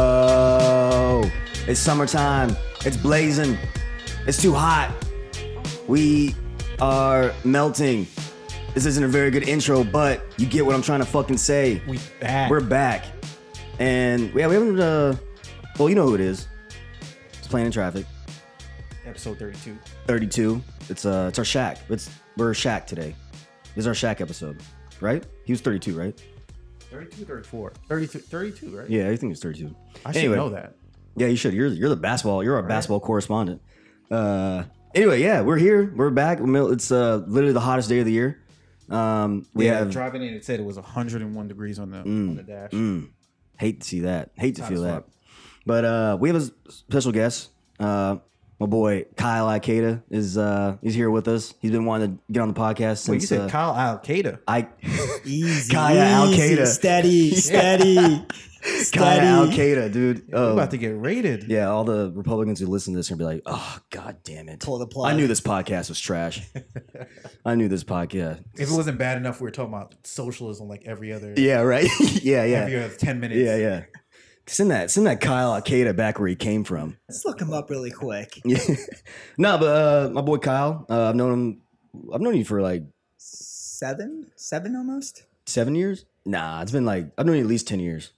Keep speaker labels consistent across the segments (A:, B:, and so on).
A: Yo, it's summertime. It's blazing. It's too hot. We are melting. This isn't a very good intro, but you get what I'm trying to fucking say.
B: We back.
A: We're back. And yeah, we haven't, uh, well, you know who it is. It's playing in traffic.
B: episode 32.
A: 32. It's uh, it's our shack. It's we're shack today. This is our shack episode, right? He was 32, right?
B: 32, 34. 32, 32 right?
A: Yeah, I think he was 32.
B: I should
A: Anyway.
B: know that.
A: Yeah, you should. You're you're the basketball. You're our basketball correspondent. Uh, anyway, yeah, we're here. We're back. Mil- It's uh, literally the hottest day of the year. Um, we
B: yeah,
A: have
B: driving in, it said it was 101 degrees on the,
A: Mm.
B: on the dash.
A: hate to see that. Hate to
B: Hot
A: feel
B: as
A: that.
B: fuck.
A: But uh, we have a s- special guest. Uh, my boy Kyle Ikeda is uh, he's here with us. He's been wanting to get on the podcast since.
B: Wait, you said
A: uh,
B: Kyle Al Qaeda.
A: I
C: Easy,
A: Kaya
C: easy,
A: Al-Qaeda.
C: steady, steady,
A: Kyle Al
C: steady.
A: Qaeda, dude.
B: We're
A: Oh,
B: about to get raided.
A: yeah, all the Republicans who listen to this are gonna be like, "Oh, god damn it!"
C: Pull the plug.
A: I knew this podcast was trash. I knew this podcast.
B: If it wasn't bad enough, we were talking about socialism like every other,
A: Yeah, right. yeah, yeah.
B: every other 10 minutes.
A: Yeah, yeah. Send that, send that Kyle Akeda back where he came from.
C: Let's look him up really quick.
A: Yeah. no, but uh, my boy Kyle, uh, I've known him. I've known you for like
C: Seven, seven almost.
A: seven years. Nah, it's been like I've known you at least ten years.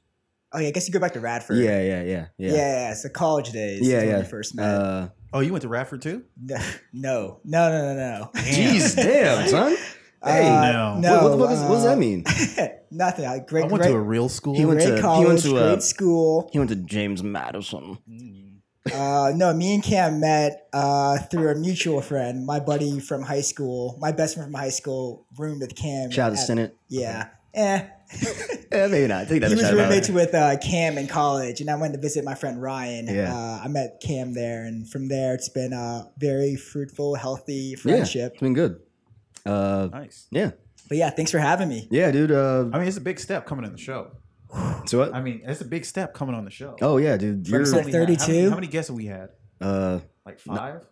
C: Oh yeah, I guess you go back to Radford.
A: Yeah, yeah, yeah,
C: yeah.
A: yeah.
C: yeah so college days. is
A: Yeah,
C: when
A: yeah.
C: We first met.
A: Uh,
B: Oh, you went to Radford too?
C: no, no, no, no, no.
A: Jeez, damn, son. Hey,
B: no.
A: What, what the fuck is, what does that mean?
C: mean? uh, nothing. I,
B: I
C: great,
B: went
C: great,
B: to a real school.
A: He went
C: great
A: to- he
C: college,
A: went to uh, a-
C: great school.
A: He went to James Madison.
B: Mm,
C: Uh, no, me and Cam met uh, through a mutual friend, my buddy from high school, my best friend from high school, roomed with Cam.
A: Shout out to
C: at-
A: Senate.
C: Yeah. Eh,
A: Yeah, maybe not. Take that as
C: he
A: a
C: was
A: shout out.
C: roommates with uh, Cam in college, and I went to visit my friend Ryan.
A: Yeah.
C: Uh, I met Cam there, and from there, it's been a very fruitful, healthy
A: Yeah,
C: friendship.
A: it's been good. Uh,
B: Nice.
A: yeah,
C: But yeah, thanks for having me.
A: yeah, dude. Uh,
B: I mean, it's a big step coming on the show.
A: so what?
B: I mean, it's a big step coming on the show.
A: oh yeah, dude. You're
C: It's like
B: How many- how many-
C: 32?
B: How many guests have we had?
A: uh,
B: Like five?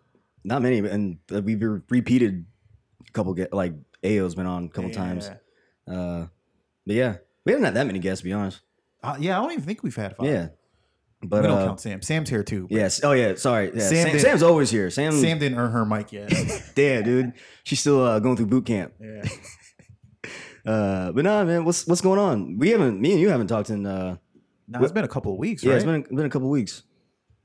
A: Not many, and uh, we've re- repeated a couple. Get like Ao's been on a couple
B: Yeah.
A: times. Uh, but yeah, we haven't had that many guests, to be honest.
B: Uh, yeah, I don't even think we've had five.
A: Yeah, but
B: we don't
A: uh,
B: count Sam. Sam's here too. but
A: yes. Oh yeah. Sorry. Yeah.
B: Sam
A: Sam-
B: did-
A: Sam's always here. Sam.
B: Sam didn't earn her mic yet.
A: Damn, dude. She's still uh, going through boot camp.
B: yeah.
A: Uh, but nah, man. What's what's going on? We haven't. Me and you haven't talked in. Uh,
B: Now it's been a couple of weeks,
A: yeah,
B: right?
A: it's been been a couple weeks.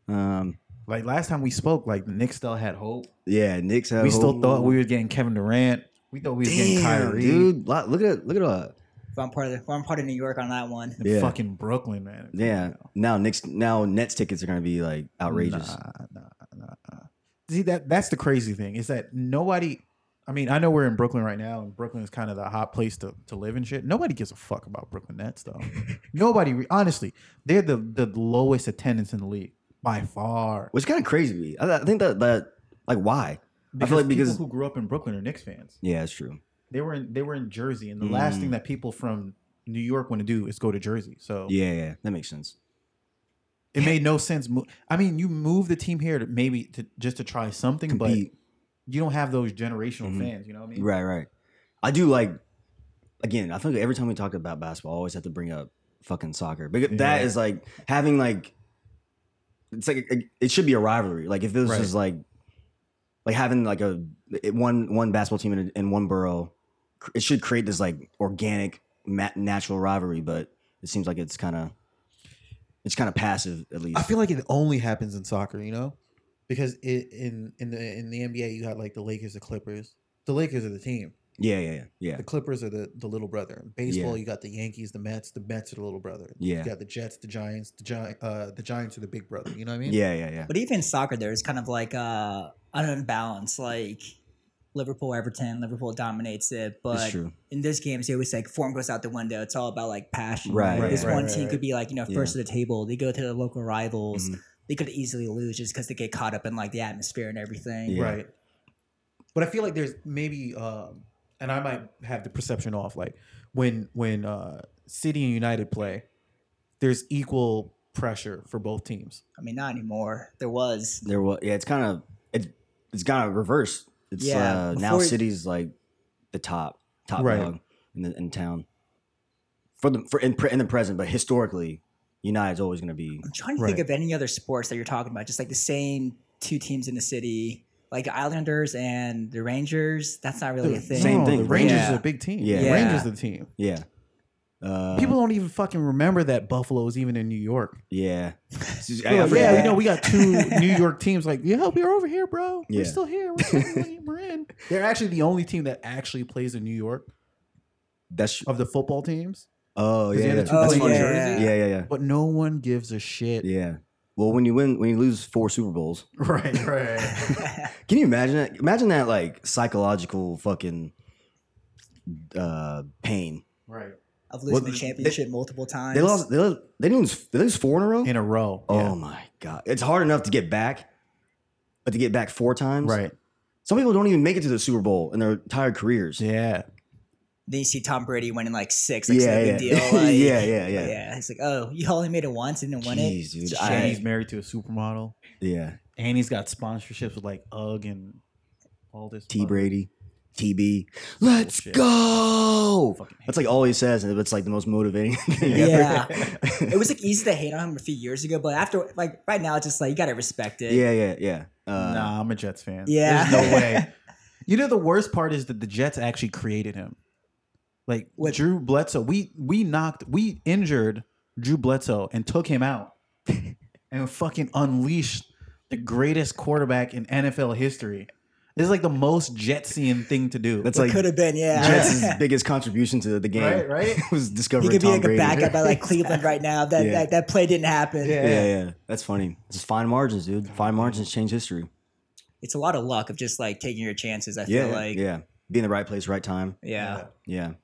A: Um,
B: like last time we spoke, like the Knicks still had hope.
A: yeah, Nick's.
B: We still thought we were getting Kevin Durant. We thought we were getting Kyrie.
A: dude. Lot- Look at uh, look at all.
C: If I'm part of the, if I'm part of New York on that one.
B: And
A: Yeah.
B: Fucking Brooklyn, man.
A: Yeah. Now Knicks. Now Nets tickets are gonna be like outrageous.
B: Nah, nah, nah, nah. See that that's the crazy thing is that nobody. I mean, I know we're in Brooklyn right now, and Brooklyn is kind of the hot place to, to live and shit. Nobody gives a fuck about Brooklyn Nets though. nobody, re- honestly, they're the the lowest attendance in the league by far.
A: Which is kind of crazy to me. I, I think that that like why? I feel like because
B: people who grew up in Brooklyn are Knicks fans.
A: yeah, it's true.
B: They were in they were in Jersey, and the last
A: Mm.
B: thing that people from New York want to do is go to Jersey. So
A: Yeah, yeah, that makes sense.
B: It made no sense. mo- I mean, you move the team here to maybe to just to try something,
A: Compete,
B: but you don't have those generational
A: Mhm.
B: fans. You know what I mean?
A: right, right. I do like. Again, I feel like every time we talk about basketball, I always have to bring up fucking soccer. But that
B: Yeah.
A: is like having like. It's like it- it should be a rivalry. Like if this
B: Right.
A: was like, like having like a it- one one basketball team in, a, in one borough, cr- it should create this like organic ma- natural rivalry. But it seems like it's kind of, it's kind of passive at least.
B: I feel like it only happens in soccer. You know, because it, in in the in the NBA, you got like the Lakers, the Clippers. The Lakers are the team.
A: Yeah, yeah, yeah, yeah,
B: The Clippers are the the little brother. In baseball, you got the Yankees, the Mets. The Mets are the little brother.
A: yeah,
B: You got the Jets, the Giants, the Gi- uh, the Giants are the big brother. You know what I mean?
A: yeah, yeah, yeah.
C: But even in soccer, there's kind of like uh, an imbalance, like. Liverpool, Everton, Liverpool dominates it,
A: It's
C: but
A: true.
C: in this game, it's always like form goes out the window. It's all about like passion.
A: Right,
C: Like, this
A: right,
C: one
B: right,
C: team
B: right.
C: could be like you know
A: Yeah.
C: first of the table. They go to their local rivals.
A: Mhm.
C: They could easily lose just because they get caught up in like the atmosphere and everything.
A: Yeah.
B: right but i feel like there's maybe um and i might have the perception off like when when uh city and united play there's equal pressure for both teams
C: I mean, not anymore. There was
A: There was yeah. It's kind of it's it's kind of reversed. It's
C: Yeah,
A: uh, now
C: before-
A: city's like the top top
B: Right.
A: dog in the in town for the for in, pre- in the present, but historically United's always going to be.
C: I'm trying to
B: Right.
C: think of any other sports that you're talking about. Just like the same two teams in the city, like the Islanders and the Rangers. That's not really a thing.
A: Same thing.
B: The Rangers
C: Yeah.
B: is a big team.
A: Yeah.
B: The Rangers is
C: Yeah.
B: a team.
A: Yeah. Uh,
B: People don't even fucking remember that Buffalo is even in New York.
A: Yeah.
B: We're
A: I
B: like,
A: forgot.
B: yeah, you know, we got two New York teams. Like, yeah, we're over here, bro.
A: Yeah.
B: We're still here. We're, still- we're in. They're actually the only team that actually plays in New York
A: That's
B: of the football teams.
A: oh
B: 'Cause
A: yeah,
B: the
A: yeah.
B: other two
C: Oh,
A: that's
B: play in
A: funny.
C: yeah.
B: Jersey.
A: Yeah, yeah, yeah,
B: But no one gives a shit.
A: yeah. Well, when you win, when you lose four Super Bowls,
B: Right, right.
A: can you imagine that? Imagine that like psychological fucking uh, pain.
B: right.
C: I've
A: Well,
C: lost the
A: they-
C: championship multiple times.
A: They lost. They, lost, they didn't lose. They lose four in a row.
B: In a row.
A: oh
B: yeah.
A: my god, it's hard enough to get back, but to get back four times.
B: Right.
A: Some people don't even make it to the Super Bowl in their entire careers.
B: Yeah.
C: Then you see Tom Brady winning like six. Like,
A: yeah,
C: yeah,
A: yeah.
C: big deal. Like,
A: yeah, yeah, yeah,
C: yeah. He's like, oh, you only made it once and didn't win
A: Jeez,
C: it.
A: dude,
C: It's a
A: I-
B: And he's
C: shame.
B: married to a supermodel.
A: yeah.
B: And he's got sponsorships with like UGG and all this.
A: T
B: fucking-
A: Brady, TB. Let's
B: Bullshit.
A: go.
B: Fucking hate
A: That's like all he says, and it's like the most motivating thing
C: Yeah.
A: ever.
C: it was like easy to hate on him a few years ago, but after like right now, it's just like you gotta respect it.
A: yeah, yeah, yeah. Uh,
B: nah, I'm a Jets fan.
C: Yeah.
B: There's no way. you know the worst part is that the Jets actually created him. Like
C: What-
B: Drew Bledsoe, we we knocked, we injured Drew Bledsoe and took him out, and fucking unleashed the greatest quarterback in NFL history. This is like the most Jetsian thing to do.
A: That's
C: It
A: like
C: could have been, yeah.
A: Jets' biggest contribution to the game.
B: Right, right?
A: was
C: He
A: discovering
C: could be
A: Tom
C: like a
A: Brady.
C: backup at like Cleveland right now. That
A: Yeah.
C: that, that play didn't happen.
B: Yeah.
A: Yeah, yeah, that's funny. It's fine margins, dude. Fine margins change history.
C: It's a lot of luck of just like taking your chances. I
A: Yeah,
C: feel like, yeah,
A: yeah. Be in the right place, right time.
C: yeah.
A: Yeah,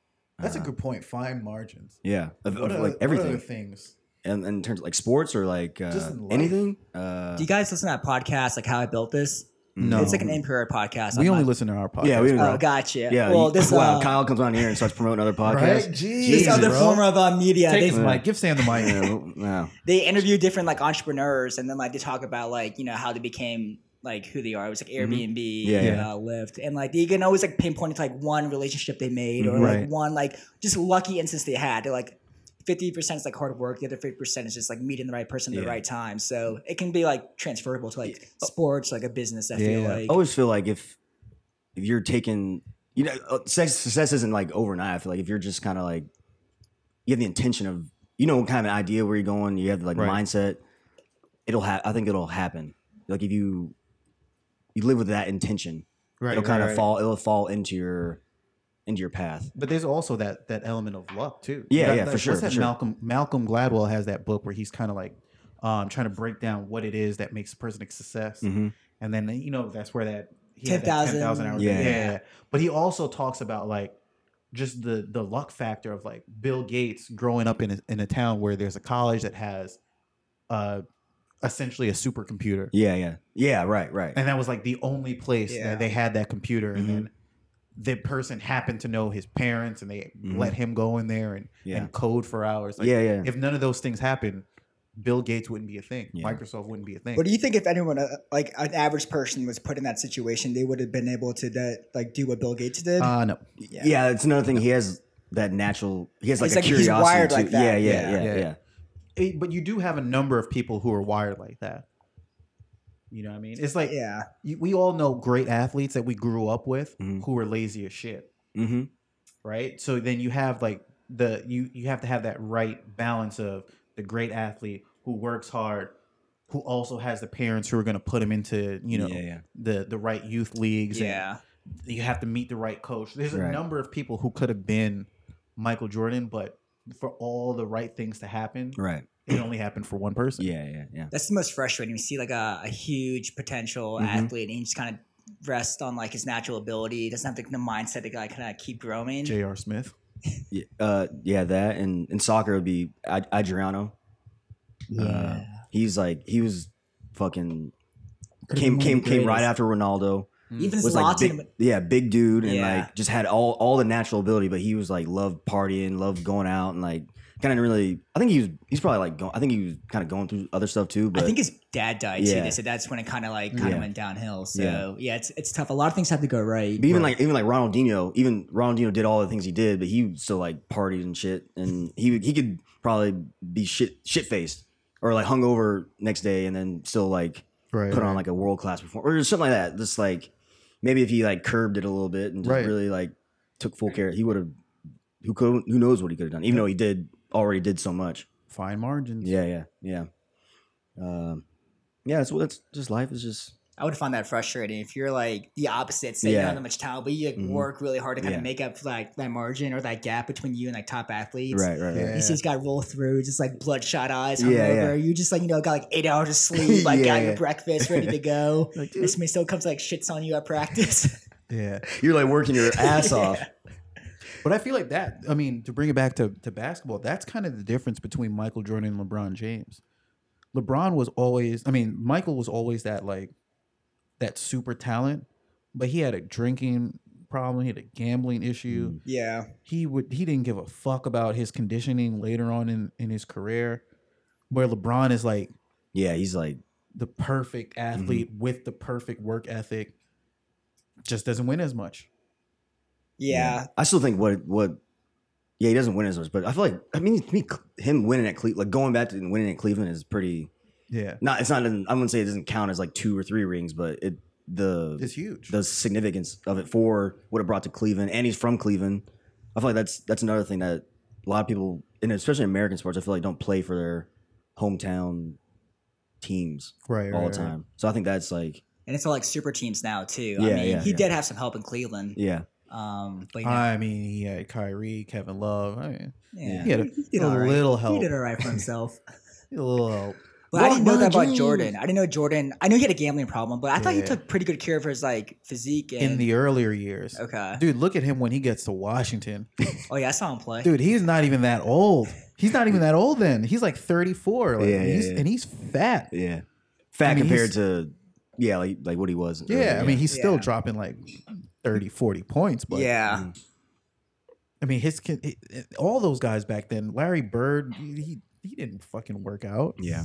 B: That's a
A: Uh,
B: good point. Fine margins.
A: Yeah, of, of,
B: What other-
A: like
B: what other
A: everything,
B: things.
A: and, and in terms of like sports or like uh,
B: Just in life.
A: anything. Uh,
C: Do you guys listen to that podcast? Like how I built this?
B: No.
C: It's like an NPR podcast.
B: We
C: I'm
B: only
C: not-
B: listen to our podcast.
A: yeah, we
C: Oh, gotcha.
A: yeah.
C: Well,
A: you-
C: this
A: wow,
C: uh,
A: Kyle comes on here and starts promoting other podcasts.
B: right?
C: this
B: Jeez,
C: other
B: bro.
C: form of uh, media.
B: Take
C: They,
B: the mic. Give Sam the mic.
A: Yeah, well, no.
C: they interview different like entrepreneurs, and then like they talk about like you know how they became like who they are. It was like Airbnb,
A: Yeah,
B: Mm-hmm. yeah.
C: Uh, Lyft, and like you can always like pinpoint it to like one relationship they made or
B: Mm-hmm. Right.
C: like one like just lucky instance they had. They're like. 50% is like hard work. The other 50% is just like meeting the right person at the
A: Yeah.
C: right time. So it can be like transferable to like sports, like a business. I feel
B: Yeah. Oh,
C: like.
A: I always feel like if if you're taking, you know, uh, success, success isn't like overnight. I feel like if you're just kind of like you have the intention of, you know, kind of an idea where you're going, you have like
B: Right.
A: mindset. It'll have. I think it'll happen. Like if you you live with that intention,
B: Right,
A: it'll kind
B: right,
A: of
B: right.
A: fall. It'll fall into your into your path.
B: But there's also that that element of luck too.
A: Yeah,
B: That-
A: yeah,
B: that-
A: for sure,
B: What's
A: for
B: that
A: sure.
B: Malcolm Malcolm Gladwell has that book where he's kind of like um, trying to break down what it is that makes a person a success, and then you know that's where that he had that
C: 10,000
B: 10,000 hour
A: Yeah.
B: yeah. yeah. But he also talks about like just the the luck factor of like Bill Gates growing up in a, in a town where there's a college that has uh essentially a supercomputer.
A: Yeah, yeah, yeah. Right, right.
B: and that was like the only place
C: Yeah.
B: that they had that computer
A: Mhm.
B: and then
A: Mm-hmm.
B: the person happened to know his parents and they
A: Mhm.
B: let him go in there and,
A: Yeah,
B: and code for hours like
A: yeah, yeah.
B: if none of those things happen bill gates wouldn't be a thing
A: Yeah.
B: microsoft wouldn't be a thing
C: But do you think if anyone, uh, like an average person, was put in that situation, they would have been able to that, like do what Bill Gates did?
B: uh no
A: yeah. it's another thing. He has that natural. He has like
C: He's
A: a
C: like- he's
A: curiosity.
C: wired
A: to-
C: like that.
A: yeah, yeah, yeah,
B: Yeah.
A: yeah.
B: It- but you do have a number of people who are wired like that you know what i mean it's like
C: yeah,
B: you, we all know great athletes that we grew up with
A: Mhm.
B: who were lazy as shit
A: Mm-hmm.
B: right so then you have like the you you have to have that right balance of the great athlete who works hard who also has the parents who are going to put him into you know
A: yeah, yeah.
B: the the right youth leagues
C: yeah.
B: and you have to meet the right coach there's
A: Right.
B: a number of people who could have been michael jordan but for all the right things to happen
A: Right.
B: it only happened for one person
A: Yeah, yeah, yeah.
C: That's the most frustrating. You see like a, a huge potential
A: Mhm.
C: athlete, and he just kind of rests on like his natural ability. He doesn't have like, the mindset to like, kind of keep growing.
B: J.R. Smith.
A: Yeah, uh, yeah, that and in soccer would be I- Adriano.
C: yeah.
A: Uh, he's like he was fucking came came came right after Ronaldo.
C: Mm. Even
A: Was
C: Zlatan,
A: like big, yeah, big dude and
C: Yeah.
A: like just had all all the natural ability, but he was like loved partying, loved going out and like kind of really. I think he was. He's probably like. Go, I think he was kind of going through other stuff too. But
C: I think his dad died too.
A: Yeah.
C: They said that's when it kind of like kind of
A: Yeah.
C: went downhill. So yeah.
A: Yeah.
C: it's it's tough. A lot of things have to go right.
A: But even like even like Ronaldinho, even Ronaldinho did all the things he did, but he still like partied and shit, and he would- he could probably be shit shit faced or like hungover next day, and then still like
B: Right.
A: put on like a world class performance or something like that. Just like maybe if he like curbed it a little bit and just
B: Right.
A: really like took full care, he would have. Who could who knows what he could have done? Even though he did already did so much.
B: fine margins.
A: Yeah, yeah, yeah. Um, yeah, that's what that's just life is just
C: I would find that frustrating if you're like the opposite, say you
A: Yeah.
C: don't have that much talent, but you like
A: Mhm.
C: work really hard to kind
A: Yeah.
C: of make up for, like that margin or that gap between you and like top athletes.
A: right, right, right.
B: Yeah.
C: You see this guy roll through, just like bloodshot eyes,
A: Yeah,
C: hungover.
A: yeah.
C: You just like you know got like eight hours of sleep, like got
A: Yeah,
C: your
A: yeah.
C: breakfast ready to go.
A: Like, dude,
C: this man still comes like shits on you at practice.
B: Yeah.
A: you're like working your ass off.
B: But I feel like that. I mean, to bring it back to, to basketball, that's kind of the difference between Michael Jordan and LeBron James. LeBron was always, I mean, Michael was always that like that super talent, but he had a drinking problem, he had a gambling issue.
A: Mm.
C: yeah,
B: He would he didn't give a fuck about his conditioning later on in, in his career. Where LeBron is like
A: Yeah, he's like
B: the perfect
A: Mm-hmm.
B: athlete with the perfect work ethic, just doesn't win as much.
C: yeah,
A: I still think what what yeah, he doesn't win as much, but I feel like I mean to me, him winning at Cleveland, like going back to and winning at Cleveland is pretty
B: Yeah.
A: not it's not an, I wouldn't say it doesn't count as like two or three rings, but it the
B: It's huge.
A: the significance of it for what it brought to Cleveland and he's from Cleveland. I feel like that's that's another thing that a lot of people and especially American sports I feel like don't play for their hometown teams
B: right,
A: all the time. So I think that's like
C: And it's all like super teams now too. I
A: Yeah,
C: mean,
A: yeah,
C: he
A: yeah.
C: did have some help in Cleveland.
A: yeah.
C: Um, but you know,
B: I mean, he had Kyrie, Kevin Love. I mean,
C: yeah,
B: he had a,
C: did
B: a
C: all right.
B: little
C: he
B: help.
C: did all right for himself.
B: a little help.
C: But I didn't know
A: LeBron
C: that about
A: James.
C: Jordan. I didn't know Jordan. I knew he had a gambling problem, but I thought he
B: Yeah.
C: took pretty good care of his like physique and
B: in the earlier years.
C: okay.
B: Dude, look at him when he gets to Washington.
C: Oh yeah, I saw him play.
B: Dude, he's not even that old. He's not even that old then. He's like 34. Like,
A: Yeah, yeah,
B: he's,
A: yeah.
B: And he's fat. Yeah,
A: Yeah. Fat
B: I mean,
A: compared
B: he's-
A: to yeah, like like what he was.
B: I mean, he's still
C: Yeah.
B: dropping like 30, 40 points. But
C: yeah,
B: I mean, his kid, all those guys back then, Larry Bird, he, he didn't fucking work out.
A: yeah,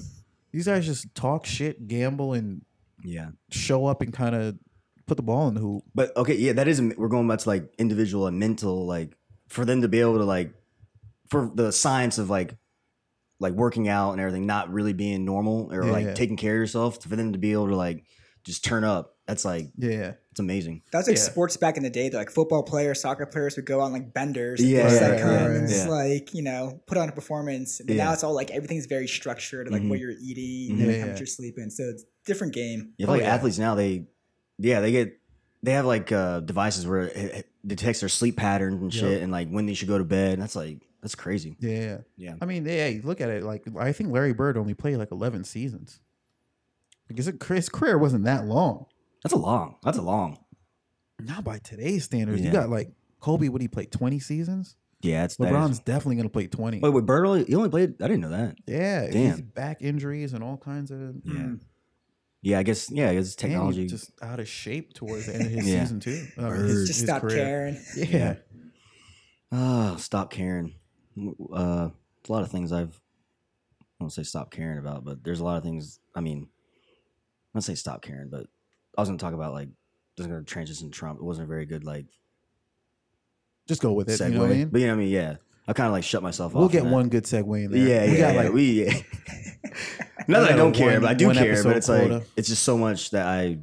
B: These guys just talk shit, gamble, and
A: yeah.
B: show up and kind of put the ball in the hoop.
A: But okay, yeah, that is we're going back to like individual and mental, like for them to be able to like for the science of like like working out and everything, not really being normal or
B: Yeah,
A: like
B: yeah.
A: taking care of yourself, for them to be able to like just turn up, that's like
B: Yeah.
A: it's amazing.
C: that was like
B: Yeah.
C: sports back in the day. Though, like football players, soccer players would go on like benders.
A: Yeah,
C: and things
B: yeah,
C: like,
B: yeah,
C: um, and
A: yeah.
C: just, like you know, put on a performance. And
A: Yeah.
C: now it's all like everything's very structured, like what you're eating,
A: Mhm.
C: and
B: Yeah, yeah.
C: how much you're sleeping. So it's a different game.
A: Yeah,
B: Oh,
A: like
B: yeah.
A: athletes now, they yeah, they get they have like uh devices where it- it detects their sleep patterns and
B: Yep.
A: shit and like when they should go to bed. And that's like that's crazy.
B: Yeah.
A: Yeah.
B: I mean, yeah, you look at it like I think Larry Bird only played like 11 seasons. Like his, his career wasn't that long.
A: That's a long. That's a long.
B: Not by today's standards. You
A: Yeah.
B: got like Kobe, what he played 20 seasons?
A: Yeah, it's that is-
B: LeBron's definitely going to play 20.
A: Wait, with Bird, only- he only played. I didn't know that.
B: yeah.
A: damn.
B: he's back injuries and all kinds of
A: Yeah.
B: Mm.
A: Yeah, I guess. Yeah, I guess
B: Damn, he's
A: technology.
B: just out of shape towards the end of his
A: Yeah.
B: season, too. I mean,
A: Bird.
B: his-
C: Just
B: his
C: stop
B: career.
C: caring.
B: Yeah.
A: Yeah. oh, stop caring. Uh, it's a lot of things I've. I don't say stop caring about, but there's a lot of things. I mean, I don't say stop caring, but I was gonna talk about like just gonna transition to Trump. It wasn't a very good like
B: Just go with it.
A: segue.
B: You know what I mean?
A: But you know what I mean? Yeah, I kind of like shut myself
B: We'll
A: off.
B: get
A: from that.
B: one good segue in there.
A: Yeah, yeah,
B: we got
A: yeah,
B: like
A: we. Yeah. Not that
B: got
A: I don't
B: a
A: care,
B: one-
A: but I do
B: one
A: care.
B: episode
A: But it's like
B: quota.
A: it's just so much that I.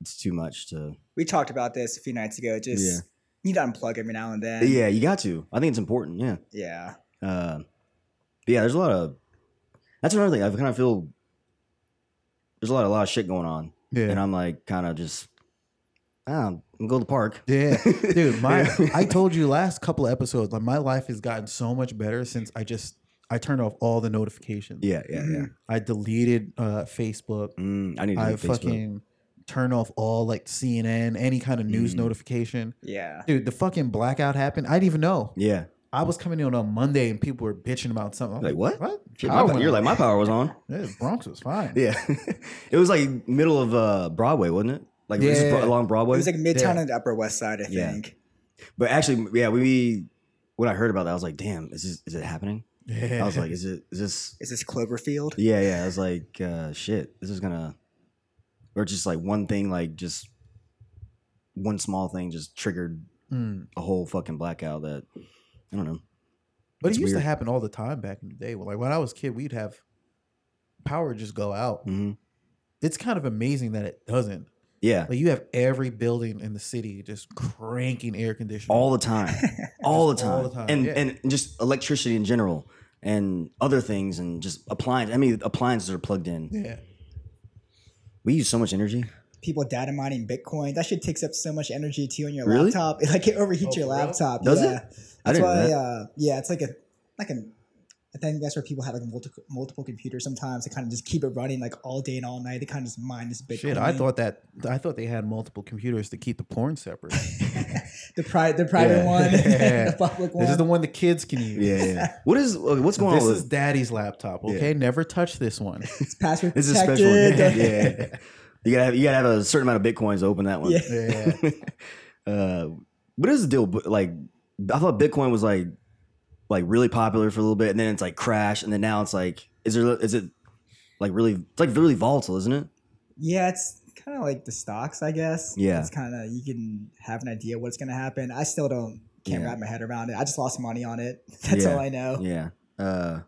A: It's too much to.
C: We talked about this a few nights ago. Just
A: Yeah.
C: you need to unplug every now and then.
A: Yeah, you got to. I think it's important. Yeah.
C: yeah.
A: Uh, but yeah, there's a lot of. That's another thing. I kind of feel there's a lot, a lot of shit going on,
B: yeah.
A: and I'm like kind of just, I don't know, I'm go to the park.
B: Yeah, dude. My
A: Yeah.
B: I told you last couple of episodes, like my life has gotten so much better since I just I turned off all the notifications.
A: Yeah, yeah,
C: Mm-hmm.
A: yeah.
B: I deleted uh, Facebook.
A: Mm, I need to
B: I
A: do Facebook.
B: fucking turned off all like CNN, any kind of news
A: Mm.
B: notification.
C: Yeah.
B: Dude, the fucking blackout happened. I didn't even know.
A: yeah,
B: I was coming in on Monday and people were bitching about something. I'm
A: Like, what?
B: What?
A: Shit,
B: Power
A: my,
B: went
A: you're
B: out.
A: like my power was on.
B: yeah, Bronx was fine.
A: Yeah, it was like middle of uh, Broadway, wasn't it? Like it was just
B: Yeah.
A: bro- along
C: It
A: Broadway.
C: was like Midtown
B: Yeah.
C: and Upper West Side, I
A: Yeah.
C: think.
A: but actually, yeah, we. When I heard about that, I was like, damn, is this, is it happening?
B: Yeah.
A: I was like, is it is this?
C: Is this Cloverfield?
A: Yeah, yeah. I was like, uh, shit, this is gonna, or just like one thing, like just one small thing, just triggered
B: Mm.
A: a whole fucking blackout. That I don't know.
B: but
A: It's
B: it used
A: weird.
B: to happen all the time back in the day. Like when I was a kid, we'd have power just go out.
A: hmm
B: It's kind of amazing that it doesn't.
A: Yeah,
B: Like you have every building in the city just cranking air conditioning.
A: all the time, all the
B: Just
A: time,
B: all the time,
A: and
B: yeah.
A: and just electricity in general, and other things, and just appliances. I mean, appliances are plugged in.
B: yeah.
A: We use so much energy.
C: People data mining Bitcoin. That shit takes up so much energy too on your
A: Really?
C: laptop. It like it overheats
B: Oh,
C: your
B: for real?
C: laptop.
A: Does
C: yeah.
A: it? I didn't know
C: why,
A: that.
C: Uh, yeah, it's like a like a. I think that's where people have like multiple multiple computers sometimes. They kind of just keep it running like all day and all night. They kind of just mine this Bitcoin.
B: Shit, I thought that I thought they had multiple computers to keep the porn separate.
C: the private the
A: Yeah.
C: private one,
B: Yeah.
C: the public one.
B: this is the one the kids can use.
A: Yeah, yeah. What is okay, what's going
B: This
A: on
B: is
A: with
B: daddy's laptop.
A: Yeah.
B: Okay, never touch this one.
C: It's password
A: this? Is a
C: protected.
A: special one. Yeah,
C: Don't-
A: yeah. You gotta have you gotta have a certain amount of bitcoins to open that one.
C: Yeah.
B: Yeah.
A: uh, what is the deal? bu- Like, I thought Bitcoin was like, like really popular for a little bit, and then it's like crashed, and then now it's like, is there is it like really it's like really volatile, isn't it?
C: Yeah, it's kind of like the stocks, I guess.
A: Yeah.
C: it's kind of you can have an idea what's going to happen. I still don't can't
A: Yeah.
C: wrap my head around it. I just lost money on it. That's
A: Yeah.
C: all I know.
A: Yeah. Uh,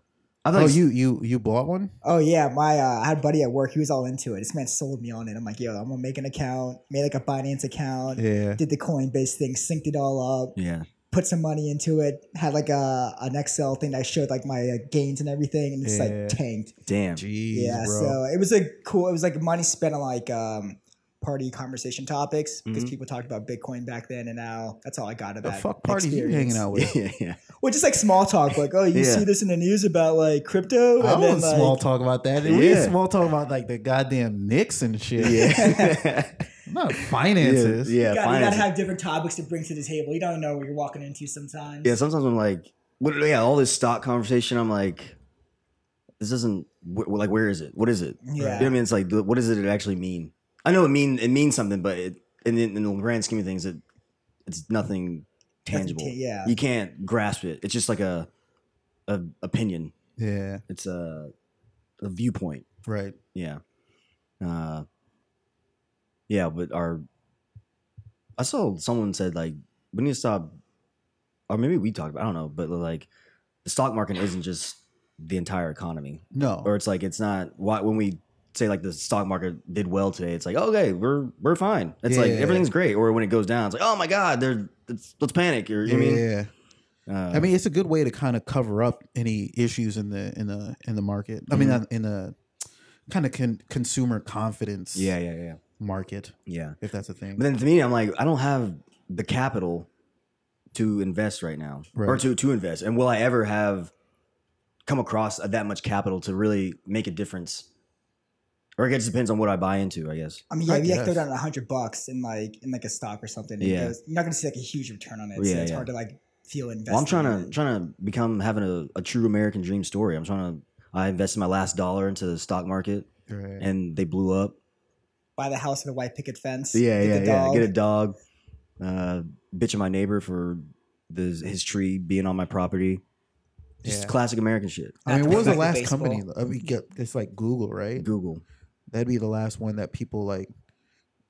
A: I thought
B: oh, you you you bought one?
C: Oh yeah, my uh, I had a buddy at work. He was all into it. This man sold me on it. I'm like, yo, I'm gonna make an account. Made like a Binance account.
B: Yeah.
C: Did the Coinbase thing, synced it all up,
A: Yeah.
C: put some money into it. Had like a an Excel thing that showed like my uh, gains and everything, and it's
B: Yeah.
C: like tanked.
A: Damn.
B: Jeez,
C: yeah,
B: bro.
C: so it was a cool. It was like money spent on like um party conversation topics because people talked about Bitcoin back then, and now that's all I got
B: Mm-hmm.
C: of
B: the
C: that
B: fuck party you
C: uh, experience.
B: hanging out with?
A: Yeah. Yeah.
C: Well, just like small talk, like oh, you
A: Yeah.
C: see this in the news about like crypto,
B: I
C: and then
B: was
C: like,
B: small talk about that. We did
A: Yeah.
B: small talk about like the goddamn Nixon shit.
A: Yeah.
B: Not
A: yeah.
B: finances.
A: Yeah.
C: You gotta, you gotta
A: finances.
C: have different topics to bring to the table. You don't know what you're walking into sometimes.
A: Yeah, sometimes I'm like, what, yeah, all this stock conversation. I'm like, this doesn't wh- like, where is it? What is it?
C: Yeah.
A: You know what I mean? It's like, what does it actually mean? I know it mean it means something, but it, in, the- in the grand scheme of things, it it's nothing tangible.
C: ta- yeah.
A: you can't grasp it. It's just like a a opinion.
B: Yeah,
A: It's a a viewpoint.
B: right.
A: Yeah. Uh, yeah, but our I saw someone said like we need to stop, or maybe we talked about I don't know, but like the stock market isn't just the entire economy,
B: No.
A: or it's like it's not why when we say like the stock market did well today, it's like okay we're we're fine, it's like
B: Yeah.
A: everything's great, or when it goes down, it's like oh my god, they're it's, let's panic, or you know what
B: yeah.
A: I mean, uh,
B: I mean, it's a good way to kind of cover up any issues in the in the in the market. I mean, in the kind of con- consumer confidence
A: Uh, yeah, yeah, yeah,
B: market,
A: yeah.
B: if that's a thing.
A: But then to me, I'm like, I don't have the capital to invest right now, or
B: Right.
A: to to invest. And will I ever have come across that much capital to really make a difference? Or I guess it depends on what I buy into. I guess.
C: I mean, yeah,
B: I
C: if you like throw
B: guess.
C: down a hundred bucks in like in like a stock or something. it
A: Yeah.
C: goes- you're not gonna see like a huge return on it.
A: Yeah,
C: so it's
A: yeah.
C: hard to like feel invested.
A: Well, I'm trying
C: in
A: to
C: it.
A: trying to become having a, a true American dream story. I'm trying to. I invested my last dollar into the stock market,
B: Right.
A: and they blew up.
C: buy the house with a white picket fence.
A: Yeah,
C: get
A: yeah,
C: the
A: yeah.
C: dog.
A: Get a dog. Uh, bitching my neighbor for the, his tree being on my property. Just
B: Yeah.
A: classic American shit.
B: I mean, what was the
C: Like
B: last
C: baseball.
B: company? I mean, yeah, it's like Google, right?
A: Google.
B: That'd be the last one that people like.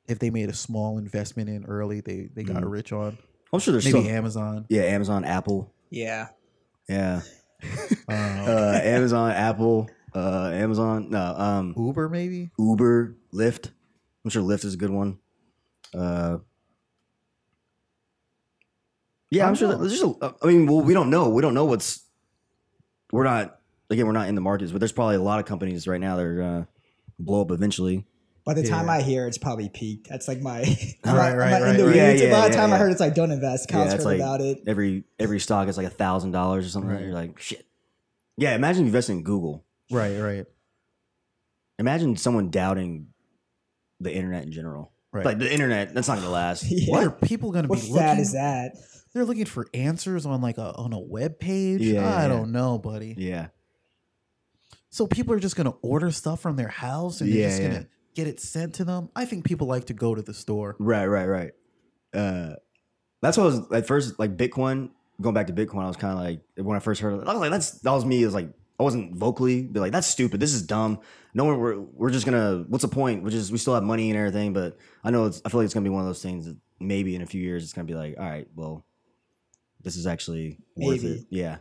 B: If they made a small investment in early, they they got
A: Mhm.
B: rich on.
A: I'm sure there's
B: Maybe
A: still
B: Amazon.
A: Yeah, Amazon, Apple.
C: Yeah,
A: Yeah,
B: Uh,
A: uh, Amazon, Apple, uh, Amazon. No, um,
B: Uber, maybe.
A: Uber, Lyft. I'm sure Lyft is a good one. Uh, yeah, I'm sure. That, there's just a, I mean, well, we don't know. We don't know what's. We're not again. We're not in the markets, but there's probably a lot of companies right now that are gonna blow up eventually.
C: by the time
B: Yeah.
C: I hear it's probably peaked. That's like my I'm
B: Right,
C: not-
B: right,
C: I'm not in the
B: right, right.
C: weeds.
A: Yeah,
C: By the
A: yeah,
C: time I
A: yeah,
C: heard
A: yeah.
C: it's like don't invest.
A: Yeah,
C: Kyle's
A: it's
C: heard
A: like-
C: about it.
A: Every every stock is like a thousand dollars or something.
B: Right.
A: You're like shit. Yeah, imagine investing in Google.
B: Right, right,
A: Imagine someone doubting the internet in general.
B: right.
A: Like the internet, that's not gonna last.
C: Yeah.
B: what are people going to be
C: What
B: looking?
C: fad is that?
B: They're looking for answers on like a on a web page.
A: Yeah, yeah,
B: I
A: yeah.
B: don't know, buddy.
A: Yeah.
B: So people are just going to order stuff from their house and
A: Yeah,
B: they're just
A: yeah.
B: going to get it sent to them. I think people like to go to the store.
A: Right, right, right. Uh that's what I was at first like Bitcoin going back to Bitcoin, I was kind of like when I first heard of it, I was like, that's that was me. It was like I wasn't vocally be like, that's stupid. This is dumb. No one we're we're just gonna what's the point? Which is we still have money and everything, but I know it's I feel like it's gonna be one of those things that maybe in a few years it's gonna be like, all right, well, this is actually worth
C: Maybe.
A: it. Yeah.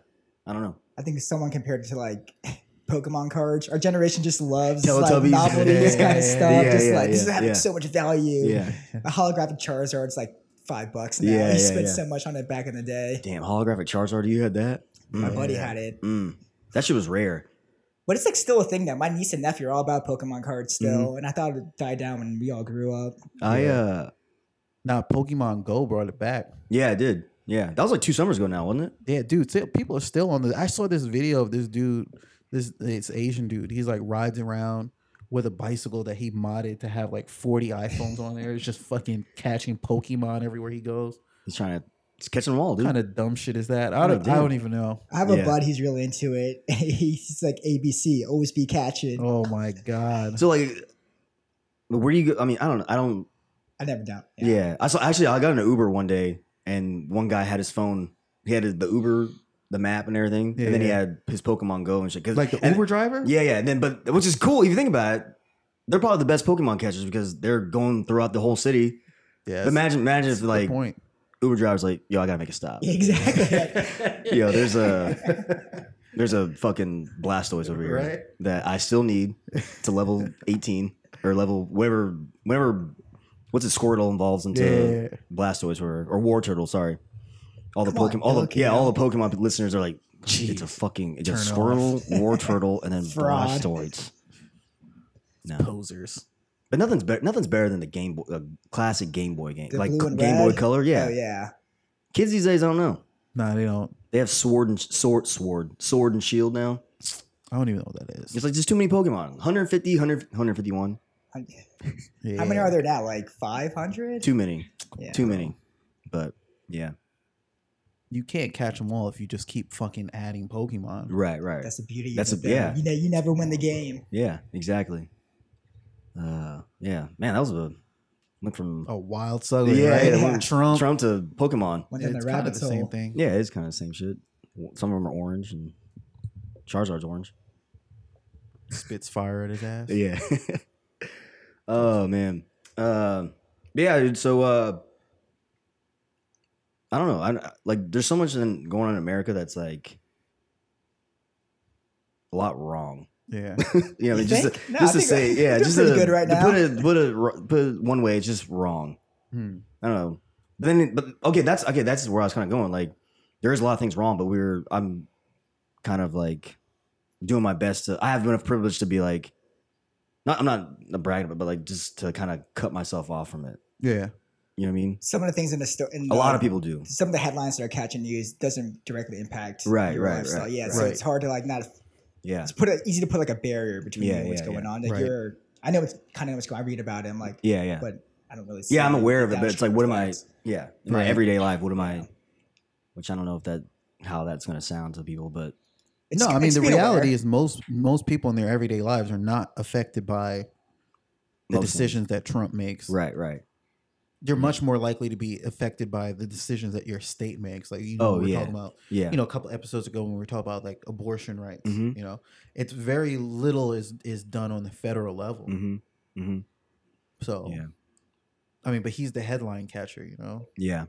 A: I don't know.
C: I think someone compared it to like Pokemon cards. Our generation just loves
A: Teletubbies.
C: like novelty, this
A: Yeah,
C: kind
B: yeah,
C: of stuff.
A: yeah,
C: just
A: yeah,
C: like this
A: yeah,
C: is having
A: yeah.
C: so much value.
A: Yeah.
C: A holographic Charizard's like five bucks now.
A: Yeah,
C: you
A: yeah,
C: spent
A: yeah.
C: so much on it back in the day.
A: Damn, holographic Charizard, you had that?
C: My
A: Mm.
C: buddy
B: Yeah.
C: had it.
A: Mm. That shit was rare.
C: But it's like still a thing now. My niece and nephew are all about Pokemon cards still.
A: Mm-hmm.
C: And I thought it died down when we all grew up.
A: I uh
B: Now Pokemon Go brought it back.
A: yeah, I did. Yeah. That was like two summers ago now, wasn't it?
B: Yeah, dude. still- people are still on the. I saw this video of this dude. This it's Asian dude. He's like rides around with a bicycle that he modded to have like forty iPhones on there. It's just fucking catching Pokemon everywywhere he goes.
A: He's trying to it's catching them all,
B: What
A: dude.
B: kind of dumb shit is that? I don't.
A: Kinda
B: I
A: dumb.
B: don't even know.
C: I have a
A: Yeah.
C: bud who's really into it. He's like ABC, always be catching.
B: Oh my god.
A: So like, where do you? Go? I mean, I don't. I don't.
C: I never doubt.
A: Yeah. I saw actually. I got in an Uber one day, and one guy had his phone. He had the Uber, the map, and everything,
B: Yeah,
A: and then he
B: yeah.
A: had his Pokemon Go and shit. 'Cause-
B: Like the
A: and-
B: Uber driver.
A: Yeah, yeah. And then, but which is cool if you think about it. They're probably the best Pokemon catchers because they're going throughout the whole city.
B: Yeah.
A: But
B: that's-
A: imagine, imagine
B: that's
A: if
B: the
A: like
B: point.
A: Uber driver's like, "Yo, I gotta make a stop."
C: Yeah, Exactly.
A: Yo, there's a- There's a fucking Blastoise over here
B: Right.
A: that I still need to level 18 or level whatever, whatever. What's it? Squirtle involves into
B: Yeah.
A: Blastoise or or War Turtle. Sorry, all the
C: Come on,
A: Pokemon, all the
C: Pokemon.
A: yeah, all the Pokemon listeners are like, it's a
B: Jeez.
A: fucking it's a
B: Turn
A: Squirtle, War Turtle, and then
C: Fraud.
A: Blastoise. No,
B: Posers.
A: but nothing's better. Nothing's better than the Game Boy, uh, classic Game Boy game,
C: The
A: like
C: blue
A: c-
C: and
A: Game Boy
C: red?
A: Color. Yeah.
C: Oh yeah.
A: kids these days, I don't know.
B: Nah, they don't.
A: They have sword and sword, sword, sword and shield now.
B: I don't even know what that is.
A: It's like just too many Pokemon. 150, 100, 151.
C: How
B: Yeah.
C: how many are there now? Like five hundred?
A: Too many.
C: Yeah.
A: Too many. But yeah.
B: You can't catch them all if you just keep fucking adding Pokemon.
A: Right, right.
C: That's the beauty.
A: That's
C: of
A: a-
C: it, though.
A: yeah.
C: You know, you never win the game.
A: yeah, exactly. Uh yeah. Man, that was a went from
C: Oh,
B: A wild southern,
A: Yeah,
B: right?
C: yeah.
B: Like Trump.
A: Trump to Pokemon.
C: Went down
B: It's
C: the
B: kind of
C: rabbit
B: the
C: hole.
B: same thing.
A: Yeah, it is kind of the same shit. Some of them are orange and Charizard's orange.
B: Spits fire at his ass.
A: Yeah. oh man. Um yeah, dude, so uh I don't know. I like there's so much in, going on in America that's like a lot wrong.
B: Yeah.
A: you know,
C: You
A: just
C: think?
A: to,
C: No, I
A: just to
C: think
A: say,
C: we're-
A: yeah,
C: we're
A: just
C: pretty
A: to,
C: good right
A: to
C: now.
A: put it put it put it one way, it's just wrong.
B: Hmm.
A: I don't know. Um, But then, it- but okay, that's okay. That's where I was kind of going. Like, there is a lot of things wrong, but we're I'm kind of like doing my best to. I have enough privilege to be like, not I'm not bragging, but, but like just to kind of cut myself off from it.
B: Yeah.
A: You know what I mean?
C: Some of the things in the story.
A: A lot of people do.
C: Some of the headlines that are catching news doesn't directly impact
A: Right,
C: your
A: right,
C: lifestyle.
A: right,
C: yeah, so
B: right.
C: it's hard to like not
A: Yeah,
C: it's put a, easy to put like a barrier between
A: Yeah,
C: what's
A: yeah,
C: going
A: yeah.
C: on. That
B: Right.
C: you're I know it's kind of what's going. I read about it. I'm like,
A: yeah, yeah,
C: but I don't really. see
A: yeah. I'm aware of it,
C: the
A: but it's like, what am I?
C: downstream
A: Yeah, in my
B: Right.
A: everyday life, what am I? Which I don't know if that how that's gonna sound to people, but
C: effects.
B: no,
C: It's-
B: I mean
C: it's
B: the
C: being aware.
B: reality is most most people in their everyday lives are not affected by the
A: Most of them.
B: decisions that Trump makes.
A: right, right.
B: You're much more likely to be affected by the decisions that your state makes. Like you
A: Oh,
B: know, we we're
A: yeah.
B: talking about
A: Yeah.
B: you know a couple episodes ago when we were talking about like abortion rights.
A: Mhm.
B: You know, it's very little is is done on the federal level.
A: hmm hmm
B: So,
A: Yeah.
B: I mean, but he's the headline catcher. You know,
A: Yeah.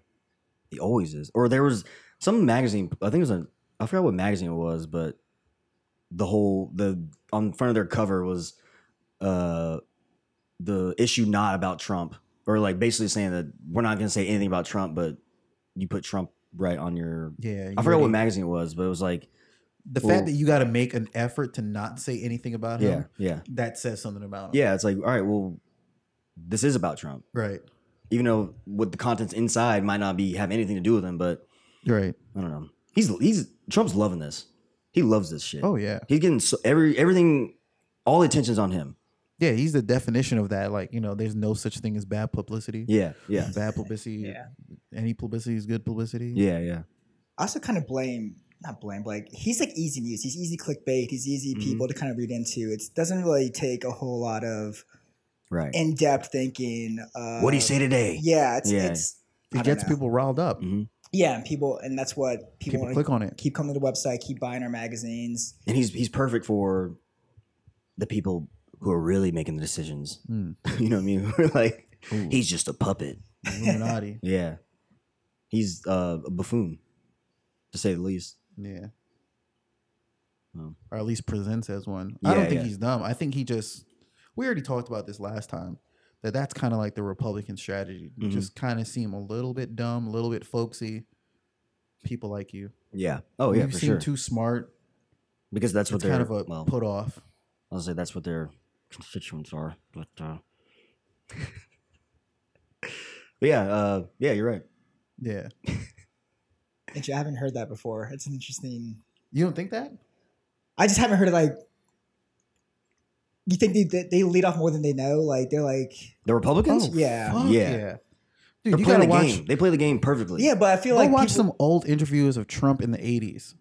A: He always is. Or there was some magazine, I think it was a, I forgot what magazine it was, but the whole, the, on front of their cover was uh the issue not about Trump, or like basically saying that we're not going to say anything about Trump, but you put Trump right on your,
B: yeah.
A: I
B: you
A: forgot what
B: already-
A: magazine it was, but it was like,
B: the
A: Well-
B: fact that you got to make an effort to not say anything about
A: yeah,
B: him
A: yeah,
B: that says something about him.
A: yeah. It's like, all right, well, this is about Trump,
B: Right.
A: even though what the contents inside might not be, have anything to do with him, but
B: Right.
A: I don't know. He's he's Trump's loving this. He loves this shit.
B: Oh yeah.
A: He's getting so, every everything. All the attention's on him.
B: Yeah. He's the definition of that. Like you know, there's no such thing as bad publicity.
A: Yeah, yeah,
B: Bad publicity.
C: Yeah.
B: Any publicity is good publicity.
A: yeah, yeah.
C: I also kind of blame, not blame, but like he's like easy news. He's easy clickbait. He's easy
A: Mhm.
C: people to kind of read into. It doesn't really take a whole lot of
A: Right.
C: in depth thinking. Uh,
A: what do you say today?
C: Yeah, it's,
A: Yeah.
C: it's I
B: It
C: don't
B: gets
C: know.
B: people riled up.
A: Mhm.
C: yeah, and people, and that's what people,
B: People
C: want
B: click on it.
C: to keep coming to the website, keep buying our magazines.
A: and he's he's perfect for the people who are really making the decisions.
B: Mm.
A: you know what I mean? We're like
B: Ooh,
A: he's just a puppet.
B: Illuminati.
A: Yeah, he's uh, a buffoon, to say the least.
B: Yeah.
A: Um,
B: Or at least presents as one. I
A: Yeah,
B: don't think
A: yeah.
B: he's dumb. I think he just. We already talked about this last time. That that's kind of like the Republican strategy. You
A: Mhm.
B: Just kind of seem a little bit dumb, a little bit folksy. People like you.
A: Yeah. Oh yeah,
B: you
A: for
B: seem
A: sure.
B: too smart.
A: because that's what
B: It's
A: they're
B: kind of a
A: well.
B: put off.
A: I'll say that's what their constituents are. But, uh, but yeah, uh, yeah, you're right.
B: Yeah.
C: Which I haven't heard that before. It's an interesting.
B: You don't think that?
C: I just haven't heard it like. You think they- they they lead off more than they know? Like they're like,
A: The Republicans,
B: Oh,
C: yeah,
B: Fuck
A: Uh, Yeah.
B: Dude,
A: they're playing
B: you gotta
A: the
B: watch.
A: game. They play the game perfectly.
C: yeah. But I feel
B: Go
C: like
B: watch
C: people-
B: some old interviews of Trump in the '80s,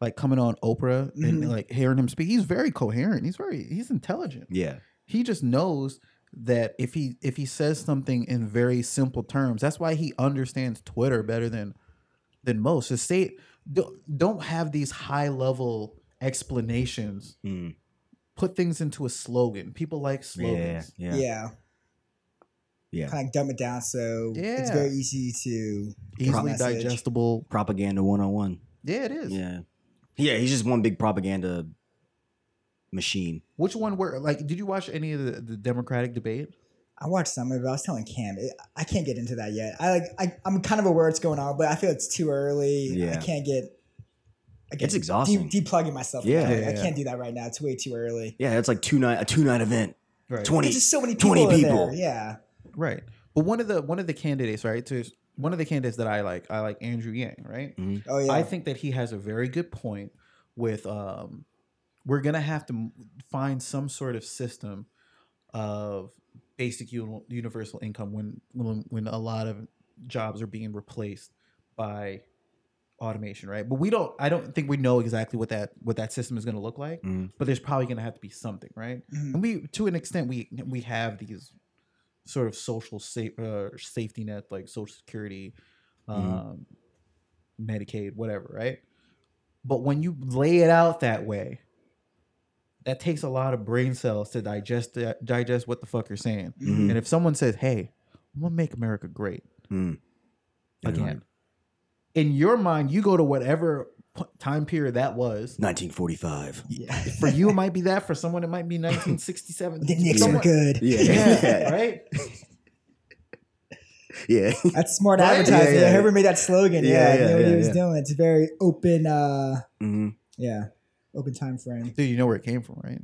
B: like coming on Oprah
C: Mhm.
A: Mm-hmm.
B: and like hearing him speak. He's very coherent. He's very he's intelligent.
A: yeah,
B: He just knows that if he if he says something in very simple terms, that's why he understands Twitter better than than most. Just say don't don't have these high level explanations.
A: Mm.
B: Put things into a slogan. People like
A: yeah,
B: slogans.
A: yeah,
C: yeah,
A: yeah. yeah.
C: kind of dumb it down so it's
B: Yeah.
C: very easy to.
B: Easily
C: Message.
B: digestible.
A: Propaganda 101.
B: Yeah, it is.
A: Yeah, yeah. He's just one big propaganda machine.
B: Which one were like? Did you watch any of the, the Democratic debate?
C: I watched some of it. I was telling Cam, it, I can't get into that yet. I like, I, I'm kind of aware it's going on, but I feel it's too early. I
A: Yeah.
C: can't get. I
A: It's
C: get-
A: exhausting.
C: De- deplugging myself.
A: Yeah.
C: Yeah,
B: Yeah,
C: I
B: yeah.
C: can't do that right now. It's way too early.
A: Yeah, it's like two night a two night event.
B: Right.
A: Twenty.
C: There's just so many people.
A: 20
C: in
A: people.
C: There. Yeah.
B: Right. But one of the one of the candidates, right? To one of the candidates that I like, I like Andrew Yang, right?
C: Oh yeah.
B: I think that he has a very good point with um we're going to have to m- find some sort of system of basic uni- universal income when when when a lot of jobs are being replaced by automation, right? But we don't I don't think we know exactly what that what that system is going to look like,
A: Mhm.
B: but there's probably going to have to be something, right?
C: Mhm.
B: and we to an extent we we have these sort of social safe uh, safety net like social security um medicaid whatever right but when you lay it out that way that takes a lot of brain cells to digest that, digest what the fuck you're saying
C: Mm-hmm.
A: Mhm.
B: and if someone says hey i'm gonna make america great
A: Mm.
B: again in your mind you go to whatever p- time period that was
A: 1945.
C: Yeah.
B: for you it might be that for someone it might be 1967
C: The Knicks were
B: Someone-
C: good.
B: yeah right
A: yeah.
C: That's smart
B: Right?
C: advertising.
A: Yeah,
C: Yeah,
A: yeah,
C: Whoever made that slogan,
A: Yeah,
C: yeah,
A: yeah,
C: knew what
A: yeah,
C: he was
A: yeah.
C: doing. It's very open. uh
B: Mm-hmm.
A: hmm
C: Yeah, open time frame.
B: Dude, you know where it came from, right?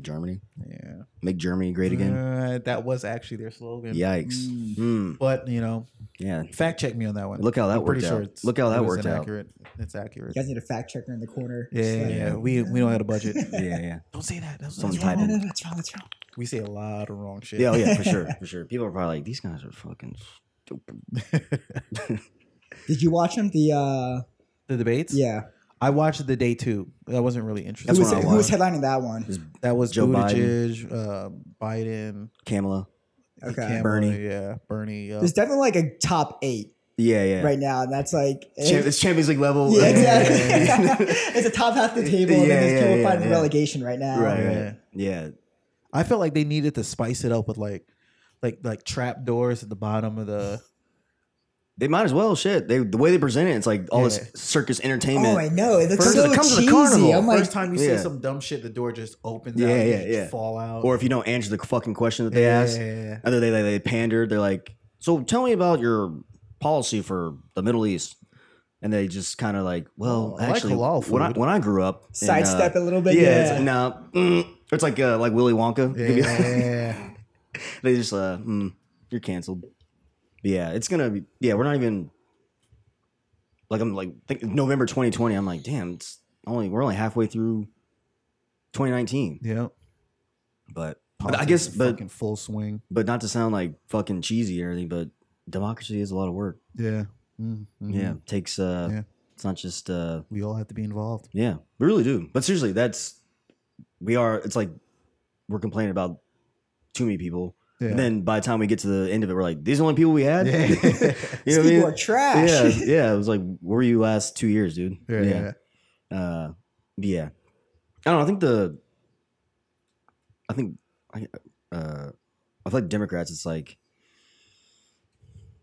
A: Germany,
B: Yeah.
A: make Germany great again.
B: Uh, that was actually their slogan.
A: Yikes.
C: Mm.
A: Mm.
B: But, you know,
A: Yeah.
B: fact check me on that one.
A: Look how that
B: I'm pretty
A: worked
B: sure
A: out.
B: it's-
A: Look how
B: it
A: that
B: was
A: worked out.
B: inaccurate. It's accurate.
C: You guys need a fact checker in the corner.
B: Yeah, yeah, yeah. We, we don't have a budget.
A: Yeah, yeah.
B: don't say that. That's,
A: Someone
B: that's
A: type
C: No,
B: wrong.
C: no, that's wrong. That's wrong.
B: We say a lot of wrong shit.
A: Yeah, oh yeah, for sure, for sure. People are probably like, these guys are fucking stupid.
C: Did you watch him? The uh
B: the debates?
C: yeah.
B: I watched the day two. I wasn't really interested.
A: That's
C: who, was,
A: what I
C: who was
A: watched.
C: headlining that one?
B: that was
A: Joe
B: Joe
A: Biden.
B: Buttigieg, Biden. Uh, Biden
A: Kamala.
C: Okay.
B: Kamala,
A: Bernie.
B: Yeah, Bernie. uh, Yeah.
C: There's definitely like a top eight
A: Yeah, yeah.
C: right now, and that's like eh.
A: Champ- it's Champions League level.
C: yeah,
A: yeah,
C: exactly. it's a top half of the table, and
A: Yeah,
C: then there's
A: yeah,
C: people
A: yeah,
C: fighting
A: yeah.
C: relegation right now.
A: Right.
B: Yeah.
A: yeah.
B: I felt like they needed to spice it up with like, like, like trap doors at the bottom of the.
A: They might as well. Shit, they the way they present it, it's like all
B: Yeah.
A: this circus
C: Oh,
A: entertainment.
C: I know. It looks
A: First,
C: so
A: it comes to the
C: cheesy.
A: carnival.
C: I'm like,
B: First time you
A: Yeah.
B: say some dumb shit, the door just opens.
A: Yeah,
B: out, and
A: yeah,
B: you just
A: yeah.
B: Fall out.
A: or if you don't answer the fucking question that
B: yeah,
A: they ask,
B: yeah, yeah.
A: either they, they they pandered. They're like, "So tell me about your policy for the Middle East," and they just kind of like, "Well,
B: Oh, I like
A: actually,
B: halal
A: when I
B: food."
A: when I grew up, in, uh,
C: sidestep it a little bit.
A: yeah,
C: Yeah.
A: It's, like, nah, mm. it's like uh, like Willy Wonka.
B: Yeah,
A: Give you-
B: yeah,
A: they just uh, mm, you're canceled. But yeah, it's gonna be. Yeah, we're not even. Like I'm like think November 2020. I'm like, damn, it's only we're only halfway through 2019.
B: yeah.
A: But, but I guess, but
B: in full swing.
A: but not to sound like fucking cheesy or anything, but democracy is a lot of work.
B: Yeah, Mm, mhm.
A: Yeah, it takes. uh
B: Yeah.
A: It's not just. uh
B: We all have to be involved.
A: Yeah, we really do. But seriously, that's we are. It's like we're complaining about too many people.
B: Yeah.
A: And then by the time we get to the end of it, we're like, these are the only people we had. you
B: Yeah.
A: know what
C: These
A: I
C: people
A: mean?
C: are trash.
A: Yeah, yeah. It was like, where were you last two years, dude?
B: yeah, yeah.
A: Uh, but yeah. I don't know. I think the, I think, I, uh, I feel like Democrats, it's like,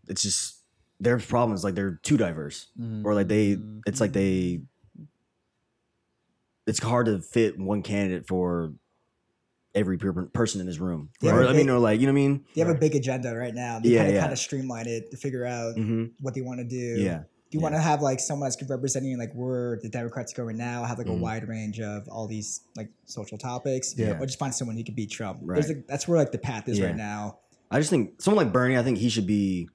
A: it's just their problem is like they're too diverse,
B: Mm-hmm.
A: or like they, it's like they, it's hard to fit one candidate for every per- person in this room.
C: Yeah,
A: Or,
C: but
A: I mean,
C: they-
A: or like, you know what I mean?
C: They have a big agenda right now. They
A: Yeah,
C: kind of
A: yeah.
C: kind of streamline it to figure out
A: hmm
C: what they want to do.
A: Yeah.
C: Do you
A: Yeah.
C: want to have like someone that's representing like where the Democrats are going now? Have like a
A: Mhm.
C: wide range of all these like social topics.
A: Yeah.
C: Or just find someone who could beat Trump. There's
A: Right.
C: like, that's where like the path is
A: Yeah.
C: right now.
A: I just think someone like Bernie, I think he should be,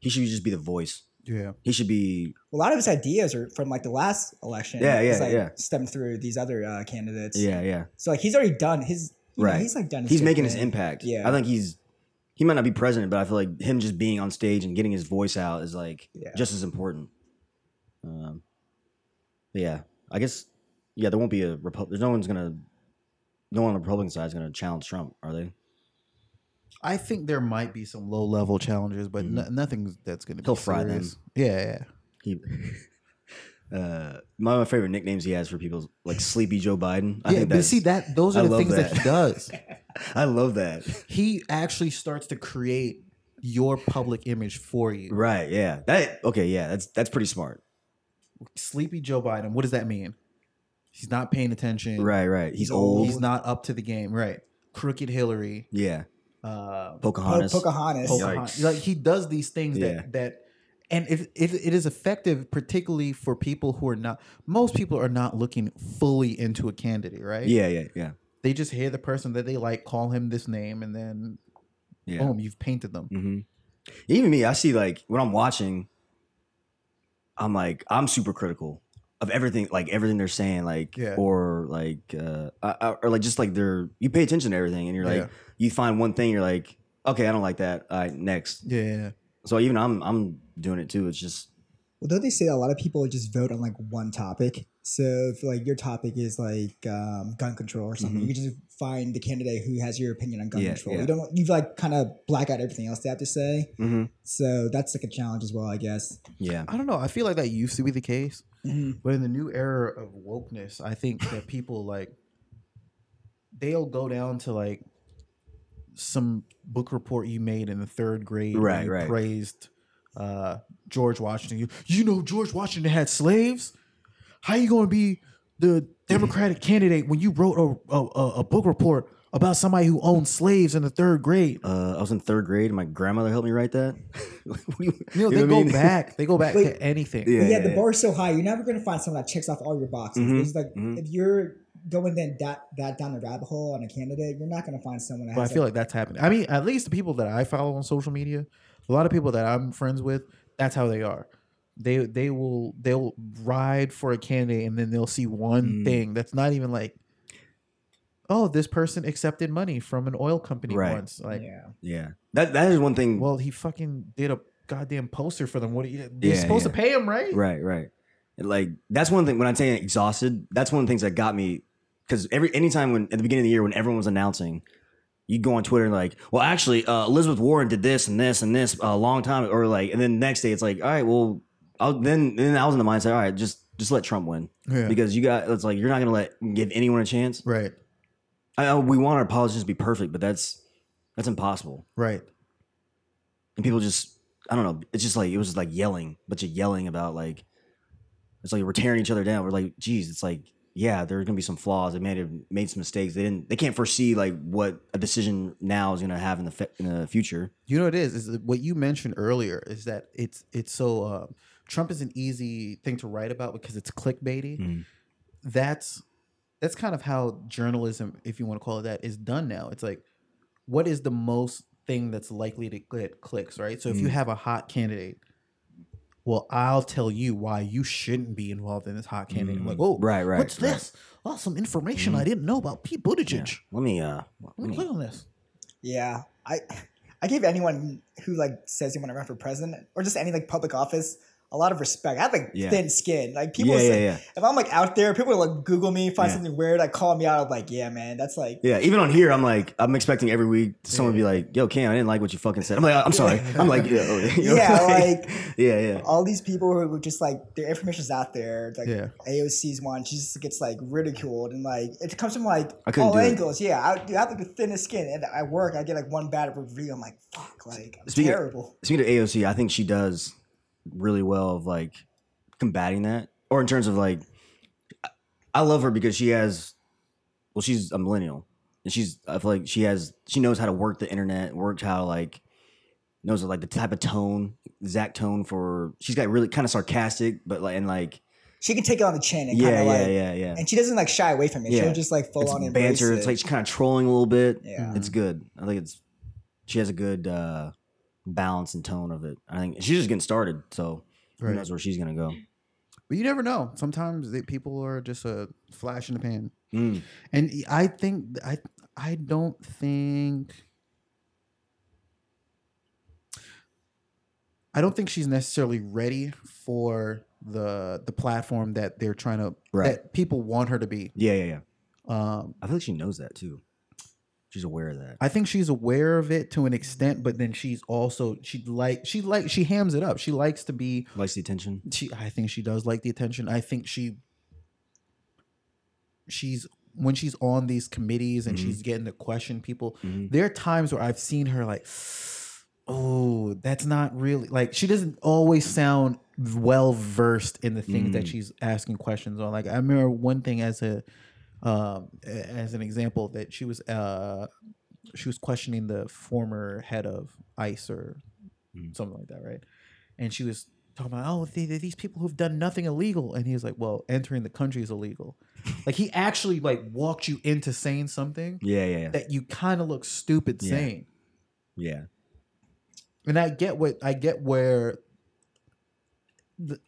A: he should just be the voice.
B: yeah.
A: He should be,
C: A lot of his ideas are from like the last election.
A: Yeah, yeah,
C: It's, like,
A: yeah.
C: Stemmed through these other uh, candidates.
A: yeah, yeah.
C: So like he's already done his. you know,
A: Right.
C: he's like done. His
A: he's
C: good
A: making his
C: thing.
A: impact.
C: Yeah.
A: I think he's he might not be president, but I feel like him just being on stage and getting his voice out is like
C: Yeah.
A: just as important. Um, but yeah, I guess yeah, there won't be a Repub- There's no one's gonna, no one on the Republican side is gonna challenge Trump, are they?
B: I think there might be some low level challenges, but
A: Mhm.
B: no, nothing that's going to be
A: He'll fry them.
B: serious. Yeah,
A: He, uh, my, my favorite nicknames he has for people is like Sleepy Joe Biden. I
B: yeah. yeah
A: think
B: but
A: that's,
B: see that those are
A: I
B: the
A: love
B: things that.
A: that.
B: he does.
A: I love that.
B: he actually starts to create your public image for you.
A: Right? Yeah. That okay? Yeah. That's that's pretty smart.
B: Sleepy Joe Biden. What does that mean? He's not paying attention.
A: Right. Right. He's old.
B: He's not up to the game. Right. Crooked Hillary.
A: yeah.
B: Uh,
A: Pocahontas.
C: Po- Pocahontas.
B: Pocahontas.
A: Yikes.
B: Like he does these things
A: Yeah.
B: that that, and it, it it is effective, particularly for people who are not. Most people are not looking fully into a candidate, right?
A: Yeah. Yeah. Yeah.
B: They just hear the person that they like, call him this name, and then
A: Yeah.
B: boom, you've painted them.
A: hmm Even me, I see like when I'm watching, I'm like I'm super critical of everything, like everything they're saying, like
B: Yeah.
A: or like uh I, I- or like just like they're you pay attention to everything, and you're like
B: Yeah.
A: you find one thing, you're like okay, I don't like that. All right, next.
B: Yeah.
A: So even I'm I'm doing it too. It's just
C: Well, don't they say a lot of people just vote on like one topic? So if like your topic is like um, gun control or something,
A: Mhm.
C: you can just find the candidate who has your opinion on gun
A: Yeah,
C: control.
A: yeah.
C: You don't you like kind of black out everything else they have to say.
A: mhm.
C: So that's like a challenge as well, I guess.
A: yeah,
B: I don't know. I feel like that used to be the case.
C: Mhm.
B: But in the new era of wokeness, I think that people like they'll go down to like some book report you made in the third grade. where
A: Right,
B: you
A: right.
B: Praised uh, George Washington. You, you know George Washington had slaves. How you going to be the Democratic candidate when you wrote a, a- a a book report about somebody who owned slaves in the third grade?
A: uh, I was in third grade, and my grandmother helped me write that. you
B: You know,
A: what
B: they
A: I
B: go
A: mean?
B: back. They go back
C: Wait.
B: to anything.
A: Yeah,
C: But yeah,
A: yeah,
C: the
A: yeah.
C: bar's so high, you're never gonna find someone that checks off all your boxes.
A: Mhm,
C: It's like
A: mhm.
C: if you're going then that that down the rabbit hole on a candidate, you're not gonna find someone that
B: But I
C: has
B: feel like that's happening. I mean, at least the people that I follow on social media, a lot of people that I'm friends with, that's how they are. They they will they'll ride for a candidate and then they'll see one
A: Mm.
B: thing that's not even like, oh, this person accepted money from an oil company
A: Right.
B: once. Like,
C: yeah.
A: yeah. That that is one thing.
B: well, he fucking did a goddamn poster for them. What are you? You're
A: Yeah,
B: supposed
A: yeah.
B: to pay him, right?
A: Right, right. And, Like that's one thing when I'm saying exhausted, that's one of the things that got me because every anytime when at the beginning of the year when everyone was announcing, you go on Twitter and like, well, actually, uh, Elizabeth Warren did this and this and this a long time, or like, and then next day it's like, all right, well, I'll, then then I was in the mindset, all right, just just let Trump win
B: Yeah.
A: because you got it's like you're not gonna let give anyone a chance.
B: right.
A: I, I, we want our politicians to be perfect, but that's that's impossible.
B: Right.
A: And people just I don't know. It's just like it was just like yelling, bunch of yelling about like it's like we're tearing each other down. We're like, geez, it's like yeah, there are gonna be some flaws. They may have made some mistakes. They didn't. They can't foresee like what a decision now is gonna have in the fe- in the future.
B: You know what it is is that what you mentioned earlier is that it's it's so uh, Trump is an easy thing to write about because it's clickbaity.
C: Mm-hmm.
A: Mhm.
B: That's that's kind of how journalism, if you want to call it that, is done now. It's like what is the most thing that's likely to get clicks, right? So if you
A: Mhm.
B: have a hot candidate, well, I'll tell you why you shouldn't be involved in this hot candidate. I'm like, oh,
A: Mm. Right, right.
B: what's
A: right.
B: this? Oh, some information
A: Mhm.
B: I didn't know about Pete Buttigieg.
A: Let me uh,
B: Let
A: let
B: me click
A: me,
B: on this.
C: Yeah, I I give anyone who like says they want to run for president or just any like public office a lot of respect. I have like
A: Yeah.
C: thin skin. Like people,
A: Yeah,
C: say-
A: yeah, yeah,
C: if I'm like out there, people will like Google me, find
A: Yeah.
C: something weird, like call me out. I'm like, yeah, man, that's like,
A: yeah. Even on here, I'm like, I'm expecting every week someone to be like, "Yo, Cam, I didn't like what you fucking said." I'm like, "I'm sorry." I'm like, "Yeah, oh, you know,
C: Yeah, like-
A: yeah, yeah."
C: all these people who are just like their information's out there. It's Like
B: Yeah.
C: AOC's one, she just gets like ridiculed and like it comes from like
A: I couldn't
C: all
A: do it.
C: angles. Yeah, I, dude, I have like the thinnest skin, and I work, I get like one bad review. I'm like, fuck, like I'm
A: Speaking of-
C: terrible.
A: Speaking of AOC, I think she does really well of like combating that, or in terms of like, I- I love her because she has, well, she's a millennial, and she's I feel like she has she knows how to work the internet, worked how like knows like the type of tone, exact tone for. She's got really kind of sarcastic, but like and like
C: she can take it on the chin and
A: yeah,
C: kind
A: yeah,
C: of like,
A: yeah, yeah,
C: and she doesn't like shy away from it.
A: Yeah.
C: She'll just like full
A: It's
C: on embrace
A: banter.
C: It.
A: It's like she's kind of trolling a little bit.
C: yeah,
A: It's
B: Mm.
A: good. I think it's she has a good uh balance and tone of it. I think she's just getting started, so
B: Right.
A: who knows where she's gonna go.
B: But you never know. Sometimes they, people are just a flash in the pan.
A: Mm.
B: And I think I I don't think I don't think she's necessarily ready for the the platform that they're trying to
A: Right.
B: that people want her to be.
A: Yeah, yeah, yeah.
B: Um,
A: I feel like she knows that too. She's aware of that.
B: I think she's aware of it to an extent, but then she's also she like she like she hams it up. She likes to be
A: Likes the attention.
B: she i think she does like the attention i think she she's when she's on these committees and
A: Mhm.
B: she's getting to question people
A: Mhm.
B: there are times where i've seen her like oh that's not really like she doesn't always sound well versed in the things that
A: Mm.
B: she's asking questions on like i remember one thing as a um a- as an example that she was uh she was questioning the former head of ice or
A: Mm.
B: something like that right and she was talking about oh they, they- these people who've done nothing illegal and he was like well entering the country is illegal like he actually like walked you into saying something
A: Yeah, yeah, yeah.
B: that you kind of look stupid
A: Yeah.
B: saying
A: Yeah.
B: and i get what i get where the,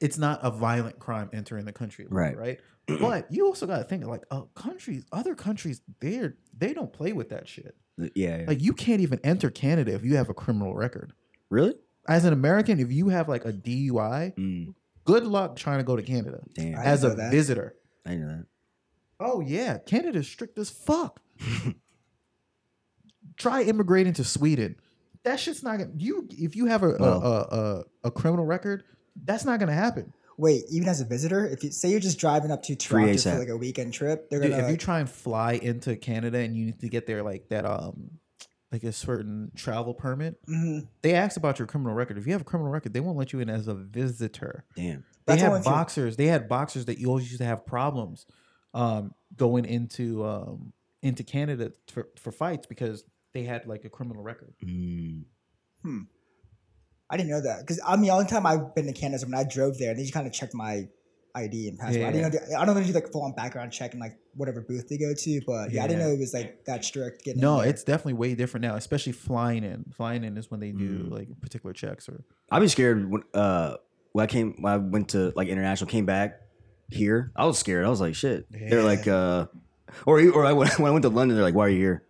B: it's not a violent crime entering the country
A: Right.
B: right but you also got to think like oh countries other countries they're they don't play with that shit
A: Yeah. yeah.
B: like you can't even enter canada if you have a criminal record
A: really?
B: as an american if you have like a dui
A: Mm.
B: good luck trying to go to canada
A: Damn.
C: I
A: I,
C: didn't
B: as a
C: know that.
B: visitor.
A: know that.
B: Oh yeah, Canada's strict as fuck. Try immigrating to Sweden. That shit's not gonna you if you have a
A: Well-
B: a, a, a a criminal record. That's not gonna happen.
C: Wait, even as a visitor, if you say you're just driving up to Toronto for
A: ASAP.
C: like a weekend trip, they're
B: Dude,
C: gonna
B: if you try and fly into Canada and you need to get there like that um like a certain travel permit,
C: Mhm.
B: they ask about your criminal record. If you have a criminal record, they won't let you in as a visitor.
A: Damn.
B: They
C: That's
B: had
C: only if you-
B: boxers. They had boxers that you always used to have problems um, going into um, into Canada for, for fights because they had like a criminal record.
A: Mm.
C: I didn't know that because I mean, the only time I've been to Canada is when I drove there, and they just kind of checked my ID and passport. I
B: Yeah.
C: didn't know. They, I don't know if you like full on background check and like whatever booth they go to, but yeah, I didn't
B: Yeah.
C: know it was like that strict. Getting
B: No,
C: in there.
B: it's definitely way different now, especially flying in. Flying in is when they do
A: Mm.
B: like particular checks or
A: I'd be scared when uh when I came when I went to like international, came back here. I was scared. I was like, shit. They're
C: Yeah.
A: like uh or or I went, when I went to London, they're like, Why are you here?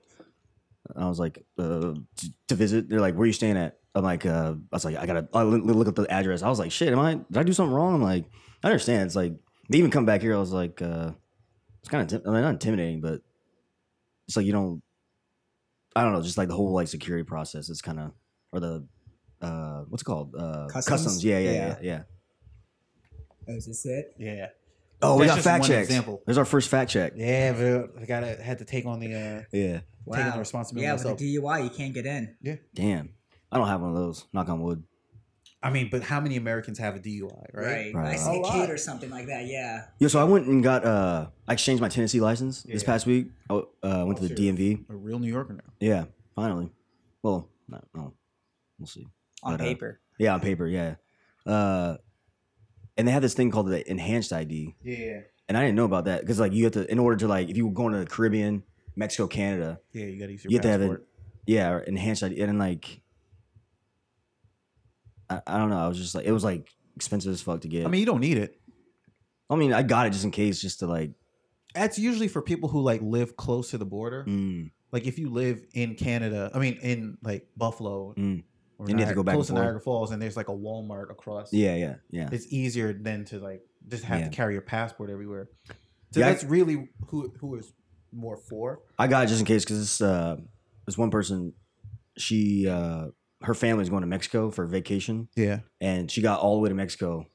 A: I was like, uh, t- to visit. They're like, where are you staying at? I'm like, uh, I was like, I gotta I li- look up the address. I was like, shit, am I did I do something wrong? I'm like, I understand. It's like they even come back here. I was like, uh, it's kind of I mean, not intimidating, but it's like you don't. I don't know, just like the whole like security process is kind of or the uh, what's it called uh,
C: Customs?
A: Yeah, yeah,
C: Yeah.
A: yeah, yeah.
C: Oh, is this it?
B: yeah,
A: Oh, we
B: That's
A: got
B: just
A: fact
B: one
A: checks.
B: example.
A: There's our first fact check.
B: yeah. But I gotta had to take on the uh,
A: yeah.
B: Taking the responsibility
C: Yeah,
B: myself.
C: with the DUI, you can't get in.
A: Damn. I don't have one of those. Knock on wood.
B: I mean, but how many Americans have a DUI,
C: Right,
A: Right.
C: I
A: A
C: see a
B: lot.
C: kid or something like that. Yeah,
A: Yo, so I went and got uh, I exchanged my Tennessee license this
B: Yeah.
A: past week. I w- uh, went
B: Oh,
A: to the
B: serious?
A: DMV.
B: A real New Yorker now.
A: Yeah, finally. Well, no, no, we'll see.
C: on
A: But, uh,
C: paper.
A: Yeah, on paper, yeah. Uh, and they have this thing called the enhanced ID,
B: Yeah,
A: and I didn't know about that because like you have to in order to like if you were going to the Caribbean, Mexico, Canada,
B: yeah. You gotta use your
A: you have to have
B: passport.
A: it. Yeah, or enhanced ID, and then, like I, I don't know. I was just like it was like expensive as fuck to get.
B: I mean, you don't need it.
A: I mean, I got it just in case, just to like.
B: That's usually for people who like live close to the border.
A: Mm,
B: like if you live in Canada, I mean in like Buffalo
A: Mm.
B: or
A: You need to
B: Niagara-
A: go back
B: close to
A: and forth.
B: Niagara Falls, and there's like a Walmart across.
A: Yeah, yeah, yeah.
B: it's easier than to like just have
A: Yeah.
B: to carry your passport everywhere. So
A: Yeah, I-
B: that's really who who is more for.
A: I got it just in case because this uh, this one person, she uh, her family's going to Mexico for vacation,
B: Yeah,
A: and she got all the way to Mexico,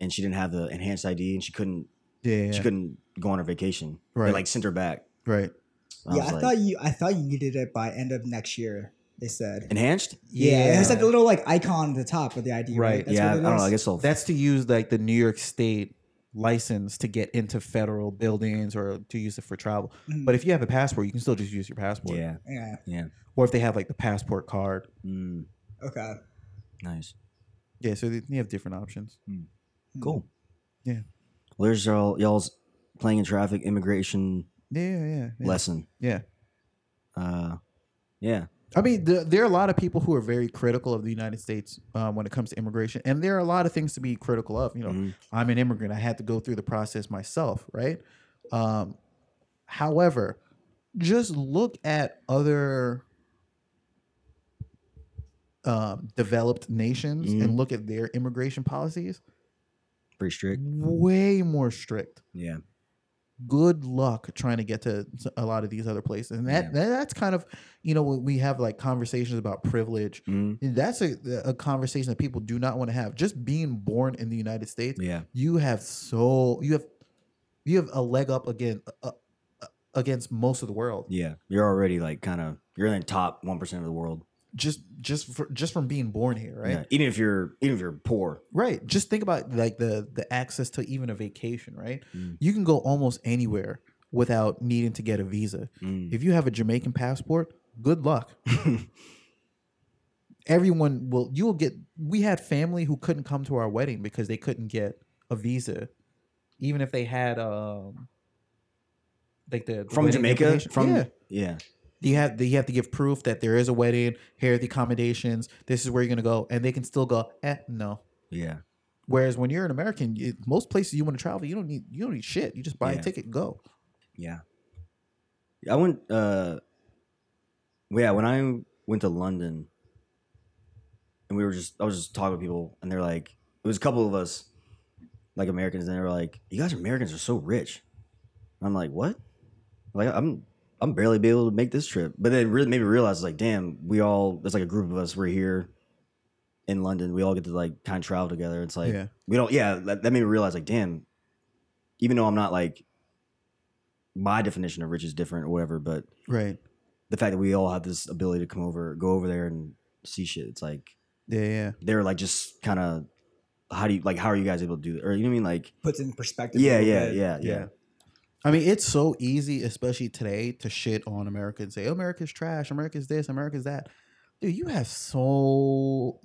A: and she didn't have the enhanced ID, and she couldn't
B: yeah,
A: she couldn't go on her vacation. They
B: Right.
A: like sent her back.
B: right.
A: And
C: yeah,
A: was
C: I
A: like,
C: thought you. I thought you did it by end of next year. They said.
A: enhanced.
C: Yeah, it's like the little like icon at the top of the ID. Right.
B: Right,
C: That's
A: yeah, I
C: what it
A: don't know. I
C: is.
A: guess so.
B: that's to use like the New York State license to get into federal buildings or to use it for travel.
C: Mhm.
B: But if you have a passport, you can still just use your passport.
A: yeah.
C: Yeah.
B: Or if they have like the passport card.
A: Mm,
C: Okay.
A: nice.
B: Yeah, so they, they have different options.
A: Cool.
B: Yeah.
A: Well, there's y'all y'all's playing in traffic immigration
B: Yeah, yeah, yeah. yeah.
A: lesson.
B: Yeah.
A: Uh, yeah.
B: I mean, the, there are a lot of people who are very critical of the United States um, when it comes to immigration, and there are a lot of things to be critical of. You know,
A: Mhm.
B: I'm an immigrant; I had to go through the process myself, right? Um, however, just look at other um, developed nations and
A: Mhm.
B: look at their immigration policies.
A: Pretty strict.
B: Way more strict.
A: Yeah.
B: Good luck trying to get to s- a lot of these other places, and that,
A: Yeah.
B: that that's kind of you know when we have like conversations about privilege
A: Mm,
B: and that's a, a conversation that people do not want to have. Just being born in the United States,
A: yeah.
B: you have so you have you have a leg up again uh, uh, against most of the world.
A: Yeah, you're already like kind of you're in the top one percent of the world,
B: Just just for, just from being born here, right?
A: Yeah, even if you're even if you're poor,
B: Right. Just think about like the the access to even a vacation, right?
A: Mm.
B: You can go almost anywhere without needing to get a
A: Mm.
B: visa. If you have a Jamaican passport, good luck. Everyone will you will get we had family who couldn't come to our wedding because they couldn't get a visa even if they had um like the, the
A: from
B: wedding
A: Jamaica,
B: invitation.
A: from
B: yeah.
A: yeah.
B: you have you have to give proof that there is a wedding, here are the accommodations, this is where you're going to go and they can still go, "Eh, no."
A: yeah,
B: Whereas when you're an American, you, most places you want to travel, you don't need you don't need shit. You just buy
A: Yeah.
B: a ticket, and go.
A: yeah, I went. uh Yeah, when I went to London, and we were just I was just talking to people, and they're like, it was a couple of us, like Americans, and they were like, "You guys Americans are so rich." And I'm like, "What?" Like I'm. I'm barely be able to make this trip, but then really made me realize like, damn, we all there's like a group of us. We're here in London. We all get to like kind of travel together. It's like
B: yeah.
A: we don't yeah that, that made me realize like damn even though i'm not like my definition of rich is different or whatever but
B: Right.
A: the fact that we all have this ability to come over go over there and see shit it's like
B: Yeah, yeah.
A: they're like just kind of how do you like how are you guys able to do that or you know what i mean like
C: Puts it in perspective. a
A: yeah
C: little
A: yeah
C: bit.
A: Uh, yeah yeah
B: I mean, it's so easy, especially today, to shit on America and say, America's trash, America's this, America's that. Dude, you have so.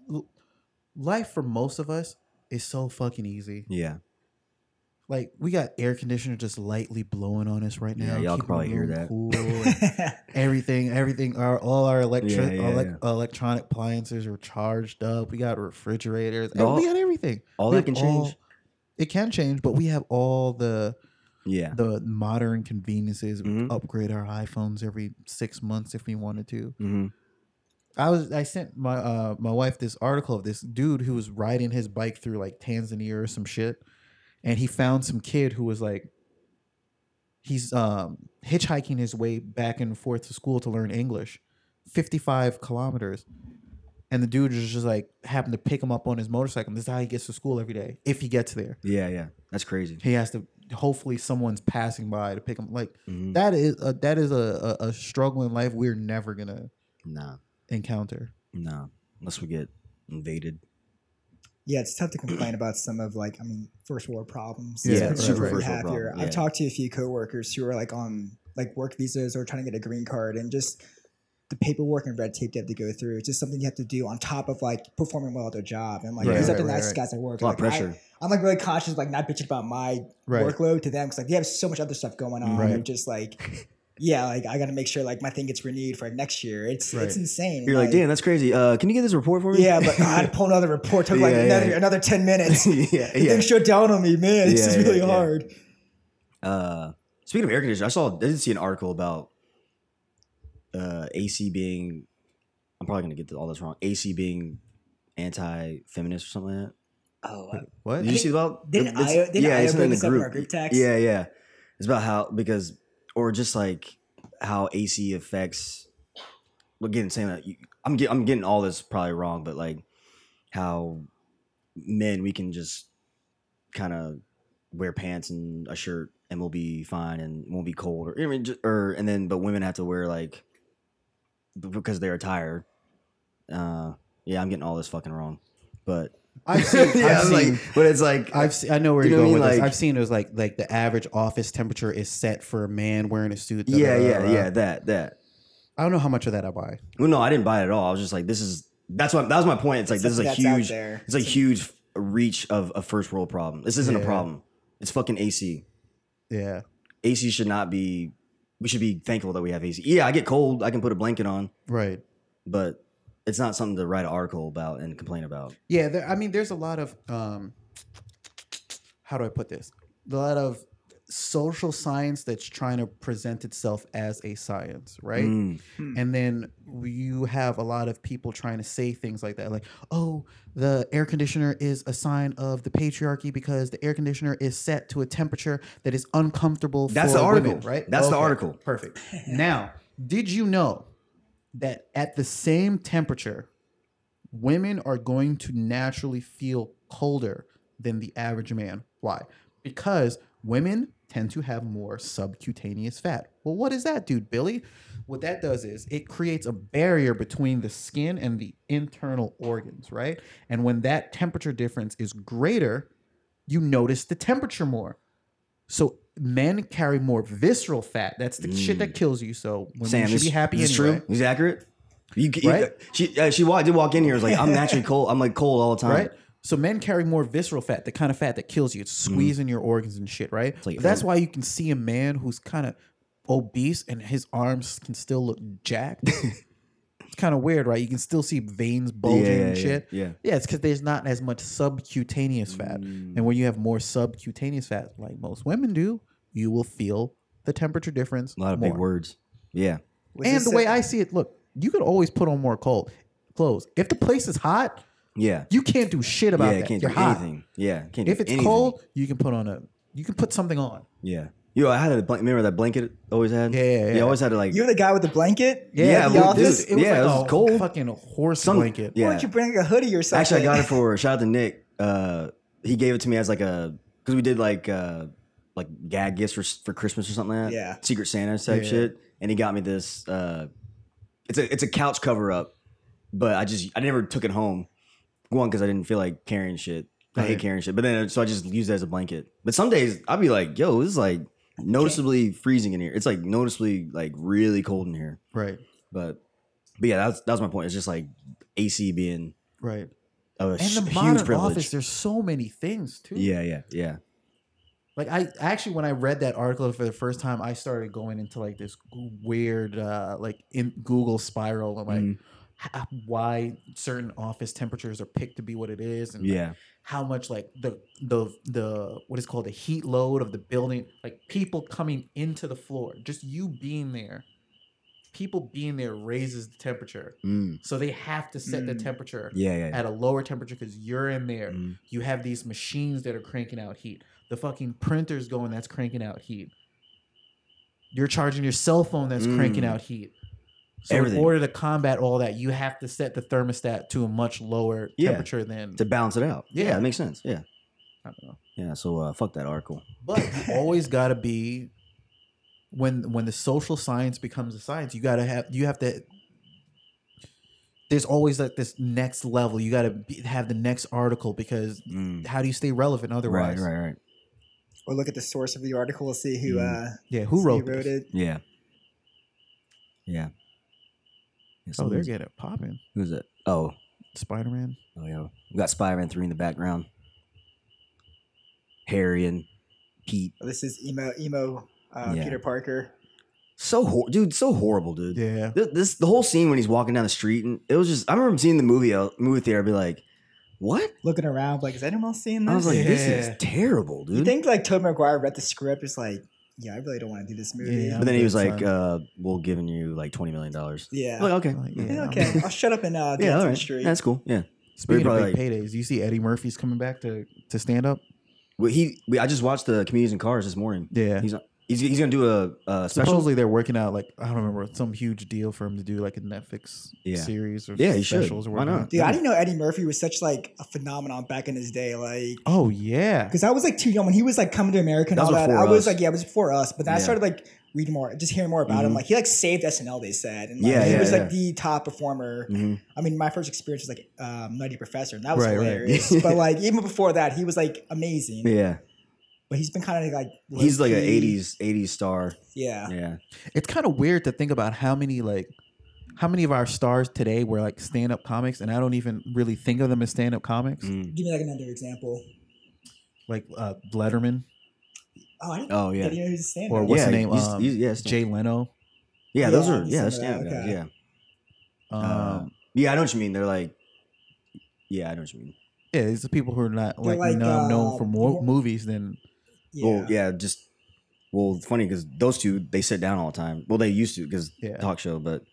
B: Life for most of us is so fucking easy.
A: yeah
B: Like, we got air conditioner just lightly blowing on us right
A: Yeah,
B: now.
A: y'all
B: keeping the
A: probably hear
B: room
A: that.
B: cool and everything, everything, our, all our electric,
A: Yeah, yeah,
B: elec- electronic appliances are charged up. We got refrigerators.
A: All-
B: we got everything.
A: all
B: We
A: that can
B: have
A: change
B: it can change, but we have all the
A: yeah
B: the modern conveniences. We
A: Mhm.
B: upgrade our iPhones every six months if we wanted to.
A: hmm
B: I was I sent my uh, my wife this article of this dude who was riding his bike through like Tanzania or some shit, and he found some kid who was like he's um, hitchhiking his way back and forth to school to learn English, fifty five kilometers. And the dude was just like happened to pick him up on his motorcycle. And this is how he gets to school every day, if he gets there
A: yeah yeah that's crazy
B: he has to hopefully someone's passing by to pick him like
A: Mhm.
B: that is a, that is a, a, a struggle in life we're never gonna
A: nah
B: encounter
A: nah unless we get invaded
C: Yeah, it's tough to complain about some of like I mean first world problems.
B: Yeah,
C: It's
B: right,
C: been super
B: right.
A: First world
C: happier.
A: problem,
C: I've
A: yeah.
C: talked to a few coworkers who are like on like work visas or trying to get a green card and just the paperwork and red tape they have to go through. It's just something you have to do on top of like performing well at their job. And like
B: Right,
C: these are
B: right,
C: the
B: right,
C: nicest
B: right.
C: guys at work.
A: a lot of
C: Like, I-
A: pressure
C: I'm like really conscious, like not bitching about my
B: right
C: workload to them because like they have so much other stuff going on.
B: Right.
C: I'm just like, yeah, like I got to make sure like my thing gets renewed for like, next year. It's
B: Right.
C: it's insane.
A: you're like damn that's crazy uh can you get this report for me
C: Yeah, but I had to pull another report. Took like
A: Yeah, yeah,
C: another
A: yeah.
C: another ten minutes.
A: yeah
C: The
A: yeah
C: thing shut down on me, man. This
A: Yeah,
C: is
A: yeah,
C: really
A: yeah.
C: hard.
A: Uh, speaking of air conditioner, I saw I did see an article about uh, AC being I'm probably gonna get all this wrong. AC being anti-feminist or something like
C: Oh, uh,
A: that.
D: What?
A: Did you see about?
C: Didn't
A: it's-
C: Io- didn't Io
A: it's
C: bring this up in our group text?
A: Yeah, yeah. It's about how because or just like how AC affects. well, Again, saying that you, I'm get, I'm getting all this probably wrong, but like how men we can just kind of wear pants and a shirt and we'll be fine and won't be cold or I mean, ju- or and then but women have to wear like b- because they're attired. Uh, yeah, I'm getting all this fucking wrong, but
B: I've seen,
A: yeah,
B: I've
A: I'm
B: seen,
A: like, but it's like
B: I've se- I know where
A: You
B: you
A: know
B: are
A: what I mean?
B: going with this.
A: Like-
B: I've seen it was like like the average office temperature is set for a man wearing a suit. da, da,
A: yeah,
B: da,
A: yeah,
B: da, da.
A: yeah. That that.
B: I don't know how much of that I buy.
A: Well, no, I didn't buy it at all. I was just like, this is that's what that was my point. It's like this is a
C: something that's out
A: huge,
C: there.
A: it's a huge reach of a first world problem. This isn't a
B: Yeah.
A: problem. It's fucking AC.
B: Yeah,
A: AC should not be. We should be thankful that we have AC. Yeah, I get cold. I can put a blanket on,
B: right.
A: but it's not something to write an article about and complain about.
B: Yeah, there, I mean, there's a lot of um, how do I put this? A lot of social science that's trying to present itself as a science, right?
A: Mm.
B: And then you have a lot of people trying to say things like that, like, oh, the air conditioner is a sign of the patriarchy because the air conditioner is set to a temperature that is uncomfortable
A: That's
B: for
A: the article,
B: women," right?
A: That's the
B: Okay,
A: article.
B: Perfect. now, did you know that at the same temperature, women are going to naturally feel colder than the average man? Why? Because women tend to have more subcutaneous fat. Well, what is that, dude, Billy? What that does is it creates a barrier between the skin and the internal organs, right? And when that temperature difference is greater, you notice the temperature more. So men carry more visceral fat. That's the shit that kills you. So
A: Mm.
B: women
A: Sam,
B: should
A: is,
B: be happy
A: is this
B: anyway.
A: true? Is it accurate? You, you-
B: Right?
A: she uh, she wa- did walk in here. and Was like, I'm naturally cold. I'm like cold all the time.
B: right? So men carry more visceral fat, the kind of fat that kills you. It's squeezing your organs and shit, right?
A: Mm. like-
B: But that's why you can see a man who's kind of obese and his arms can still look jacked. it's kind of weird, right? You can still see veins bulging
A: yeah,
B: and
A: yeah,
B: shit.
A: yeah.
B: yeah, it's because there's not as much subcutaneous fat, and when you have more subcutaneous fat, like most women do, you will feel the temperature difference.
A: A lot of
B: more
A: big words. Yeah.
C: Was
B: and
C: this
B: the way
C: a-
B: I see it, look, you could always put on more cold clothes. If the place is hot,
A: Yeah.
B: you can't do shit about
A: yeah,
B: that.
A: can't
B: You're
A: do
B: hot.
A: anything. Yeah, can't do
B: If it's
A: anything.
B: cold, you can put on a you can put something on.
A: Yeah. Yo, I had a blanket. Remember that blanket I always had?
B: Yeah, yeah,
A: I
B: yeah.
A: always had to like.
C: You're the guy with the blanket.
A: Yeah, well,
C: the
B: dude,
C: office.
B: this- it was
A: yeah,
B: like
A: this is
B: a
A: cold.
B: fucking horse
A: Some-
B: blanket.
A: yeah.
C: Why don't you bring a hoodie or something?
A: Actually, I got it for shout out to Nick. Uh, he gave it to me as like a because we did like uh like gag gifts for for Christmas or something like that.
C: Yeah.
A: Secret Santa type
B: Yeah.
A: shit, and he got me this. Uh, it's a it's a couch cover up, but I just I never took it home. One because I didn't feel like carrying shit. I hate
B: Right.
A: carrying shit, but then so I just used it as a blanket. But some days I'd be like, "Yo, this is like noticeably freezing in here. It's like noticeably like really cold in here."
B: Right.
A: But but yeah, that's that was my point. It's just like AC being
B: Right.
A: a
B: And
A: sh-
B: the
A: huge
B: modern
A: privilege.
B: office, there's so many things too.
A: yeah, yeah, yeah.
B: Like I actually, when I read that article for the first time, I started going into like this weird, uh, like in Google spiral of like
A: Mhm.
B: h- why certain office temperatures are picked to be what it is, and like,
A: Yeah.
B: how much like the the the what is called the heat load of the building, like people coming into the floor, just you being there, people being there raises the temperature,
A: Mm.
B: so they have to set the
C: Mm.
B: temperature
A: Yeah, yeah. yeah.
B: at a lower temperature because you're in there
A: Mm.
B: you have these machines that are cranking out heat. The fucking printer's going that's cranking out heat. You're charging your cell phone that's cranking
A: Mm.
B: out heat. So
A: Everything.
B: in order to combat all that, you have to set the thermostat to a much lower
A: Yeah.
B: temperature than
A: To balance it out. Yeah,
B: Yeah.
A: that makes sense. Yeah.
B: I don't know.
A: Yeah. So uh, fuck that article.
B: But you always gotta be when when the social science becomes a science, you gotta have you have to there's always like this next level. You gotta be, have the next article because
A: Mm.
B: how do you stay relevant
A: Right,
B: otherwise?
A: right, right.
C: Or look at the source of the article to see who
A: Mm.
C: uh,
B: Yeah, who
C: who
B: wrote,
C: wrote,
B: this?
C: it.
A: Yeah. Yeah. Yeah,
B: Oh, they're
A: someone's-
B: getting it popping.
A: Who's it? Oh,
B: Spider Man.
A: oh yeah. We got Spider-Man three in the background. Harry and Pete.
C: This is emo emo uh,
A: Yeah.
C: Peter Parker.
A: So hor- dude, so horrible, dude.
B: Yeah.
A: Th- this the whole scene when he's walking down the street and it was just I remember seeing the movie uh, movie theater I'd be like, what?
C: Looking around, like, is anyone else seeing this?
A: I was like, this
B: Yeah.
A: is terrible, dude.
C: you think like Tobey Maguire read the script? Is like, yeah, I really don't want to do this movie.
D: Yeah.
A: But then he was
D: Good
A: like, uh, "We'll giving you like twenty million dollars."
C: Yeah.
A: Like, okay,
D: Like,
C: Yeah,
D: yeah,
C: okay, I'll shut up and uh, dance
A: yeah, all
C: on the
A: right,
C: street.
A: that's cool. Yeah,
B: Speaking of
A: probably
B: big paydays, you see Eddie Murphy's coming back to to stand up.
A: well, he. We, I just watched the comedians in cars this morning.
B: Yeah.
A: He's he's, he's gonna do a, a special.
B: Supposedly they're working out like I don't remember some huge deal for him to do like a Netflix
A: Yeah.
B: series or
A: Yeah, he should.
B: specials or
A: Why
B: whatnot.
A: not?
C: Dude, I didn't know Eddie Murphy was such like a phenomenon back in his day. Like,
B: Oh yeah,
C: because I was like too young when he was like coming to America and
A: That
C: all
A: was
C: that. I
A: before
C: was
A: us.
C: like, yeah, it was before us. But then I
A: Yeah.
C: started like reading more, just hearing more about him.
A: Mhm.
C: Like he like saved SNL, they said, and like,
A: Yeah,
C: he
A: yeah,
C: was
A: yeah.
C: like the top performer.
A: Mhm.
C: I mean, my first experience was like um, Nutty Professor, and that was
B: Right, right.
C: hilarious. but like even before that, he was like amazing.
A: Yeah,
C: But he's been kind of like
A: he's like an
C: low-key.
A: '80s '80s star.
C: Yeah,
A: Yeah,
B: it's kind of weird to think about how many like how many of our stars today were like stand up comics, and I don't even really think of them as stand up comics.
A: Mm.
C: give me like another example.
B: Like uh, Letterman
C: Oh, I didn't
A: Oh
C: yeah.
A: yeah,
C: know he was stand
B: or
C: up.
B: what's
A: yeah,
B: the name?
A: He's,
B: Um,
A: he's, yeah, it's-
B: Jay Leno.
A: yeah, those
C: Yeah,
A: are yeah,
C: some
A: that's
C: of that,
A: stand-up guys,
C: okay.
A: Yeah,
B: Um,
A: Uh, yeah, I know what you mean. They're like, yeah, I know what you mean.
B: yeah, these are people who are not
C: They're
B: like,
C: like,
B: no- known
C: uh,
B: for more
C: more-
B: movies than
C: Yeah.
A: Well, yeah, just well, it's funny because those two they sit down all the time. Well, they used to because
B: Yeah.
A: talk show, but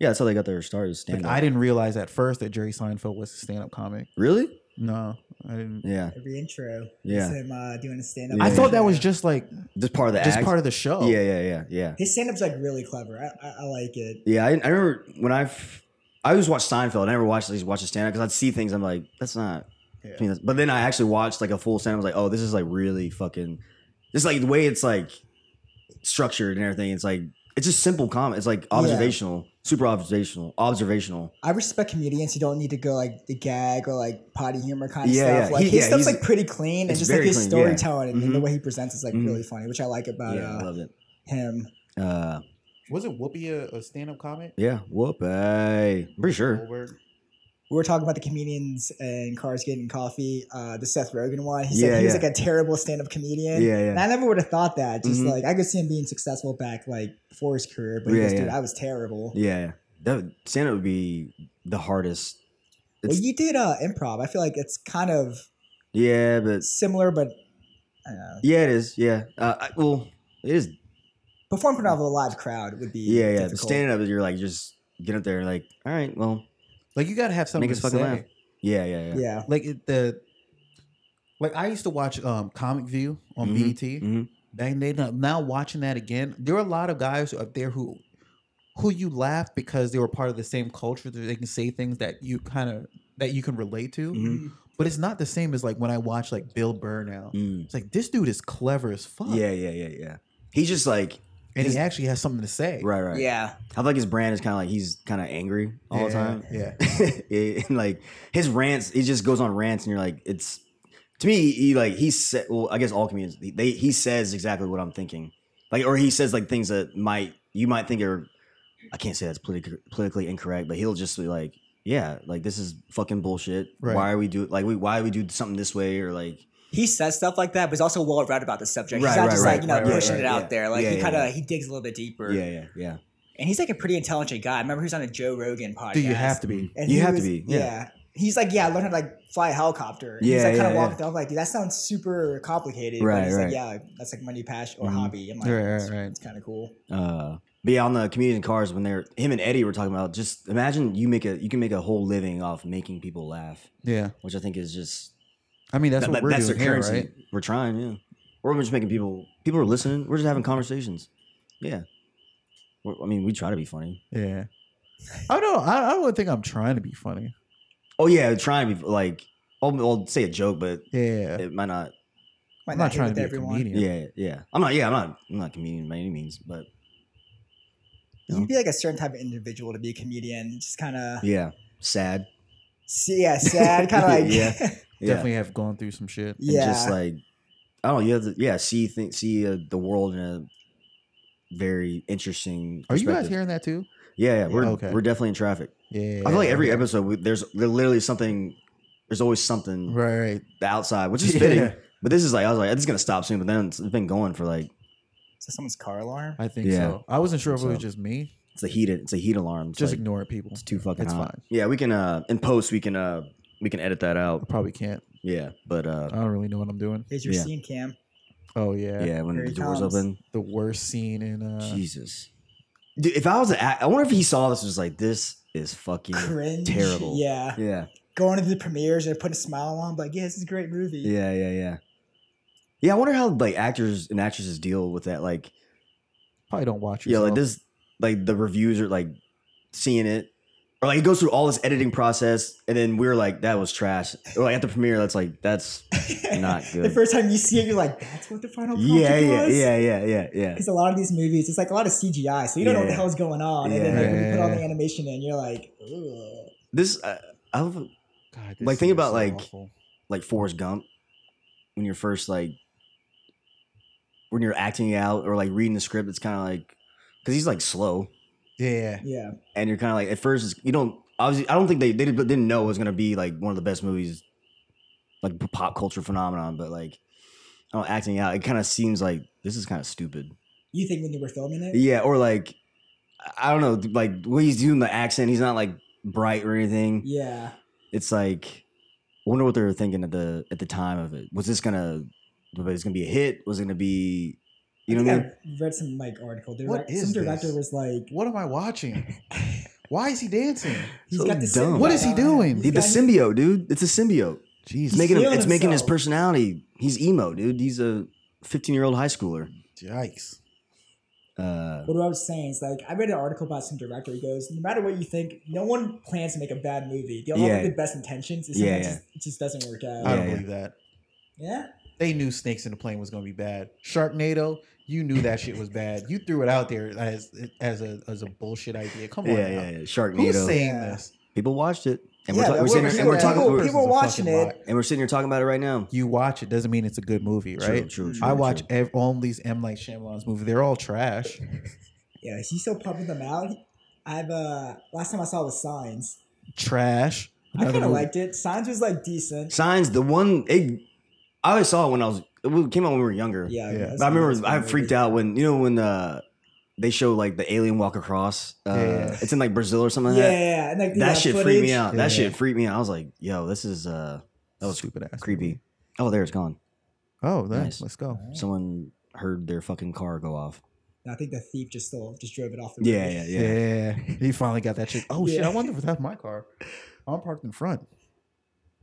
A: yeah, that's how they got their start is
B: like
A: stand up.
B: I didn't realize at first that Jerry Seinfeld was a stand up comic.
A: really,
B: No, I didn't.
A: yeah,
C: Every intro,
A: Yeah.
C: is him uh, doing a stand up.
A: Yeah.
B: I thought that was just like
A: just part of the
B: just
A: act.
B: part of the show.
A: yeah, yeah, yeah, yeah,
C: his stand up's like really clever. I, I, I like it.
A: yeah. I, I remember when I f- I always watched Seinfeld. I never watched I just watched stand up because I'd see things. I'm like, that's not.
B: Yeah.
A: I mean, that's- But then I actually watched like a full stand. I was like, oh, this is like really fucking. This is, like the way it's like structured and everything. It's like it's just simple comment. It's like observational, super observational, observational.
C: I respect comedians who don't need to go like the gag or like potty humor kind of
A: Yeah,
C: stuff.
A: yeah.
C: Like
A: He-
C: his
A: yeah,
C: stuff's
A: he's-
C: like pretty clean and
A: it's
C: just like
A: very
C: his
A: clean, yeah.
C: storytelling and the
A: Mhm.
C: way he presents is like
A: Mhm.
C: really funny, which I like about
A: yeah, I
C: uh,
A: loved it.
C: him.
A: Uh,
B: Was it Whoopi a, a stand up comic?
A: Yeah, whoop. Hey, I'm pretty sure.
B: Goldberg?
C: We were talking about the comedians and cars getting coffee. Uh, the Seth Rogen one. He
A: Yeah,
C: said he was
A: yeah.
C: like a terrible stand-up
A: Yeah,
C: comedian. And
A: yeah.
C: I never would have thought that. Just
A: Mhm.
C: like I could see him being successful back like before his career, but he
A: Yeah,
C: was, dude,
A: yeah.
C: I was terrible.
A: Yeah. That stand up would be the hardest.
C: Well,
A: It's-
C: you did uh, improv. I feel like it's kind of
A: Yeah, but
C: similar, but I don't know.
A: yeah, it is. Yeah. Uh, I, well, it is.
C: Perform in front of a live crowd would be
A: Yeah, yeah. But
C: difficult.
A: standing up, you're like, just get up there, like, all right, well,
B: Like you gotta have something
A: Make us
B: to say.
A: fucking laugh. yeah, yeah, yeah.
C: yeah.
B: Like it, the like I used to watch um Comic View on E
A: Mhm,
B: BET.
A: mhm.
B: Back in the day, now- now watching that again, there are a lot of guys up there who who you laugh because they were part of the same culture. that They can say things that you kind of that you can relate to,
C: Mm-hmm.
A: Mhm.
B: but it's not the same as like when I watch like Bill Burr now.
A: Mm.
B: It's like this dude is clever as fuck,
A: Yeah, yeah, yeah, yeah. He's just like,
B: and
A: his-
B: he actually has something to say.
A: right, right.
C: Yeah.
A: I feel like his brand is kind of like he's kind of angry all
B: yeah,
A: the time.
B: Yeah,
A: and like his rants, he just goes on rants, and you're like, it's to me, he like he said, well, I guess all comedians, they he says exactly what I'm thinking, like, or he says like things that might you might think are, I can't say that's politic, politically incorrect, but he'll just be like, yeah, like this is fucking bullshit.
B: Right.
A: Why are we do like we why we do something this way or like
C: He says stuff like that, but he's also well read about the subject.
A: Right,
C: he's not
A: right,
C: just
A: right,
C: like, you know,
A: right, right,
C: pushing
A: right,
C: it out
A: yeah.
C: there. Like
A: Yeah,
C: he
A: yeah,
C: kinda
A: yeah.
C: he digs a little bit deeper.
A: yeah yeah yeah
C: And he's like a pretty intelligent guy. I remember he was on a Joe Rogan podcast.
B: do you have to be?
C: And
A: you
C: he
A: have
C: was-
A: to be yeah.
C: He's like, yeah, I learned how to like fly a helicopter. And he's
A: Yeah,
C: like kind
A: yeah,
C: of walking
A: yeah.
C: through. I'm like, dude, that sounds super complicated.
A: Right,
C: but he's
A: right.
C: like, yeah, that's like my new passion or
A: Mhm.
C: hobby. I'm like,
B: Right, right,
C: it's,
B: right.
C: it's kind of cool.
A: Uh, but yeah, on the comedian cars when they're him and Eddie were talking about just imagine you make a you can make a whole living off making people laugh,
B: Yeah,
A: which I think is just
B: I mean that's
A: that-
B: what
A: that-
B: we're
A: that's
B: doing
A: their
B: here,
A: currency.
B: right?
A: We're trying, yeah. We're just making people people are listening. We're just having conversations. Yeah, We're- I mean we try to be funny.
B: Yeah. I don't. I, I don't think I'm trying to be funny.
A: Oh yeah, trying to be like I'll, I'll say a joke, but
B: Yeah.
A: it might not.
C: Might
B: I'm
C: not
B: not
C: hit
B: trying
C: with
B: to be
C: everyone.
B: a comedian.
A: Yeah. yeah, I'm not. Yeah, I'm not. I'm not a comedian by any means, but
C: You
A: No.
C: would be like a certain type of individual to be a comedian. Just kind of,
A: yeah, sad.
C: yeah, sad, kind of like,
A: Yeah. Yeah.
B: Definitely have gone through some shit.
A: and
C: yeah.
A: just like I don't know, you have to yeah see think see uh, the world in a very interesting.
B: Are you guys
A: perspective.
B: hearing that too?
A: Yeah, yeah, we're
B: Okay.
A: we're definitely in traffic.
B: Yeah.
A: I feel like every episode we, there's there literally something. There's always something
B: Right. Right.
A: the outside, which is
B: Yeah.
A: fitting. But this is like I was like, this is gonna stop soon. But then it's been going for like
C: Is that someone's car alarm?
B: I think
A: Yeah.
B: so. I wasn't sure if it was
A: So-
B: just me.
A: it's a heat it's a heat alarm. It's,
B: Just
A: like,
B: ignore it, people.
A: it's too fucking
B: It's
A: hot.
B: fine.
A: Yeah, we can uh in post we can uh we can edit that
B: I
A: out.
B: probably can't.
A: Yeah, but uh
B: I don't really know what I'm doing.
C: Here's your
A: Yeah.
C: scene cam.
B: Oh yeah.
A: Yeah, when
C: Here
A: the
C: he
A: doors
C: comes.
A: open.
B: The worst scene in uh
A: Jesus. Dude, if I was, a, I wonder if he saw this and was like, this is fucking
C: Cringe.
A: terrible.
C: Yeah.
A: Yeah.
C: Going to the premieres and putting a smile on, like, yeah, this is a great movie.
A: Yeah, yeah, yeah. Yeah, I wonder how like actors and actresses deal with that. Like,
B: probably don't watch
A: yeah,
B: yourself.
A: like this, like the reviews are like seeing it, or like it goes through all this editing process, and then we're like, that was trash. Or like at the premiere, that's like that's Not
C: the
A: good.
C: first time you see it, you're like, that's what the final project
A: yeah, yeah,
C: was.
A: yeah, yeah, yeah, yeah.
C: Because a lot of these movies, it's like a lot of CGI, so you don't know what the
A: Yeah.
C: hell's going on. And then
A: Yeah.
C: like, when you put all the animation in, you're like, Ugh.
A: This, I, I love
B: God,
A: like,
B: this
A: think
B: is
A: about,
B: so
A: like-
B: awful.
A: like Forrest Gump when you're first like when you're acting out or like reading the script. It's kind of like because he's like slow.
B: yeah.
C: yeah.
A: and you're kind of like at first it's, you don't obviously I don't think they they didn't, didn't know it was gonna be like one of the best movies like p- pop culture phenomenon, but like I don't know, acting out it kind of seems like this is kind of stupid.
C: You think when they were filming it?
A: Yeah, or like I don't know, like when he's doing the accent, he's not like bright or anything.
C: Yeah.
A: It's like I wonder what they were thinking at the at the time of it. Was this gonna was this gonna be a hit? Was it gonna be you know what I mean?
C: I read some like article. The
B: What
C: direct- some
B: is
C: director
B: this?
C: was like,
B: What am I watching? Why is he dancing?
C: he's
A: So
C: got this.
A: dumb.
C: symbiote
A: What
B: is he
C: on.
B: doing?
A: The,
C: He's
A: the
C: got-
A: symbiote, dude. It's a symbiote.
B: Jesus.
A: It's making him,
C: feeling
A: it's making his
C: himself.
A: personality. He's emo, dude. He's a 15 year old high schooler.
B: Yikes.
A: Uh,
C: What I was saying is like I read an article about some director. He goes, no matter what you think, no one plans to make a bad movie. They all
A: Yeah.
C: have the best intentions. It's
A: Yeah,
C: sometimes
A: yeah.
C: Just, it just doesn't work out.
B: I
A: Yeah,
B: don't
A: yeah.
B: believe that.
C: yeah.
B: They knew Snakes in the Plane was going to be bad. Sharknado, you knew that shit was bad. You threw it out there as as a as a bullshit idea. Come on.
A: yeah,
B: now.
A: yeah, yeah.
B: Who's
A: Sharknado.
B: saying
C: Yeah.
B: this?
A: People watched it, and
C: Yeah,
A: we're, ta-
C: that
A: we're sitting,
C: works.
A: here- and we're
C: Yeah,
A: talking,
C: people-
A: we're-
C: people
B: Person's a
C: watching
B: fucking
C: it.
B: liar.
A: and we're sitting here talking about it right now.
B: You watch it doesn't mean it's a good movie,
A: True,
B: right?
A: True, true,
B: I
A: true.
B: watch ev- all these M Night Shyamalan's movies. They're all trash.
C: Yeah, he's still pumping them out. I've uh last time I saw was Signs.
B: Trash.
C: I
B: Another
C: kind of
B: movie.
C: liked it. Signs was like decent.
A: Signs. The one it, I always saw it when I was. It came out when we were younger.
C: Yeah,
B: Yeah.
C: that's
A: But I
C: the
A: remember
C: best
A: I
C: movie.
A: freaked out when you know when uh, they show like the alien walk across. Uh,
B: Yeah.
A: It's in like Brazil or something
C: Yeah,
A: like
C: yeah,
A: that.
C: yeah. And, like,
A: That
C: yeah,
A: shit
C: footage.
A: freaked me out. That
B: Yeah.
A: shit freaked me out. I was like, yo, this is uh, that was
B: stupid ass.
A: creepy. Oh, there it's gone.
B: Oh, nice.
A: Nice.
B: Let's go.
A: Someone heard their fucking car go off.
C: I think the thief just stole, just drove it off the road.
A: Yeah, yeah,
B: Yeah.
A: yeah.
B: He finally got that shit. Oh shit!
C: Yeah.
B: I wonder if that's my car. I'm parked in front.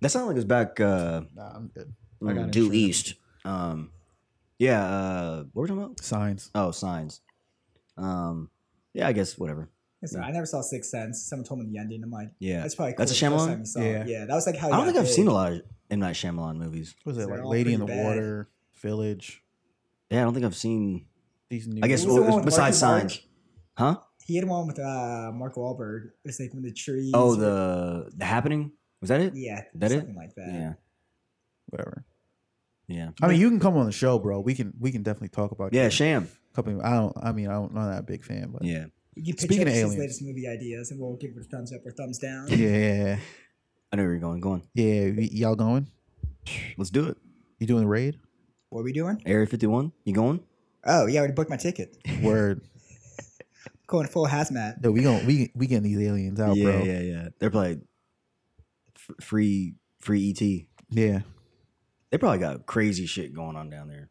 A: That sounded like it's back uh
B: Nah, I'm good. I got
A: mm, due
B: insurance.
A: east. Um yeah, uh what were we talking about?
B: Signs.
A: Oh, signs. Um yeah, I guess whatever.
C: So I never saw Sixth Sense. Someone told me the ending. I'm like,
A: Yeah.
C: that's probably cool.
A: That's a
C: the first
A: Shyamalan?
C: time you saw it. Yeah, that was like how.
A: I don't think I've seen a lot of M Night Shyamalan movies.
B: What was it
C: They're
B: like?
C: all
B: Lady in the
C: pretty bad.
B: Water, Village.
A: Yeah, I don't think I've seen
B: These new.
A: I guess
C: What was the
A: well,
C: one with
A: besides
C: Marky Mark?
A: signs. Huh?
C: He had one with uh, Mark Wahlberg. It's like when the trees.
A: Oh,
C: were-
A: the the happening? Was that it?
C: yeah,
A: that it?
C: something like that.
A: Yeah.
B: whatever.
A: Yeah.
B: I mean, you can come on the show, bro. We can we can definitely talk about
A: Yeah,
B: your
A: Sham.
B: Couple. I don't. I mean, I don't. Not that big fan, but
A: Yeah.
C: You can pitch
B: Speaking
C: Speaking
B: of
C: up his
B: aliens.
C: latest movie ideas, and we'll give it a thumbs up or thumbs down.
B: yeah,
A: I know where you're going. Go on.
B: yeah. Y- y'all going?
A: Let's do it.
B: You doing the raid?
C: What are we doing?
A: Area 51. You going?
C: Oh yeah, I already booked my ticket.
B: Word.
C: Going full hazmat.
B: No, we going we we getting these aliens out,
A: yeah,
B: bro. Yeah.
A: yeah, yeah. They're probably f- free free ET. They probably got crazy shit going on down there.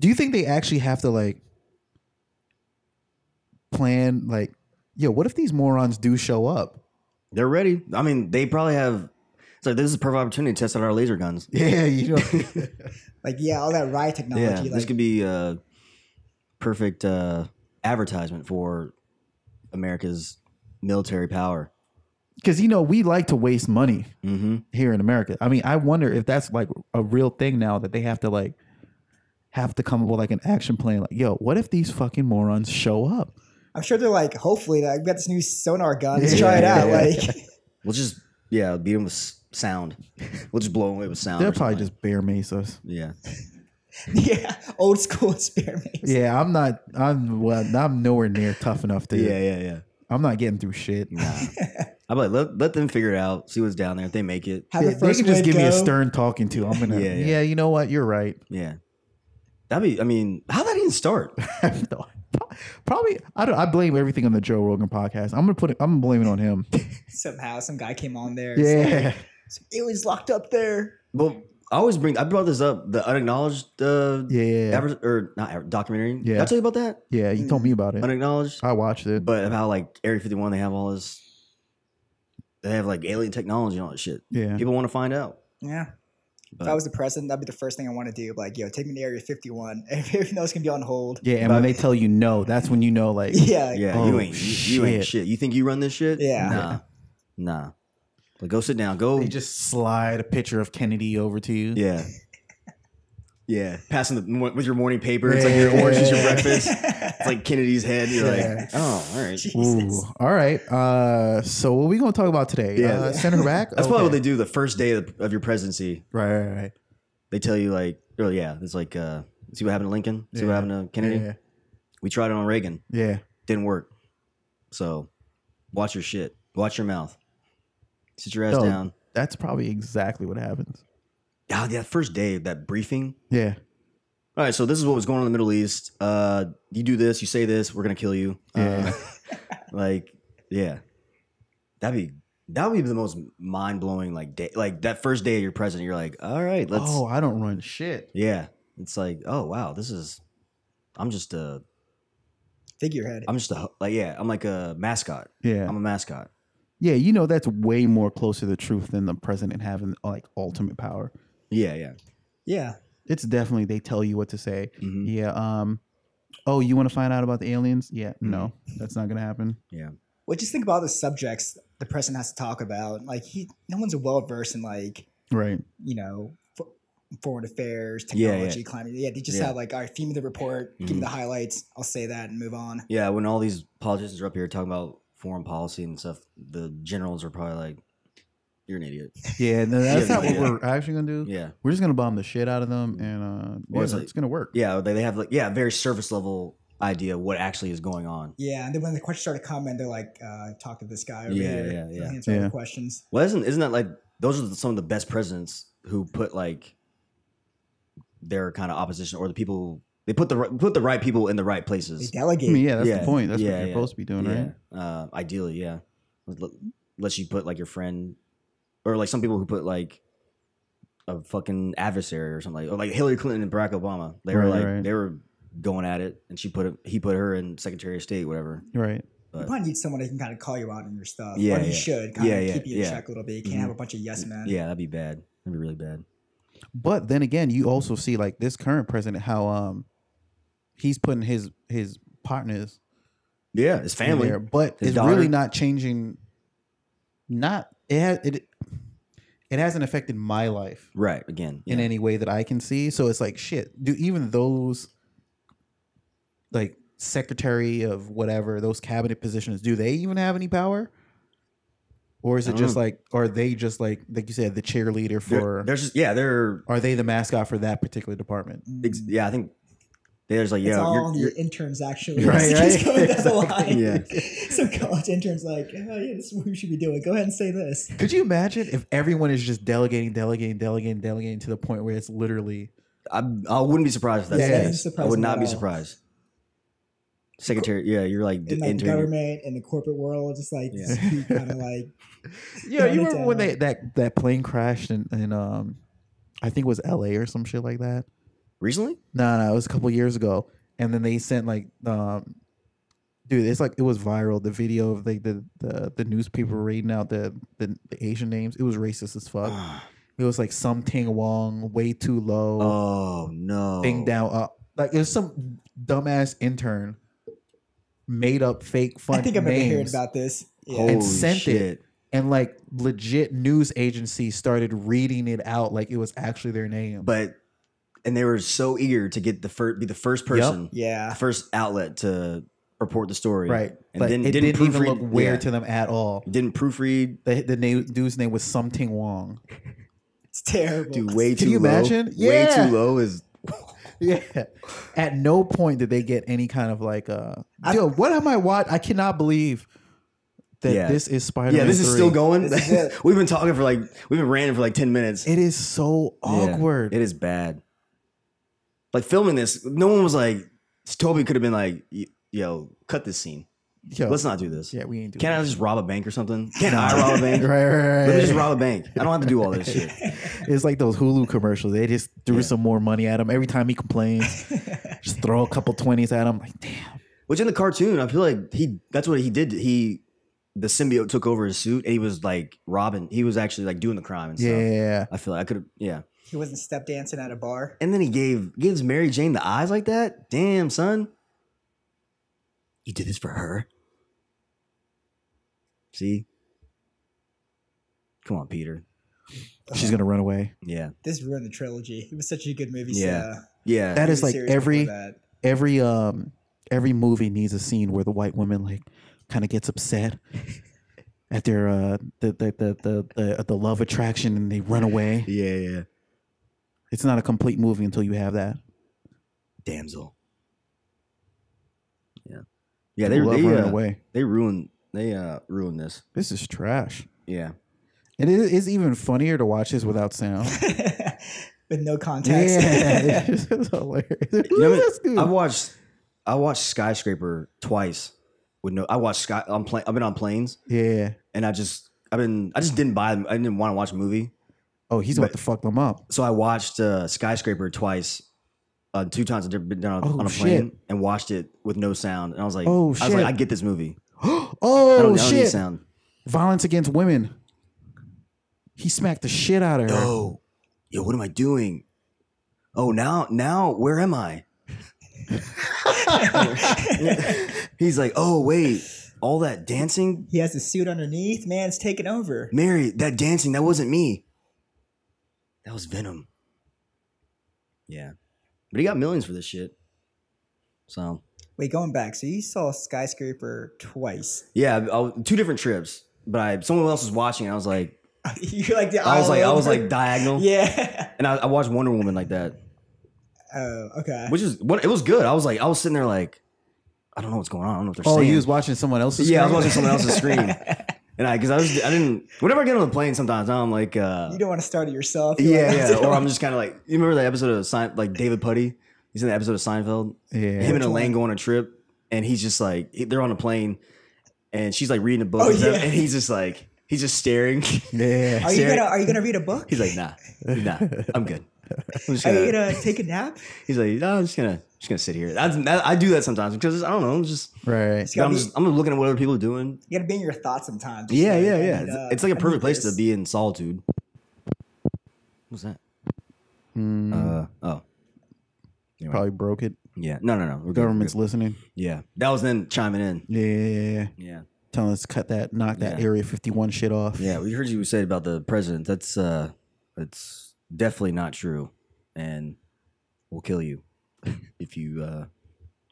B: Do you think they actually have to like plan like, yo, what if these morons do show up?
A: They're ready. I mean, they probably have. So this is a perfect opportunity to test out our laser guns.
B: Yeah, you know.
C: Like yeah, all that riot technology.
A: yeah,
C: like,
A: this could be a perfect uh, advertisement for America's military power.
B: Because you know we like to waste money
A: hmm
B: here in America. I mean, I wonder if that's like a real thing now that they have to like have to come up with like an action plan. Like, yo, what if these fucking morons show up?
C: I'm sure they're like, hopefully, like, we got this new sonar gun. Let's
B: Yeah,
C: try it
B: yeah,
C: out.
B: yeah.
C: Like,
A: We'll just yeah beat them with s- sound. We'll just blow them away with sound.
B: They'll
A: or
B: probably
A: something.
B: just bear mace us.
A: yeah.
C: yeah, old school experiments.
B: Yeah, I'm not. I'm well. I'm nowhere near tough enough to.
A: yeah yeah yeah
B: I'm not getting through shit.
A: Nah. I'm like let let them figure it out. See what's down there. If they make it,
C: Have
B: Yeah,
C: the
B: they
C: first
B: can just
C: wave
B: give me a
C: go.
B: stern talking to. I'm gonna.
A: Yeah,
B: Yeah,
A: yeah.
B: you know what? You're right.
A: yeah. That'd be. I mean, how would that even start?
B: No, Probably. I don't. I blame everything on the Joe Rogan podcast. I'm gonna put. It, I'm gonna blame it on him.
C: Somehow, some guy came on there.
B: yeah.
C: It was locked up there.
A: Well, I always bring. I brought this up. The unacknowledged, uh,
B: Yeah, yeah, yeah.
A: aver- or not aver- documentary. Did I
B: Yeah.
A: tell you about that?
B: yeah you told me about it.
A: Unacknowledged.
B: I watched it.
A: But about like Area 51, they have all this. They have like alien technology and all that shit.
B: yeah,
A: People want to find out.
C: Yeah.
A: But
C: If I was the president, that'd be the first thing I want to do. Like, yo, take me to Area 51. Everything else can be on hold.
B: yeah. And when
A: but-
B: they tell you no, that's when you know, like,
C: Yeah.
A: yeah,
B: Oh,
A: you ain't you, you ain't
B: shit.
A: shit. You think you run this shit?
C: Yeah.
A: Nah. Nah. Like go sit down. Go
D: They just slide a picture of Kennedy over to you.
A: Yeah. Yeah. Passing the with your morning paper. It's like
B: Yeah.
A: your orange is your
B: Yeah.
A: breakfast. It's like Kennedy's head. You're
B: Yeah.
A: like, oh, all right.
C: Jesus.
B: Ooh, all right. Uh, so what we gonna talk about today?
A: Yeah.
B: uh, send her back.
A: That's probably what they do the first day of, of your presidency.
B: Right, right, right.
A: They tell you like, oh yeah, it's like uh, see what happened to Lincoln, see what
B: Yeah.
A: happened to Kennedy.
B: Yeah,
A: We tried it on Reagan.
B: yeah.
A: didn't work. So watch your shit. Watch your mouth. Sit your ass
B: Dog.
A: down.
B: That's probably exactly what happens.
A: God, that first day, that briefing.
B: Yeah,
A: All right, so this is what was going on in the Middle East. Uh, you do this, you say this, we're gonna kill you.
B: Yeah.
A: Uh, like, yeah, that'd be that would be the most mind blowing like day. Like that first day of your president, you're like, all right, let's.
B: oh, I don't run shit.
A: Yeah, it's like, oh wow, this is. I'm just a.
C: Figurehead.
A: I'm just a like yeah. I'm like a mascot.
B: Yeah,
A: I'm a mascot.
B: Um, yeah. You know that's way more close to the truth than the president having like ultimate power.
A: Yeah, yeah.
C: Yeah.
B: It's definitely they tell you what to say.
A: hmm
B: Yeah. Um. Oh, you want to find out about the aliens? Yeah. No,
A: Mm-hmm.
B: that's not gonna happen.
C: Well, just think about all the subjects the president has to talk about. Like, he, no one's well versed in, like,
B: Right.
C: you know, fo- foreign affairs,
A: Yeah, yeah.
C: technology, climate. Yeah, they just
A: Yeah. Mm-hmm.
C: have, like, all right, feed me the report, give me the highlights. I'll say that and move on.
A: Yeah, when all these politicians are up here talking about foreign policy and stuff, the generals are probably like, "You're an idiot."
B: Yeah. No, that's
A: Yeah,
B: not what
A: yeah.
B: we're actually gonna do.
A: Yeah,
B: We're just gonna bomb the shit out of them, and uh,
A: Well,
B: yeah,
A: it's like-
B: it's gonna work.
A: yeah. They, they have like yeah, very surface level idea of what actually is going on.
C: Yeah, and then when the questions started coming, they're like, uh, "Talk to this guy over
A: Yeah,
C: here,
A: yeah, yeah.
C: answer all
B: Yeah.
C: the questions."
A: Well, isn't isn't that like those are some of the best presidents who put like their kind of opposition or the people they put the ri- put the right people in the right
C: They
A: places.
B: I
C: delegate.
B: mean, yeah, that's
A: Yeah,
B: the point. That's
A: yeah,
B: what you're
A: yeah,
B: supposed to be doing,
A: yeah,
B: right?
A: uh, ideally, yeah. Unless you put like your friend or like some people who put like a fucking adversary or something like, or like Hillary Clinton and Barack Obama. They were
B: Right,
A: like
B: right.
A: they were going at it, and she put it, he put her in Secretary of State, whatever.
B: Right.
C: You probably need someone that can kind of call you out on your stuff.
A: Yeah,
C: or you
A: yeah.
C: should kind
A: Yeah,
C: of
A: yeah,
C: keep you in
A: yeah. Mm-hmm.
C: check a little bit. You can't have a bunch of yes men.
A: Yeah, that'd be bad. That'd be really bad.
B: But then again, you also see like this current president how um he's putting his his partners
A: Yeah, his
B: in
A: family.
B: there, but
A: his
B: it's
A: daughter.
B: really not changing. Not it has it it hasn't affected my life
A: Right again. Yeah.
B: in any way that I can see. So it's like shit. Do even those like secretary of whatever those cabinet positions do they even have any power? Or is
A: I
B: it
A: don't
B: just
A: know.
B: like are they just like like you said the cheerleader
A: They're-
B: for
A: there's just yeah, they're
B: are they the mascot for that particular department?
C: Mm.
A: ex- yeah. I think there's like
C: it's
A: yeah,
C: all
A: you're-
C: on
A: you're-
C: the interns actually.
B: Right,
C: It's
B: right.
C: just going down the line.
A: Yeah.
C: Some college interns like, oh yeah, this is what we should be doing. Go ahead and say this.
B: Could you imagine if everyone is just delegating, delegating, delegating, delegating to the point where it's literally
A: I, I wouldn't be surprised if that's
B: Yeah,
A: the
B: yeah,
A: case.
C: it's
A: I would
C: surprising
A: not
C: at
A: be
C: all.
A: surprised. Secretary, yeah, you're like d-
C: In like the
A: entering-
C: government and the corporate world, just like
A: Yeah.
C: kind of like
B: you know,
C: Throwing
B: you
C: it
B: remember when
C: down.
B: they that that plane crashed in, in um I think it was LA or some shit like that.
A: recently.
B: No, no, it was a couple years ago. And then they sent like um dude, it's like it was viral. The video of like the the, the newspaper reading out the, the the Asian names. It was racist as fuck. It was like something Wong, way too low.
A: Oh no!
B: thing down up. Like it was some dumbass intern made up fake fun
C: I think I've never heard
B: names,
C: about this. Yeah.
A: Holy
B: sent it.
A: shit.
B: and like legit news agency started reading it out like it was actually their name.
A: But and they were so eager to get the first, be the first person,
C: yeah.
A: the first outlet to report the story.
B: right,
A: And
B: like
A: then
B: it
A: didn't
B: didn't, even
A: proofread-
B: look weird
A: yeah.
B: to them at all.
A: Didn't proofread.
B: The the name, dude's name was something Wong.
C: It's terrible.
A: Do way
B: Can
A: too
B: you
A: low.
B: imagine?
A: Way
B: Yeah.
A: too low is.
B: Yeah, at no point did they get any kind of like, uh,
C: I-
B: yo, what am I watching? I cannot believe that
A: Yeah.
B: this is Spider.
A: Yeah, this is still going.
C: This is it.
A: we've been talking for like we've been ranting for like ten minutes.
B: It is so
A: Yeah,
B: awkward.
A: it is bad. Like filming this, no one was like. Toby could have been like, y- "Yo, cut this scene."
B: Yo,
A: Let's not do this.
B: yeah, we ain't doing.
A: Can I just rob a bank or something? Can I rob a
B: that.
A: bank?
B: Right, right, right.
A: Let me just rob a bank. I don't have to do all this shit.
B: It's like those Hulu commercials. They just threw
A: Yeah.
B: some more money at him every time he complains. just throw a couple twenties at him. Like, damn.
A: Which in the cartoon, I feel like he that's what he did. He the symbiote took over his suit and he was like robbing. He was actually like doing the crime and stuff.
B: Yeah.
A: I feel like I could have yeah.
C: he wasn't step dancing at a bar.
A: And then he gave gives Mary Jane the eyes like that. Damn, son. You did this for her. See? Come on, Peter.
B: She's gonna run away.
A: Yeah.
C: This ruined the trilogy. It was such a good movie.
A: Yeah.
C: so-
A: Yeah.
B: That is
C: movie
B: like
C: series
B: every
C: before that.
B: every um every movie needs a scene where the white woman like kind of gets upset at their uh the the, the the the uh, the love attraction and they run away.
A: yeah, yeah.
B: It's not a complete movie until you have that.
A: Damsel. Yeah. Yeah, they
B: love
A: they,
B: running
A: uh,
B: away.
A: they ruined they uh ruined this.
B: This is trash.
A: Yeah.
B: And it is even funnier to watch this without sound.
C: with no context.
B: yeah, it's hilarious.
A: You know what I mean?
B: This dude.
A: I've watched I watched Skyscraper twice with no I watched Sky on plane I've been on planes
B: yeah.
A: and I just I've been I just didn't buy them I didn't want to watch a movie.
B: Oh, he's about
A: But-
B: to fuck them up.
A: So I watched uh, Skyscraper twice. Uh, two times I've never been down on,
B: Oh,
A: on a
B: shit.
A: plane and watched it with no sound, and I was like,
B: Oh,
A: I was
B: shit.
A: like, I get this movie. I don't,
B: oh
A: I don't need
B: shit!
A: sound.
B: Violence against women. He smacked the shit out of her.
A: Yo, yo, what am I doing? Oh, now, now, where am I? He's like, oh wait, all that dancing,
C: He has a suit underneath. Man's taking over.
A: Mary, that dancing, that wasn't me. That was Venom. Yeah, but he got millions for this shit. So
C: Wait, going back. So you saw Skyscraper twice.
A: yeah, I- I- two different trips. But I, someone else was watching. And I was like,
C: You're like the
A: I was
C: aisle
A: like, I was
C: over.
A: like diagonal.
C: yeah.
A: And I, I watched Wonder Woman like that.
C: Oh, okay.
A: which is what it was good. I was like, I was sitting there like, I don't know what's going on. I don't know what they're
B: Oh,
A: saying.
B: he was watching someone else's.
A: yeah, I was
B: screen?
A: watching someone else's screen, and I because I was I didn't. Whenever I get on the plane, sometimes I'm like, uh,
C: you don't want to start it yourself. You're
A: yeah,
C: like,
A: yeah, or I'm just kind of like, you remember that episode of Sein, like David Putty? He's in the episode of Seinfeld. Him
B: Yeah.
A: and Elaine go on a trip, and he's just like, they're on a plane, and she's like reading a book,
C: Oh,
A: and stuff,
C: yeah.
A: and he's just like, he's just staring.
B: Yeah.
C: Are you
A: Sarah-
C: gonna Are you gonna read a book?
A: He's like, nah, nah, I'm good. I'm just
C: Are
A: gonna-
C: you gonna take a nap?
A: He's like, no, I'm just gonna just gonna sit here. That's, that, I do that sometimes because I don't know, it's just
B: Right.
C: It's
A: but
C: gotta
A: I'm
C: be-
A: just I'm looking at what other people are doing.
C: you gotta be in your thoughts sometimes. Just
A: Yeah,
C: like,
A: yeah,
C: I
A: yeah.
C: need,
A: It's,
C: uh,
A: it's like a
C: I need
A: perfect place to
C: this.
A: be in solitude. What's that?
B: Mm,
A: Uh oh. Anyway.
B: probably broke it.
A: Yeah. No, no, no. We're good,
B: Government's
A: we're
B: listening.
A: good. Yeah. That was them chiming in.
B: Yeah.
A: Yeah.
B: Telling us to cut that, knock that
A: Yeah.
B: Area 51 shit off.
A: Yeah. We heard you say about the president. That's uh that's definitely not true. And we'll kill you if you uh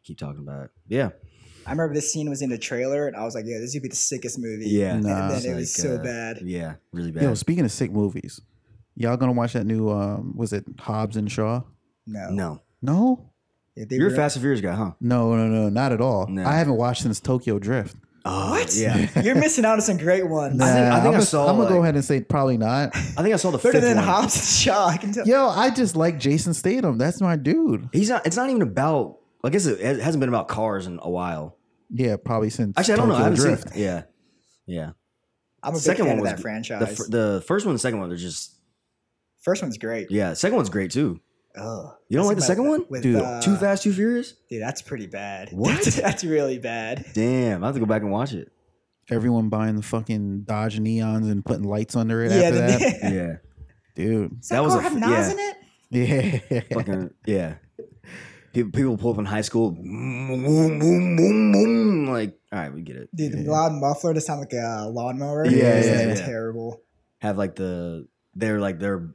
A: keep talking about it. Yeah.
C: I remember this scene was in the trailer, and I was like, "Yeah, this would be the sickest movie."
A: Yeah.
B: Nah.
C: and then
A: It's
C: it was
A: like,
C: so
A: uh,
C: bad.
A: Yeah, really bad.
B: Yo, speaking of sick movies, y'all gonna watch that new, um, was it Hobbs and Shaw?
C: No,
A: no.
B: No?
C: Yeah, they
A: You're a
C: were-
A: Fast and Furious guy, huh?
B: No, no, no, not at all.
A: No.
B: I haven't watched since Tokyo Drift.
A: Oh,
C: What?
A: Yeah.
C: You're missing out on some great ones.
B: Nah,
A: I think
B: I'm
A: I
B: gonna-
A: saw,
B: I'm gonna go
A: like-
B: ahead and say probably not.
A: I think I saw the
C: Better
A: fifth
C: than
A: one.
C: Hobbs and Shaw. I can tell.
B: Yo, I just like Jason Statham. That's my dude.
A: He's not. It's not even about. I guess it it hasn't been about cars in a while.
B: Yeah, probably since
A: Actually, I don't know. I
B: Tokyo
A: haven't seen-
B: Drift.
A: Yeah, yeah.
C: I'm a big
A: Second one
C: fan of
A: was
C: that
A: good. The,
C: franchise.
A: fir- the first one, and the second one, they're just
C: First one's great.
A: yeah. Second one's great too.
C: Ugh.
A: You don't like the
C: Somebody
A: second one,
C: with,
A: dude?
C: uh,
A: Too Fast, Too Furious.
C: Dude, that's pretty bad.
A: What?
C: That's, that's really bad.
A: Damn, I have to go back and watch it.
B: Everyone buying the fucking Dodge Neons and putting lights under it after
C: the-
B: that.
A: Yeah,
B: Dude.
C: Does
A: That was a
C: car have
A: f-
C: Nas
A: yeah.
C: in it?
B: Yeah.
A: fucking yeah. People, people pull up in high school, boom, boom, boom, boom, boom, like all right, we get it.
C: Dude, the
B: Yeah.
C: loud muffler to sound like a lawnmower.
A: Yeah,
C: It's
B: yeah,
C: like
A: yeah.
C: terrible.
A: Have like the they're like their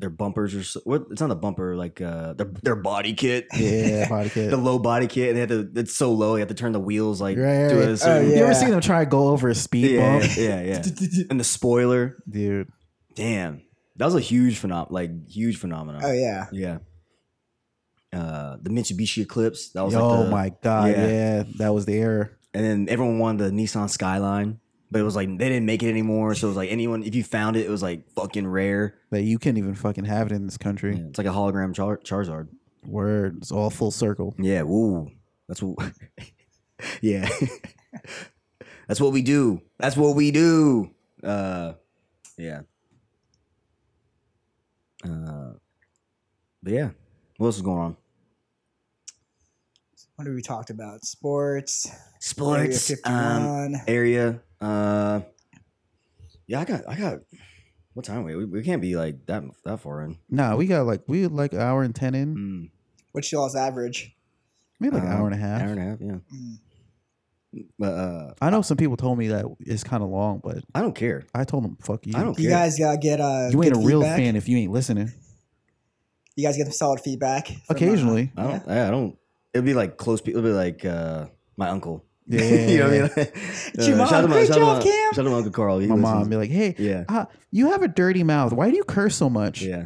A: their bumpers or so, what? It's not the bumper, like uh their their body kit.
B: Yeah, body kit.
A: the low body kit. They had to. It's so low. You have to turn the wheels like.
B: Right,
A: to
B: right.
A: a
C: Oh,
A: certain,
B: You
C: Yeah.
B: ever seen them try to go over a speed
A: yeah,
B: bump?
A: yeah, yeah, yeah. And the spoiler.
B: Dude.
A: Damn, that was a huge phenom, like huge phenomenon.
C: Oh yeah.
A: yeah. Uh, the Mitsubishi Eclipse. That
B: Oh
A: was like the,
B: my god,
A: yeah.
B: yeah. That was the error.
A: And then everyone wanted the Nissan Skyline, but it was like they didn't make it anymore. So it was like anyone, if you found it, it was like fucking rare.
B: That you couldn't even fucking have it in this country.
A: Yeah, it's like a hologram char- Charizard.
B: Word. It's all full circle.
A: Yeah. Ooh, that's what. yeah. That's what we do. That's what we do. Uh, yeah. Uh, but yeah, what else is going on?
C: What have we talked about? Sports. Area
A: Sports. Um,
C: 51.
A: area. Uh, yeah, I got. I got. What time are we? We, we can't be like that that far in.
B: Nah, we got like we like an hour and ten in.
A: Mm,
C: What's y'all's average?
B: Maybe like an
A: Um,
B: hour and a half.
A: hour and a half. Yeah.
C: Mm.
A: But uh,
B: I know some people told me that it's kind of long, but
A: I don't care.
B: I told them, "Fuck you."
A: I don't
C: You
A: care.
C: guys gotta get uh,
B: You ain't a
C: good
B: real
C: feedback.
B: fan if you ain't listening.
C: You guys get some solid feedback. from, uh,
B: Occasionally,
A: I don't. I don't. It'd be like close. pe- It'd be like uh, my uncle.
B: yeah.
A: you know what I mean? Like,
C: Your mom, great
A: shout out
C: job,
A: my-
C: Cam.
A: Shout out my uncle Carl. He
B: My
A: listens.
B: mom be like, "Hey,
A: Yeah,
B: ah, you have a dirty mouth. Why do you curse so much?"
A: yeah.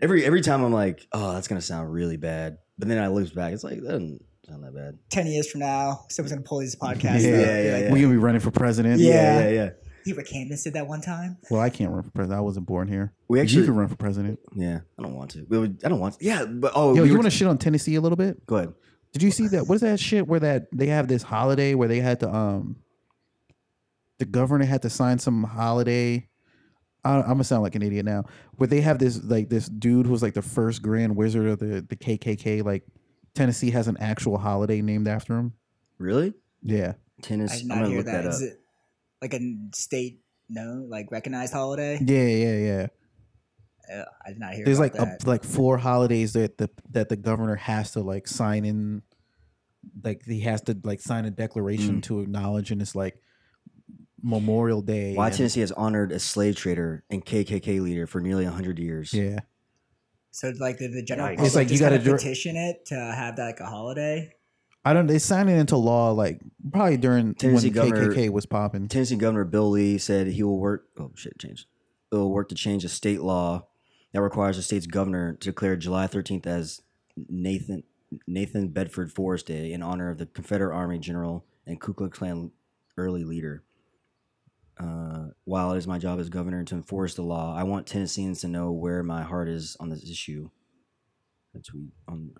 A: Every every time I'm like, oh, that's gonna sound really bad, but then I look back, it's like that doesn't sound that bad.
C: Ten years from now, someone's gonna pull these podcasts.
B: Yeah,
C: up.
A: yeah,
C: Be like,
A: yeah.
B: We gonna be running for president.
C: Yeah.
A: yeah, yeah.
C: You ever Camden said that one time?
B: Well, I can't run for president. I wasn't born here.
A: We
B: you
A: actually,
B: can run for president.
A: yeah. I don't want to. We would- I don't want. To. Yeah, but oh,
B: Yo,
A: we
B: you
A: were-
B: want to shit on Tennessee a little bit?
A: go ahead.
B: Did you see that? What is that shit where that they have this holiday where they had to um, the governor had to sign some holiday. I, I'm gonna sound like an idiot now. Where they have this like this dude who was like the first Grand Wizard of the the KKK. Like Tennessee has an actual holiday named after him.
A: Really,
B: Yeah,
C: I
A: tennis?
C: did
A: I'm
C: not
A: gonna
C: hear
A: look that,
C: that.
A: up.
C: Is it like a n- state known, like recognized holiday?
B: yeah, yeah, yeah.
C: Uh, I did not hear.
B: There's
C: about
B: like a,
C: that.
B: like four holidays that the that the governor has to like sign in, like he has to like sign a declaration to acknowledge, and it's like Memorial Day.
A: Why
B: and-
A: Tennessee has honored a slave trader and KKK leader for nearly hundred years?
B: Yeah,
C: so like the, the general
A: Yikes. It's
C: public
B: like you
C: just gotta,
B: gotta dir-
C: petition it to have that like a holiday.
B: I don't. They signed it into law like probably during
A: Tennessee
B: when
A: governor-
B: KKK was popping.
A: Tennessee Governor Bill Lee said he will work. Oh shit, changed. Will work to change a state law that requires the state's governor to declare July 13th as Nathan Nathan Bedford Forrest Day in honor of the Confederate Army General and Ku Klux Klan early leader. Uh, while it is my job as governor to enforce the law, I want Tennesseans to know where my heart is on this issue. A tweet on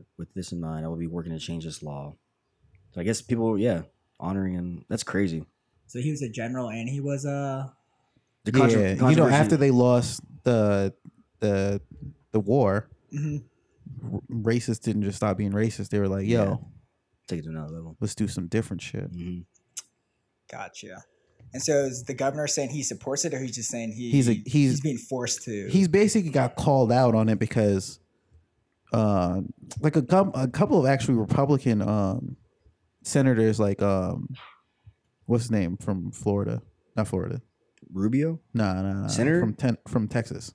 A: uh, with this in mind, I will be working to change this law. So I guess people, yeah, honoring him. That's crazy.
C: So he was a general and he was a
A: The contro-
B: Yeah, you know, after
A: controversy-
B: they lost the the the war,
C: Mhm.
B: r- racists didn't just stop being racist. They were like, "Yo,
A: Yeah. take it to another level.
B: let's do some different shit."
A: Mhm.
C: gotcha. And so is the governor saying he supports it, or he's just saying he
B: He's a- he's-
C: being forced to?
B: He's basically got called out on it because, uh, like a, com- a couple of actually Republican um senators, like um, what's his name from Florida? Not Florida.
A: Rubio,
B: No, no, no.
A: Senator?
B: from ten- from Texas,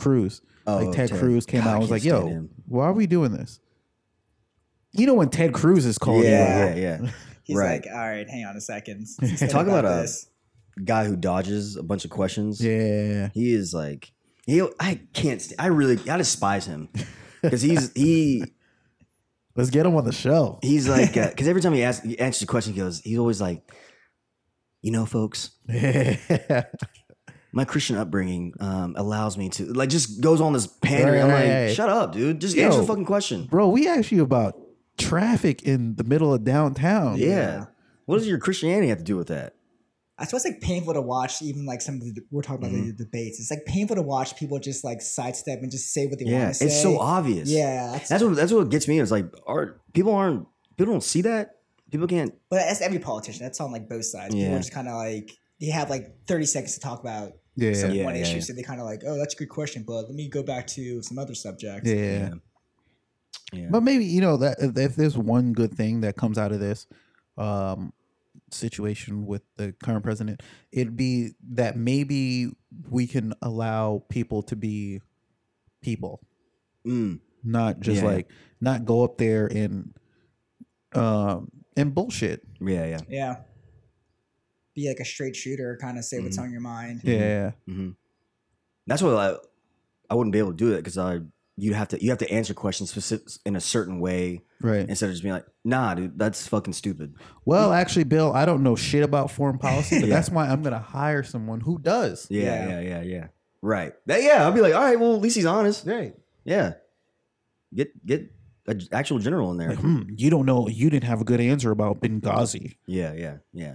B: Cruz.
A: oh,
B: like Ted, Cruz came
A: God, I
B: out and was
A: can't
B: like,
A: stand
B: "Yo,
A: him.
B: why are we doing this?" You know when Ted Cruz is called
A: yeah, yeah,
C: out.
A: yeah.
C: He's
A: right.
C: like, all right, hang on a second.
A: Talk about a- Guy who dodges a bunch of questions.
B: you. Yeah,
A: He is like, he. I can't. st- I really. I despise him because he's he.
B: let's get him on the show.
A: He's like because every time he asks he answers a question, he goes. He's always like, you know, folks.
B: yeah,
A: My Christian upbringing um, allows me to like just goes on this pandering. I'm
B: Right,
A: like,
B: right, right.
A: shut up, dude. Just answer
B: Yo.
A: the fucking question.
B: bro, we asked you about traffic in the middle of downtown.
A: Oh, yeah.
C: yeah.
A: What does your Christianity have to do with that?
C: I suppose it's like painful to watch. Even like some of the we're talking about
A: Mm-hmm.
C: the debates. It's like painful to watch people just like sidestep and just say what they
A: Yeah,
C: want to say.
A: it's so obvious.
C: Yeah, that's,
A: That's what that's what gets me. It's like art. People aren't. People don't see that. People can't.
C: but that's every politician. That's on like both sides. People
A: Yeah.
C: are just kind of like they have like thirty seconds to talk about
B: yeah,
C: some
A: Yeah,
C: one
A: yeah,
C: issue,
A: yeah.
C: so they kind of like, oh, that's a good question, but let me go back to some other subjects.
B: yeah.
A: Yeah.
B: But maybe you know that if, if there's one good thing that comes out of this um, situation with the current president, it'd be that maybe we can allow people to be people.
A: Mm.
B: not just
A: Yeah.
B: like not go up there and um and bullshit.
A: Yeah. Yeah.
C: Yeah. Be like a straight shooter, kind of say what's
A: Mhm.
C: on your mind.
B: Yeah,
A: hmm That's what I. I wouldn't be able to do it because I. You have to. You have to answer questions specific, in a certain way
B: right.
A: instead of just being like, "Nah, dude, that's fucking stupid."
B: Well, actually, Bill, I don't know shit about foreign policy, but
A: Yeah.
B: that's why I'm gonna hire someone who does.
A: Yeah. Yeah.
C: Yeah.
A: Yeah. Yeah. Right. That- yeah. I'll be like, "All right. Well, at least he's honest."
B: Right.
A: Yeah. Get get an actual general in there.
B: Like, hmm, you don't know. You didn't have a good answer about Benghazi.
A: Yeah, yeah, yeah.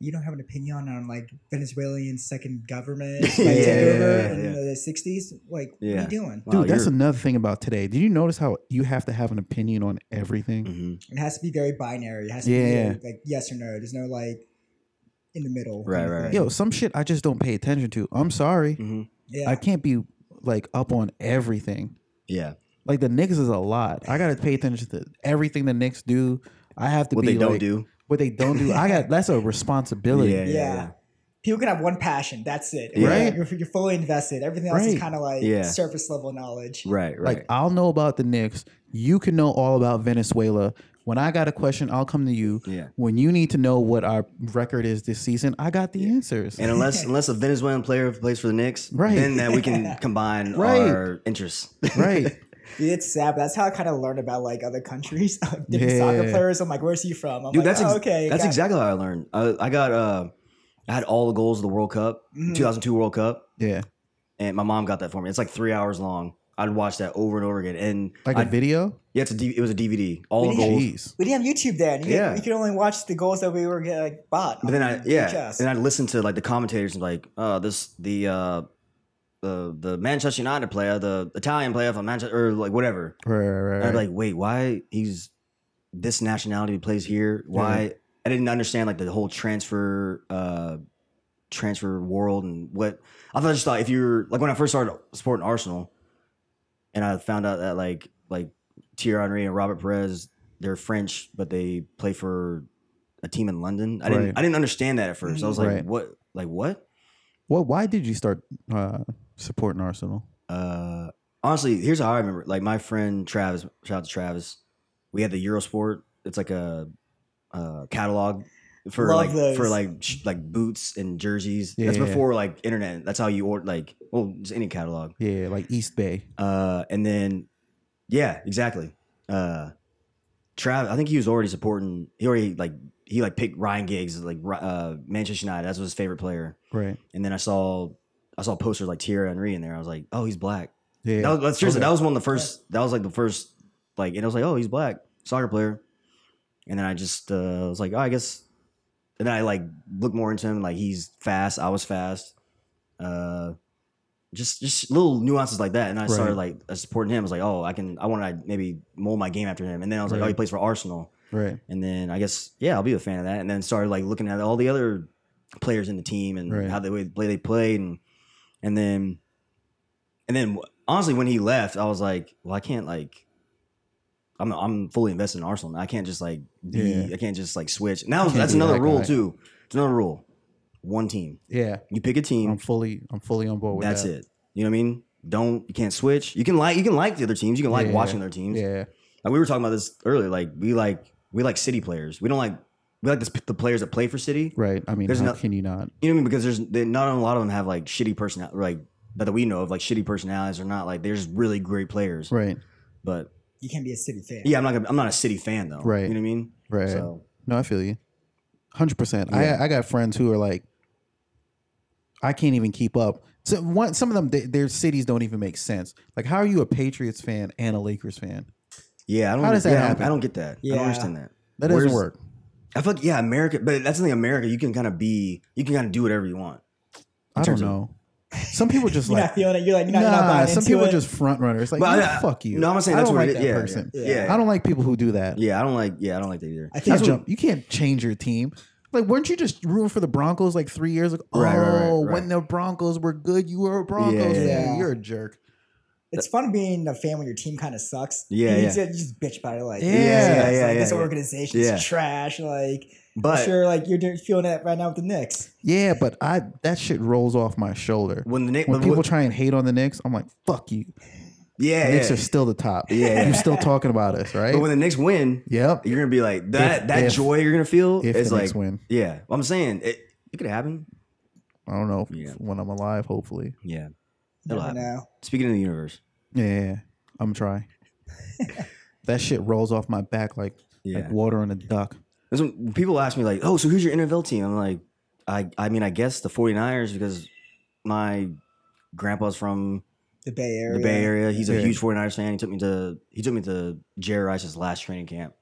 C: you don't have an opinion on like Venezuelan second government like,
A: Yeah,
C: takeover
A: yeah,
C: in
A: yeah.
C: the sixties. Like,
A: Yeah.
C: what are you doing?
A: Wow,
B: Dude, that's
A: you're-
B: another thing about today. Did you notice how you have to have an opinion on everything?
A: Mhm.
C: It has to be very binary. It has to
B: Yeah.
C: be like yes or no. There's no like in the middle.
A: Right,
C: kind of
A: right.
C: thing.
B: Yo, some shit I just don't pay attention to. I'm sorry.
A: Mhm.
C: Yeah.
B: I can't be like up on everything.
A: Yeah.
B: Like the Knicks is a lot. I gotta pay attention to everything the Knicks do. I have to
A: What
B: be
A: they don't
B: like,
A: do.
B: what they don't do. I got that's a responsibility.
A: Yeah,
C: yeah. People can have one passion. That's it.
A: Yeah.
B: Right.
C: You're, you're fully invested. Everything else
B: Right.
C: is kind of like
A: Yeah.
C: surface level knowledge.
A: Right, right.
B: Like I'll know about the Knicks. You can know all about Venezuela. When I got a question, I'll come to you.
A: yeah.
B: When you need to know what our record is this season, I got the answers.
A: And unless unless a Venezuelan player plays for the Knicks,
B: Right.
A: then that we can combine
B: Right.
A: our interests.
B: right.
C: Dude, it's sad. But that's how I kind of learned about like other countries, like, different soccer
B: Yeah.
C: players. I'm like, where's he from? I'm
A: Dude,
C: like,
A: that's ex-
C: "Oh, okay.
A: That's
C: got-
A: exactly how I learned. I, I got uh, I had all the goals of the World Cup,
C: Mhm.
A: 2002 World Cup,
B: Yeah.
A: and my mom got that for me. It's like three hours long. I'd watch that over and over again, and
B: Like a
A: I'd- video.
B: video?
A: Yeah, it's a D- it was a DVD. All the
C: Really?
A: goals.
B: Jeez.
C: We didn't have YouTube then. You,
A: Yeah.
C: yeah. you could only watch the goals that we were getting like, bought.
A: But then
C: on
A: I yeah,
C: VHS.
A: and I'd listen to like the commentators and like, oh, this the uh, the the Manchester United player, the Italian player from Manchester, or like whatever.
B: Right, right,
A: And
B: right.
A: I'd be like, wait, why he's this nationality plays here? Why I didn't understand like the whole transfer uh transfer world and what I thought I just thought if you're like when I first started supporting Arsenal and I found out that like like Thierry Henry and Robert Perez, they're French, but they play for a team in London. I
B: Right.
A: didn't I didn't understand that at first. I was like,
B: Right.
A: what like what?
B: Well, why did you start uh, supporting Arsenal?
A: uh honestly here's how i remember it. like my friend travis shout out to travis we had the eurosport it's like a uh catalog for
C: Love
A: like for
C: those.
A: like sh- like boots and jerseys
B: Yeah,
A: that's
B: yeah, yeah.
A: before like internet that's how you order like well just any catalog
B: Yeah, like East Bay.
A: uh and then yeah exactly uh travis i think he was already supporting he already like he like picked ryan giggs like Ri- uh manchester united that's his favorite player
B: Right.
A: and then i saw i saw posters like Thierry Henry in there i was like oh he's black
B: Yeah.
A: that was, that's seriously,
B: Okay.
A: that was one of the first. That was like the first, like, and I was like, oh, he's black soccer player, and then I just uh, was like, oh, I guess. And then I like look more into him. Like he's fast. I was fast. Uh, just just little nuances like that. And I
B: Right.
A: started like supporting him. I was like, oh, I can. I want to maybe mold my game after him. And then I was like,
B: Right.
A: oh, he plays for Arsenal.
B: right.
A: And then I guess yeah, I'll be a fan of that. And then started like looking at all the other players in the team and
B: Right.
A: how they way- play they played and and then and then honestly when he left, I was like, well, I can't like I'm I'm fully invested in Arsenal. now. I can't just like be,
B: Yeah.
A: I can't just like switch. Now
B: can't
A: that's
B: be
A: another
B: that
A: rule
B: guy.
A: too. It's another rule. One team.
B: Yeah.
A: You pick a
B: I'm
A: team.
B: fully I'm fully on board with
A: That's
B: that.
A: it. You know what I mean? Don't you can't switch. You can like you can like the other teams. You can like
B: Yeah.
A: watching their teams.
B: Yeah.
A: Like we were talking about this earlier. Like we like we like city players. We don't like we like this, the players that play for city.
B: Right. I mean,
A: There's
B: how
A: no-
B: can you not?
A: You know what I mean? Because there's they, not a lot of them have like shitty personal like that we know of like shitty personalities or not like they're just really great players.
B: Right.
A: But
C: you can't be a city fan.
A: yeah, I'm not gonna, I'm not a city fan though.
B: Right.
A: You know what I mean?
B: Right.
A: So
B: No, I feel you. Hundred percent.
A: Yeah.
B: I I got friends who are like, I can't even keep up. So one, some of them, they, their cities don't even make sense. Like, how are you a Patriots fan and a Lakers fan?
A: yeah, I don't.
B: How does that
A: yeah, I don't-
B: happen?
A: I don't get that. I
C: Yeah.
A: don't understand that.
B: That doesn't
A: Where's-
B: work.
A: I feel like yeah, America. But that's the thing, America. You can kind of be, you can kind of do whatever you want.
B: I don't
A: terms of-
B: know. Some people just
C: You're
B: like
C: not feeling it. You're like, you're not, you're not
B: nah.
C: buying
B: Some
C: into
B: people
C: it.
B: just front runners. Like,
A: But
B: no,
A: I-
B: fuck you.
A: No, I'm not saying
B: I
A: that's
B: don't
A: what
B: like
A: it is.
B: that
A: yeah,
B: person.
A: Yeah,
C: Yeah.
A: yeah.
B: I don't like people who do that.
A: Yeah, I don't like. Yeah, I don't like that either.
C: I think
B: That's
C: that's
B: jump. You can't change your team. Like, weren't you just rooting for the Broncos like three years ago?
A: Right, right, right,
B: oh,
A: right.
B: when the Broncos were good, you were a Broncos
A: Yeah.
B: fan. You're a jerk.
C: it's fun being a fan when your team kind of sucks.
A: Yeah,
C: you
A: yeah.
C: just, you just bitch about it. Like,
B: Yeah,
C: "This
A: yeah,
C: sucks,
A: yeah,
C: like, This
A: yeah.
C: organization's
A: Yeah.
C: trash. Like,
A: But
C: sure, like you're doing, feeling that right now with the Knicks.
B: Yeah, but I that shit rolls off my shoulder.
A: when the Knick-
B: When
A: but
B: people
A: what-
B: try and hate on the Knicks, I'm like, fuck you.
A: yeah,
B: The Knicks
A: yeah.
B: are still the top.
A: Yeah.
B: You're still talking about us, right?
A: But when the Knicks win,
B: yep.
A: you're gonna be like that.
B: If-
A: that
B: if-
A: joy you're gonna feel
B: If
A: is
B: the
A: like,
B: Knicks win.
A: yeah. I'm saying it. It could happen.
B: I don't know if-
A: Yeah.
B: when I'm alive, hopefully.
A: Yeah.
C: You
A: It'll
C: never
A: happen.
C: know.
A: Speaking of the universe.
B: Yeah. I'm trying. that shit rolls off my back like
A: Yeah.
B: like water on a duck.
A: That's when people ask me like, "Oh, so who's your NFL team?" I'm like, "I I mean, I guess the 49ers because my grandpa's from
C: the Bay Area.
A: the Bay Area. He's a
D: Yeah.
A: huge 49ers fan. He took me to he took me to Jerry Rice's last training camp.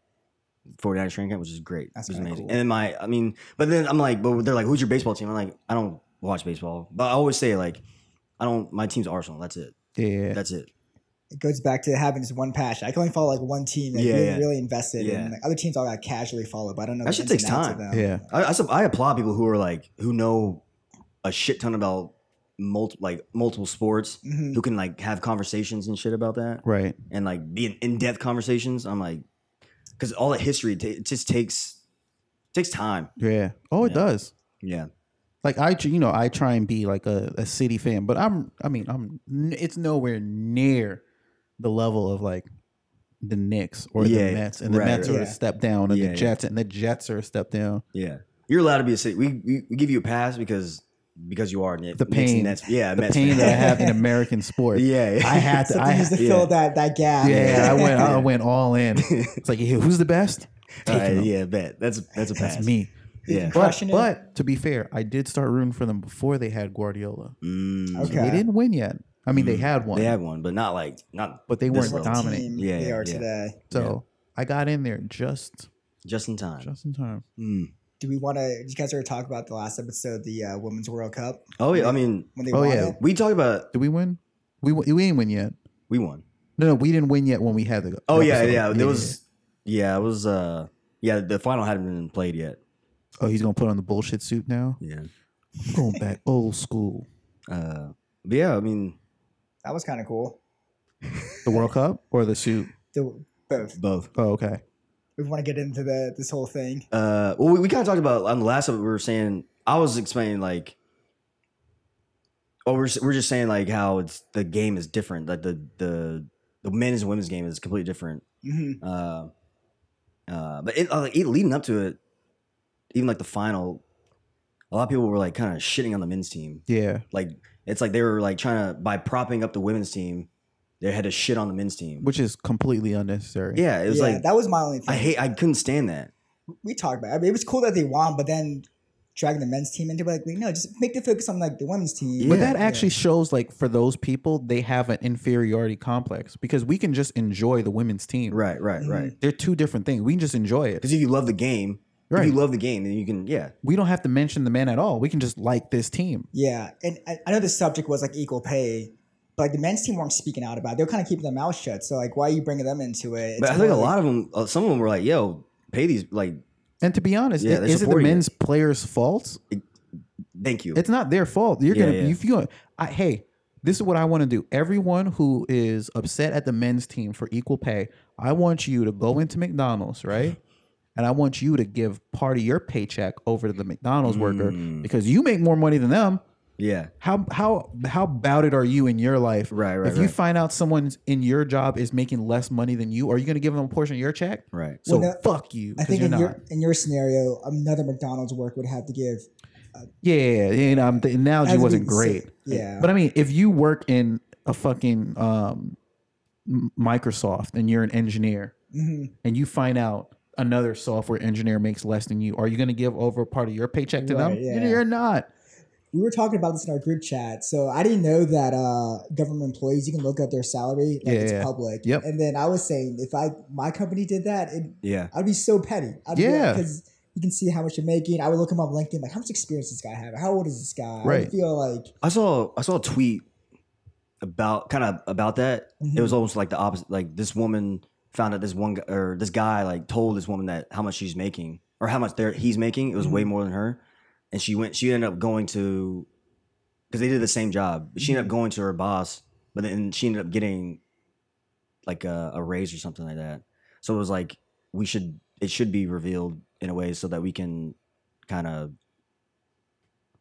A: 49ers training camp, which is great.
C: That's
A: it was
C: kinda
A: amazing.
C: cool.
A: And then my I mean, but then I'm like, but they're like, who's your baseball team? I'm like, I don't watch baseball. But I always say like, I don't my team's Arsenal. That's it.
B: Yeah.
A: That's it.
C: It goes back to having this one passion. I can only follow like one team that
A: Yeah,
C: really,
A: yeah.
C: really invested
A: Yeah.
C: in. Like, other teams all got casually followed, but I don't know.
A: That
C: the
A: shit
C: ins and
A: takes
C: outs of
A: time.
C: them.
B: Yeah.
A: I, I, sup- I applaud people who are like who know a shit ton about multiple like multiple sports
C: Mhm.
A: who can like have conversations and shit about that
B: Right.
A: and like be in in-depth conversations. I'm like, because all that history ta it just takes takes time.
B: Yeah. Oh, it
A: Yeah.
B: does.
A: Yeah.
B: Like I, tr- you know, I try and be like a, a city fan, but I'm, I mean, I'm, n- it's nowhere near the level of like the Knicks or
A: Yeah,
B: the Mets, and the
A: right,
B: Mets
C: right.
B: are a
C: Yeah.
B: step down, and
A: Yeah,
B: the
A: yeah.
B: Jets, and the Jets are a step down.
A: Yeah, you're allowed to be a city. We we, we give you a pass because because you are Nick,
B: The
A: Knicks and
B: pain.
A: Nets- yeah,
B: The
A: Mets
B: pain
A: fan.
B: that I have in American sports,
A: yeah, yeah.
B: I had to, I,
C: Something just to
B: ha-
A: yeah.
C: fill that that gap.
B: yeah, I went, I went all in. It's like, yeah, who's the best?
A: All
B: Taking
A: right,
B: them.
A: Uh, yeah, bet that's a, that's a pass.
B: That's me.
A: Yeah.
B: But,
C: Crushing it.
B: but to be fair, I did start rooting for them before they had Guardiola.
A: Mm,
C: Okay.
B: They didn't win yet. I mean, they
A: Mm.
B: had one,
A: They had one, but not like not
B: but they
A: this
B: weren't
C: What
A: level.
B: dominant.
C: team
A: Yeah,
C: they are
A: yeah.
C: today.
B: So I got in there just
A: just in time.
B: just in time.
A: Mm.
C: Do we want to? You guys ever talk about the last episode, the uh, Women's World Cup
A: Oh yeah, I mean,
C: when they
B: Oh,
C: won
B: yeah.
C: it?
A: we talked about
B: Did we win? We w- we didn't win yet.
A: we won.
B: No, no, we didn't win yet when we had the.
A: Oh
B: the
A: yeah,
B: episode.
A: yeah. There was yeah, it was uh yeah. The final hadn't been played yet.
B: yeah. Oh, he's gonna put on the bullshit suit now.
A: Yeah.
B: I'm going back old school.
A: Uh, but yeah, I mean
C: That was kind of cool.
B: The World Cup or the suit?
C: The, both.
A: both.
B: Oh, okay.
C: We want to get into the this whole thing.
A: Uh, well, we, we kind of talked about on the last episode. We were saying I was explaining like, oh, we're s- we're just saying like how it's the game is different. Like the the the men's and women's game is completely different.
C: hmm
A: Uh, uh, but it, uh, like, it leading up to it, even like the final, a lot of people were like kind of shitting on the men's team.
B: Yeah,
A: Like it's like they were like trying to by propping up the women's team, they had to shit on the men's team.
B: which is completely unnecessary.
A: yeah, it was
C: yeah,
A: like
C: that was my only thing.
A: I hate. I couldn't stand that.
C: we talked about. It. I mean, it was cool that they won, but then dragging the men's team into it, like, no, just make the focus on like the women's team.
A: Yeah.
B: But that actually shows like for those people, they have an inferiority complex because we can just enjoy the women's team.
A: Right, right,
C: Mhm.
A: right.
B: They're two different things. We can just enjoy it.
A: Because if you love the game,
B: Right.
A: if you love the game, then you can, yeah,
B: we don't have to mention the men at all. We can just like this team.
C: yeah. And I, I know the subject was like equal pay, but like the men's team weren't speaking out about. it. They were kind of keeping their mouth shut. So like, why are you bringing them into it?
A: but I think a lot of them, uh, some of them were like, "Yo, pay these." Like,
B: And to be honest,
A: Yeah,
B: i-
A: they're
B: is it the
A: supporting it.
B: men's players' fault?
A: thank you.
B: It's not their fault. You're
A: Yeah,
B: gonna
A: yeah.
B: if you I, hey, this is what I want to do. Everyone who is upset at the men's team for equal pay, I want you to go into McDonald's, right? And I want you to give part of your paycheck over to the McDonald's worker
A: Mm.
B: because you make more money than them.
A: yeah,
B: How how how bouted are you in your life?
A: right, right,
B: if
A: right,
B: you find out someone in your job is making less money than you, are you going to give them a portion of your check?
A: right.
B: So
C: Well, no,
B: fuck you.
C: I
B: 'cause
C: think
B: you're
C: in
B: not.
C: your in your scenario, another McDonald's work would have to give.
B: Yeah, yeah, yeah, and um, the analogy
C: As we
B: wasn't
C: said,
B: great.
C: yeah.
B: but I mean, if you work in a fucking um, M- Microsoft and you're an engineer
C: Mhm.
B: and you find out another software engineer makes less than you, are you going to give over part of your paycheck to them?
C: Right, yeah.
B: You're not.
C: We were talking about this in our group chat, so I didn't know that uh, government employees you can look up their salary like
B: Yeah,
C: it's
B: yeah.
C: public.
B: Yep.
C: And then I was saying if I my company did that, it
A: yeah,
C: I'd be so petty. I'd
B: Yeah.
C: because you can see how much you're making. I would look him up on LinkedIn, like how much experience this guy have? How old is this guy? I
B: Right.
C: would feel like
A: I saw, I saw a tweet about kind of about that. It was almost like the opposite. Like this woman found out this one guy, or this guy like told this woman that how much she's making or how much they're, he's making. It was way more than her, and she went. She ended up going to because they did the same job. But she ended up going to her boss, but then she ended up getting like a, a raise or something like that. So it was like we should it should be revealed in a way so that we can kind of.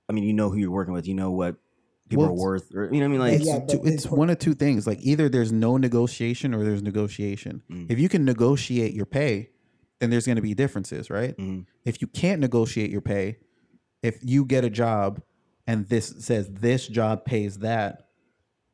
A: I mean, you know who you're working with. You know what people
B: Well,
A: are worth. Or, you know what I mean? Like
C: Yeah,
B: it's
C: but
B: two, it's
C: it's-
B: one of two things. Like either there's no negotiation or there's negotiation.
A: Mm.
B: If you can negotiate your pay, then there's going to be differences, right?
A: Mhm.
B: If you can't negotiate your pay, if you get a job and this says this job pays that,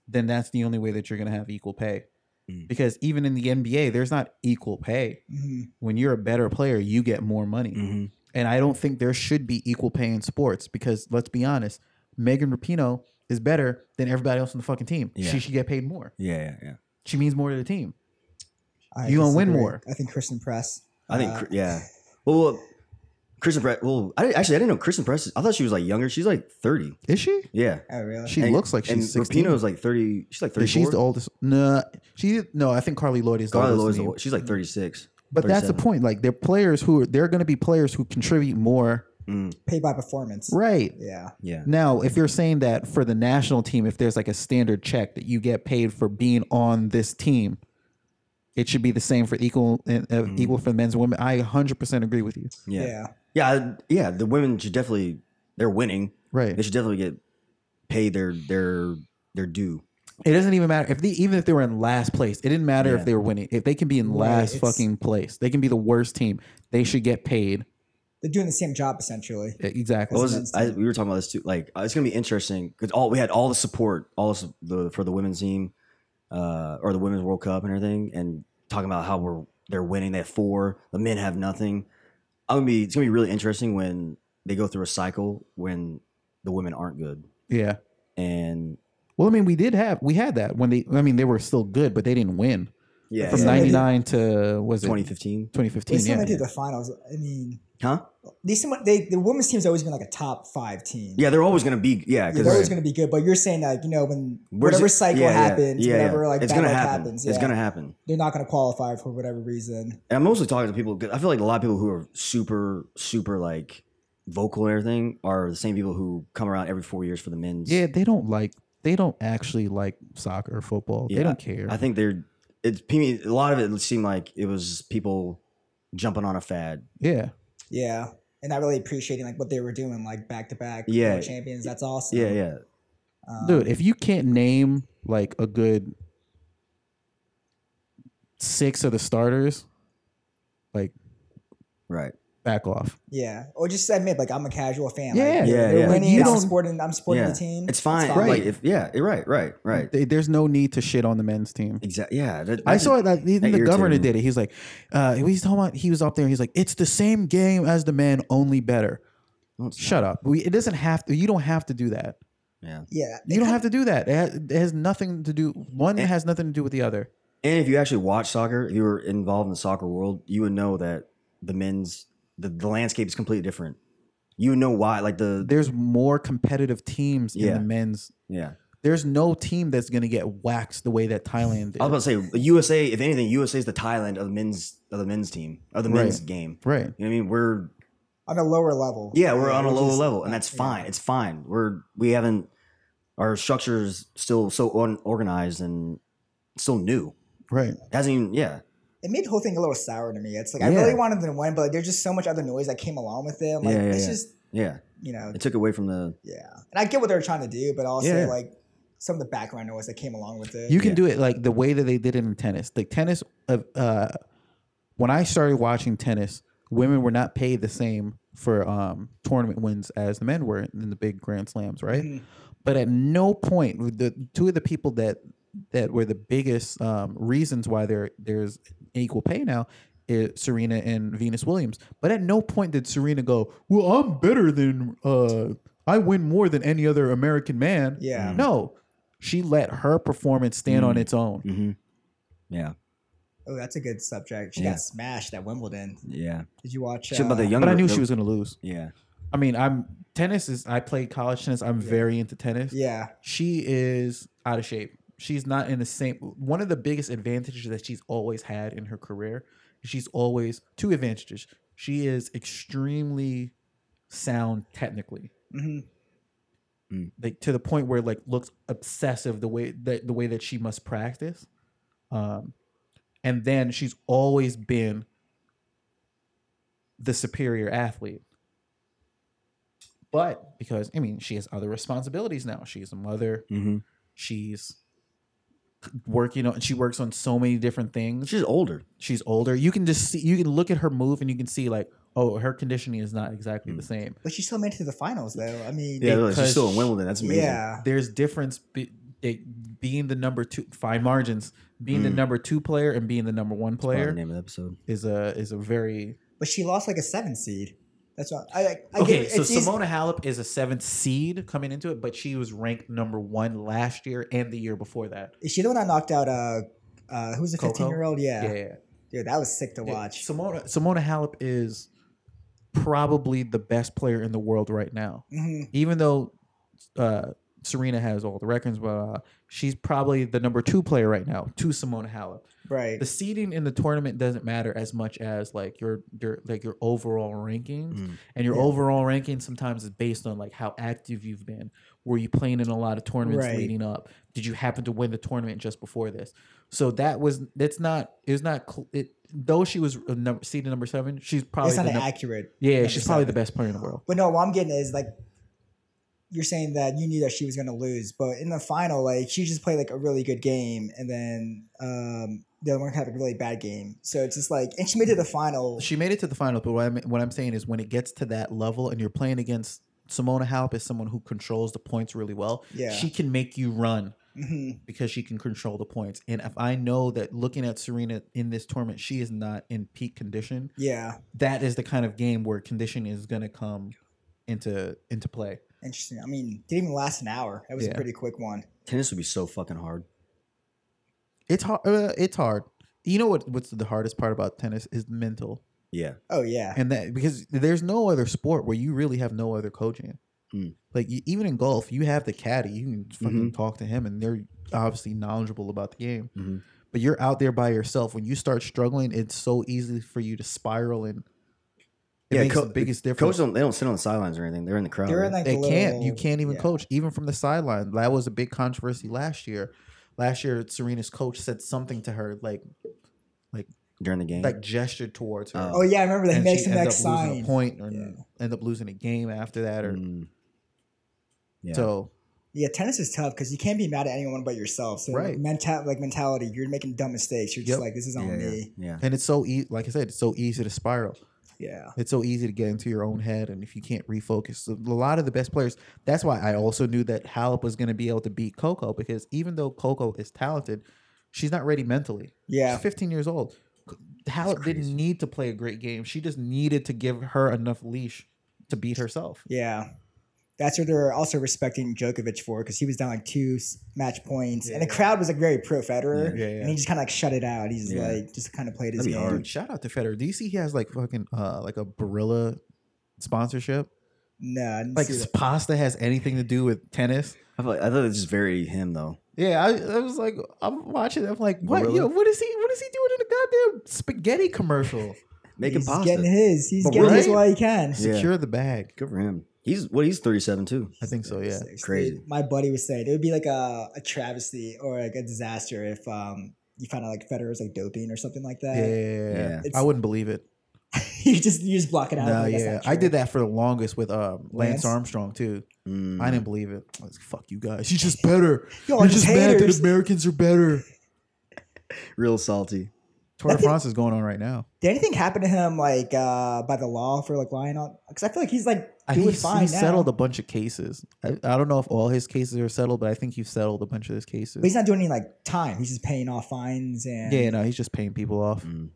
B: then that's the only way that you're going to have equal pay.
A: Mm.
B: Because even in the NBA, there's not equal pay.
C: mhm,
B: When you're a better player, you get more money.
A: Mhm.
B: And I don't think there should be equal pay in sports because let's be honest, Megan Rapinoe is better than everybody else on the fucking team.
A: Yeah.
B: She should get paid more.
A: Yeah, yeah, yeah.
B: She means more to the team.
C: I
B: You gonna win
C: disagree.
B: more.
C: I think Christian Press.
A: I think,
C: uh,
A: Chr- yeah. Well, well Kristen Press. Well, I didn't, actually I didn't know Kristen Press. I thought she was like younger. She's like thirty.
B: Is she?
A: Yeah,
C: Oh really?
B: She
A: Uh, And-
B: looks like
A: and
B: she's 16.
A: Rapinoe's like thirty. She's like
B: Yeah,
A: thirty.
B: she's the oldest. No, she no. I think Carly Lloyd is the
A: Carla
B: oldest.
A: Lloyd's the
B: name.
A: old- she's like thirty six.
B: but that's the point. Like they're players who are, they're going to be players who contribute more.
A: Mm,
C: Paid by performance.
B: Right
C: Yeah.
A: yeah,
B: now, if you're saying that for the national team, if there's like a standard check that you get paid for being on this team, it should be the same for equal uh, uh
A: Mhm.
B: equal for men's and women. I 100 percent agree with you.
A: yeah,
C: Yeah.
A: yeah, yeah, I- yeah. The women should definitely. They're winning.
B: Right.
A: They should definitely get paid their their their due.
B: It doesn't even matter if they even if they were in last place. It didn't matter
A: Yeah.
B: if they were winning. If they can be in
C: Right,
B: last
C: it's-
B: fucking place, they can be the worst team. They should get paid e,
C: They're doing the same job essentially.
B: exactly.
A: What
C: That's
A: was
C: what I'm
A: I, we were talking about this too. Like uh, it's gonna be interesting because all we had all the support, all the, su- the for the women's team, uh, or the women's World Cup and everything, and talking about how we're they're winning. They have four. The men have nothing. I'm gonna be. It's gonna be really interesting when they go through a cycle when the women aren't good
B: Yeah.
A: and
B: Well, I mean, we did have we had that when they. I mean, they were still good, but they didn't win
A: yeah,
B: from
C: yeah.
B: '99 to was it
A: 2015,
B: 2015?
C: They still
B: Yeah,
C: went to the finals. I mean,
A: huh?
C: they, somewhat- they the women's team's always been like a top five team.
A: Yeah, they're always gonna be yeah
C: Yeah, they're always
A: because
C: going to be good, but you're saying like you know when
A: Where's
C: whatever
A: it-
C: cycle
A: yeah, yeah,
C: happens,
A: yeah, yeah.
C: whatever like
A: it's
C: bad
A: gonna
C: luck
A: happen.
C: happens,
A: It's
C: yeah,
A: gonna happen.
C: they're not going to qualify for whatever reason.
A: and I'm mostly talking to people. 'cause I feel like a lot of people who are super, super like vocal and everything are the same people who come around every four years for the men's.
B: yeah, they don't like they don't actually like soccer or football.
A: Yeah,
B: They don't care.
A: I think they're. It's I mean, a lot of it seemed like it was people jumping on a fad.
B: yeah,
C: Yeah, and not really appreciating like what they were doing like back to back.
A: Yeah.
C: world champions. That's awesome.
A: Yeah, yeah.
C: Um,
B: dude, if you can't name like a good six of the starters, like
A: Right.
B: back off.
C: Yeah, or just admit like I'm a casual fan.
B: Yeah.
C: like,
A: Yeah,
C: they're
A: yeah.
C: winning.
B: You
C: I'm
B: don't-
C: supporting. I'm supporting
A: yeah.
C: the team.
A: It's fine.
C: It's fine.
A: Like if yeah, you're right, right, right.
B: They- There's no need to shit on the men's team.
A: Exactly. Yeah. that-
B: I
A: that's-
B: saw it. Like, even the
A: irritated
B: governor
A: me.
B: did it. He's like, uh, he's talking about, he was up there. He's like, it's the same game as the men, only better.
A: No, Oh, it's
B: Shut up. We, it doesn't have to. You don't have to do that.
A: Yeah.
C: Yeah,
B: You don't have to do that. It has, it has nothing to do. One
A: And-
B: has nothing to do with the other.
A: And if you actually watch soccer, if you were involved in the soccer world, you would know that the men's the, the landscape is completely different. You would know why. Like the
B: There's more competitive teams in
A: Yeah.
B: the men's.
A: yeah.
B: There's no team that's going to get waxed the way that Thailand did.
A: I was about to say USA. If anything, USA is the Thailand of the men's of the men's team of the men's
B: Right.
A: game.
B: right.
A: You know what I mean? We're
C: on a lower level.
A: yeah, we're on a
C: which
A: lower
C: is-
A: level, and that's
C: yeah.
A: fine. It's fine. We're we haven't our structure's still so unorganized and still new.
B: Right.
A: Hasn't even yeah
C: It made the whole thing a little sour to me. It's like I
A: Yeah.
C: really wanted them to win, but like, there's just so much other noise that came along with it. I'm Like
A: Yeah, yeah,
C: it's
A: yeah.
C: just
A: yeah.
C: you know,
A: It took away from the
C: yeah. And I get what they're trying to do, but also
A: Yeah.
C: like some of the background noise that came along with it.
B: You can
A: Yeah.
B: do it like the way that they did it in tennis. Like tennis, uh, uh, when I started watching tennis, women were not paid the same for um, tournament wins as the men were in the big Grand Slams, right?
C: Mhm.
B: But at no point, the two of the people that that were the biggest um, reasons why there there's equal pay now. Is Serena and Venus Williams, but at no point did Serena go, "Well, I'm better than uh, I win more than any other American man."
C: Yeah.
A: Mm.
B: No, she let her performance stand on
A: Mm.
B: its own.
A: hmm yeah
C: Oh, that's a good subject. She
A: Yeah.
C: got smashed at Wimbledon.
A: yeah.
C: Did you watch? uh,
A: Shit about the younger.
B: But I knew
A: the-
B: she was going to lose.
A: yeah
B: I mean, I'm tennis is I played college tennis. I'm
C: Yeah.
B: very into tennis.
C: Yeah,
B: She is out of shape. She's not in the same one of the biggest advantages that she's always had in her career. She's always two advantages. She is extremely sound technically.
C: hmm
B: like to the point where like looks obsessive the way that the way that she must practice um and then she's always been the superior athlete but because i mean she has other responsibilities now she's a mother
A: hmm
B: she's working on she works on so many different things
A: she's older.
B: she's older you can just see you can look at her move and you can see like oh her conditioning is not exactly the same
C: but she still made it to the finals though. I mean,
A: Yeah, really, she's
B: Because
A: still in Wimbledon. That's amazing.
C: yeah.
B: there's difference be, they, being the number two fine margins being the
A: Mm.
B: number two player and being the number one
A: Probably the
B: player
A: name of the episode.
B: is a is a very
C: But she lost like a seven seed. That's what I like. I
D: okay,
C: get,
D: so
C: it's easy-
D: Simona Halep is a seventh seed coming into it, but she was ranked number one last year and the year before that.
C: Is she the one that knocked out uh uh who's the
D: Coco?
C: fifteen year old? Yeah.
D: Yeah, yeah. yeah.
C: Dude, that was sick to
D: Yeah,
C: watch.
D: Simona.
B: Simona Halep is probably the best player in the world right now.
C: hmm
B: Even though uh, Serena has all the records, but uh, she's probably the number two player right now to Simona Halep.
C: Right.
B: The seeding in the tournament doesn't matter as much as like your your like your overall rankings,
A: Mhm.
B: and your
C: Mm. Yeah.
B: overall ranking sometimes is based on like how active you've been. Were you playing in a lot of tournaments
C: Right.
B: leading up? Did you happen to win the tournament just before this? So that was that's not it's not cl- it. Though she was a number, seeded number seven, she's probably
C: it's
B: the
C: not an
B: num-
C: accurate.
B: yeah,
C: number
B: she's probably the
C: seven.
B: best player in the world.
C: But no, what I'm getting is like you're saying that you knew that she was gonna lose, but in the final, like she just played like a really good game, and then um the other one had a really bad game. So it's just like, and she made it to the final.
B: She made it to the final, but what I'm, what I'm saying is when it gets to that level and you're playing against Simona Halep is someone who controls the points really well.
C: Yeah.
B: She can make you run
C: hmm
B: because she can control the points. And if I know that looking at Serena in this tournament, she is not in peak condition,
C: Yeah.
B: that is the kind of game where condition is going to come into into play.
C: Interesting. I mean, didn't even last an hour. That was a
B: Yeah.
C: pretty quick one.
A: Tennis would be so fucking hard.
B: It's hard uh, it's hard. You know what what's the hardest part about tennis is mental.
A: Yeah.
C: Oh yeah.
B: and that because there's no other sport where you really have no other coaching.
A: Mm.
B: Like you, even in golf, you have the caddy. You can fucking
A: Mm-hmm.
B: talk to him, and they're obviously knowledgeable about the game.
A: Mhm.
B: But you're out there by yourself. When you start struggling, it's so easy for you to spiral, and it
A: Yeah,
B: makes
A: co-
B: the biggest difference.
A: Coaches don't they don't sit on the sidelines or anything. They're in the crowd.
C: They're
A: right?
C: in like
B: they
C: the little,
B: can't. You can't even
C: yeah.
B: coach, even from the sideline. That was a big controversy last year. Last year, Serena's coach said something to her, like
A: during the game.
B: like gestured towards her.
A: Oh.
C: Oh yeah, I remember that. He
B: and
C: makes
B: she
C: the
B: ended
C: next
B: up losing
C: sign.
B: a point or
C: Yeah.
B: end up losing a game after that, or
A: Mm. Yeah.
B: so.
C: Yeah, tennis is tough because you can't be mad at anyone but yourself. So
B: Right.
C: like, mental, like mentality, you're making dumb mistakes. You're just
B: Yep.
C: like, this is on
A: yeah, yeah,
C: me.
A: yeah.
B: And it's so easy, like I said, it's so easy to spiral.
C: Yeah.
B: It's so easy to get into your own head, and if you can't refocus, so a lot of the best players. That's why I also knew that Halep was going to be able to beat Coco because even though Coco is talented, she's not ready mentally.
C: Yeah.
B: She's 15 years old. C- Halep
A: crazy.
B: didn't need to play a great game. She just needed to give her enough leash to beat herself.
C: Yeah. That's what they're also respecting Djokovic for because he was down like two s- match points, and the
B: Yeah.
C: crowd was like very pro Federer,
B: Yeah, yeah.
C: and he just kind of like shut it out. He's
A: Yeah.
C: like just kind of played his
A: That'd be
C: game.
A: hard.
B: Dude, shout out to Federer. Do you see he has like fucking uh like a Barilla sponsorship?
C: No, I didn't
B: Like
C: see that.
B: pasta has anything to do with tennis?
A: I thought I thought it's just very him though.
B: Yeah, I, I was like, I'm watching. I'm like, what?
A: Gorilla?
B: Yo, what is he? What is he doing in a goddamn spaghetti commercial?
A: Making
C: he's
A: pasta.
C: getting his. He's
A: But
C: getting his
B: really?
C: while he can.
A: Yeah.
B: Secure the bag.
A: Good for him. He's what he's thirty seven too.
B: I think so. Yeah.
C: Seriously.
A: Crazy.
C: My buddy was saying it would be like a, a travesty or like a disaster if um you found out like Federer was like doping or something like
B: Yeah, yeah,
C: that.
B: yeah, yeah.
A: Yeah.
B: I wouldn't believe it.
C: you just you just block it out.
B: No,
C: like, that's
B: yeah,
C: not
B: I
C: true.
B: did that for the longest with um, Lance
C: Lance?
B: Armstrong too.
A: Mm.
B: I didn't believe it. I was like, fuck you guys. He's just better. You're
C: Y'all are
B: just
C: just
B: mad that
C: haters.
B: Americans are better.
A: Real salty.
B: Tour de
C: Nothing-
B: France is going on right now.
C: Did anything happen to him like uh by the law for like lying on? Because I feel like he's like
B: I
C: doing
B: think he's,
C: fine
B: he's
C: now.
B: settled a bunch of cases. I, I don't know if all his cases are settled, but I think he's settled a bunch of his cases.
C: But he's not doing any like time. He's just paying off fines and
B: yeah, no, he's just paying people off.
A: Mm.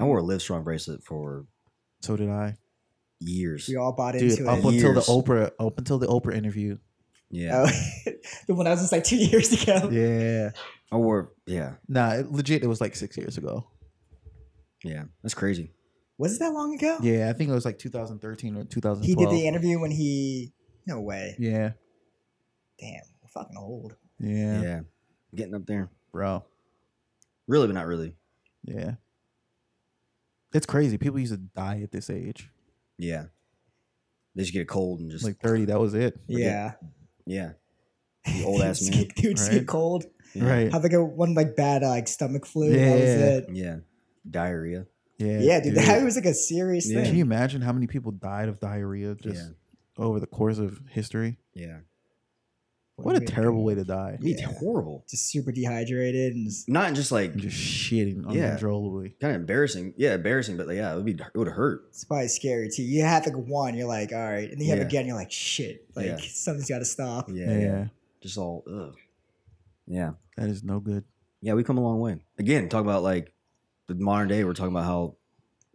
A: I wore a Livestrong bracelet for
B: So did I.
A: years.
C: we all bought
B: dude
C: into
B: up
C: it.
A: on-
B: until the
A: Years.
B: oprah up until the oprah interview
A: Yeah.
C: Oh, the one that was just like two years ago.
B: yeah
A: I wore yeah.
B: nah it, legit it was like six years ago
A: Yeah. That's crazy.
C: Was it that long ago?
B: yeah i think it was like 2013 or
C: Oh. He
B: 2012
C: did the interview when he. No way.
B: yeah
C: Damn, we're fucking old.
B: yeah
A: Yeah. Getting up there.
B: bro
A: Really, but not really.
B: yeah it's crazy people used to die at this age
A: Yeah. They just get a cold and just
B: like 30 that was it
C: Yeah.
A: yeah. You old ass
C: Just
A: man.
C: get- Dude, just get
B: Right.
C: cold.
A: Yeah.
B: right
C: Have like a one like bad uh, like stomach flu. Yeah. That was
B: Yeah.
C: it.
A: Yeah. Diarrhea.
B: yeah
C: Yeah, dude, that was like a serious
A: Yeah.
B: can
C: thing.
B: you imagine how many people died of diarrhea just
A: Yeah.
B: over the course of history
A: Yeah.
B: what a
C: Way to
B: terrible
C: go.
B: way to die
A: It's
C: Yeah.
A: horrible.
C: Just super dehydrated and just,
A: Not just like
B: just shitting
A: Yeah.
B: uncontrollably
A: kind of embarrassing. Yeah, embarrassing, but like, yeah, it would be it would hurt.
C: it's probably scary too. You have like one, you're like, all right, and then you have
A: Yeah.
C: again, you're like, shit, like
A: Yeah.
C: something's got to stop.
A: Yeah, yeah.
B: yeah
A: Just all ugh. Yeah.
B: that is no good
A: Yeah, we come a long way. Again, talk about like the modern day, we're talking about how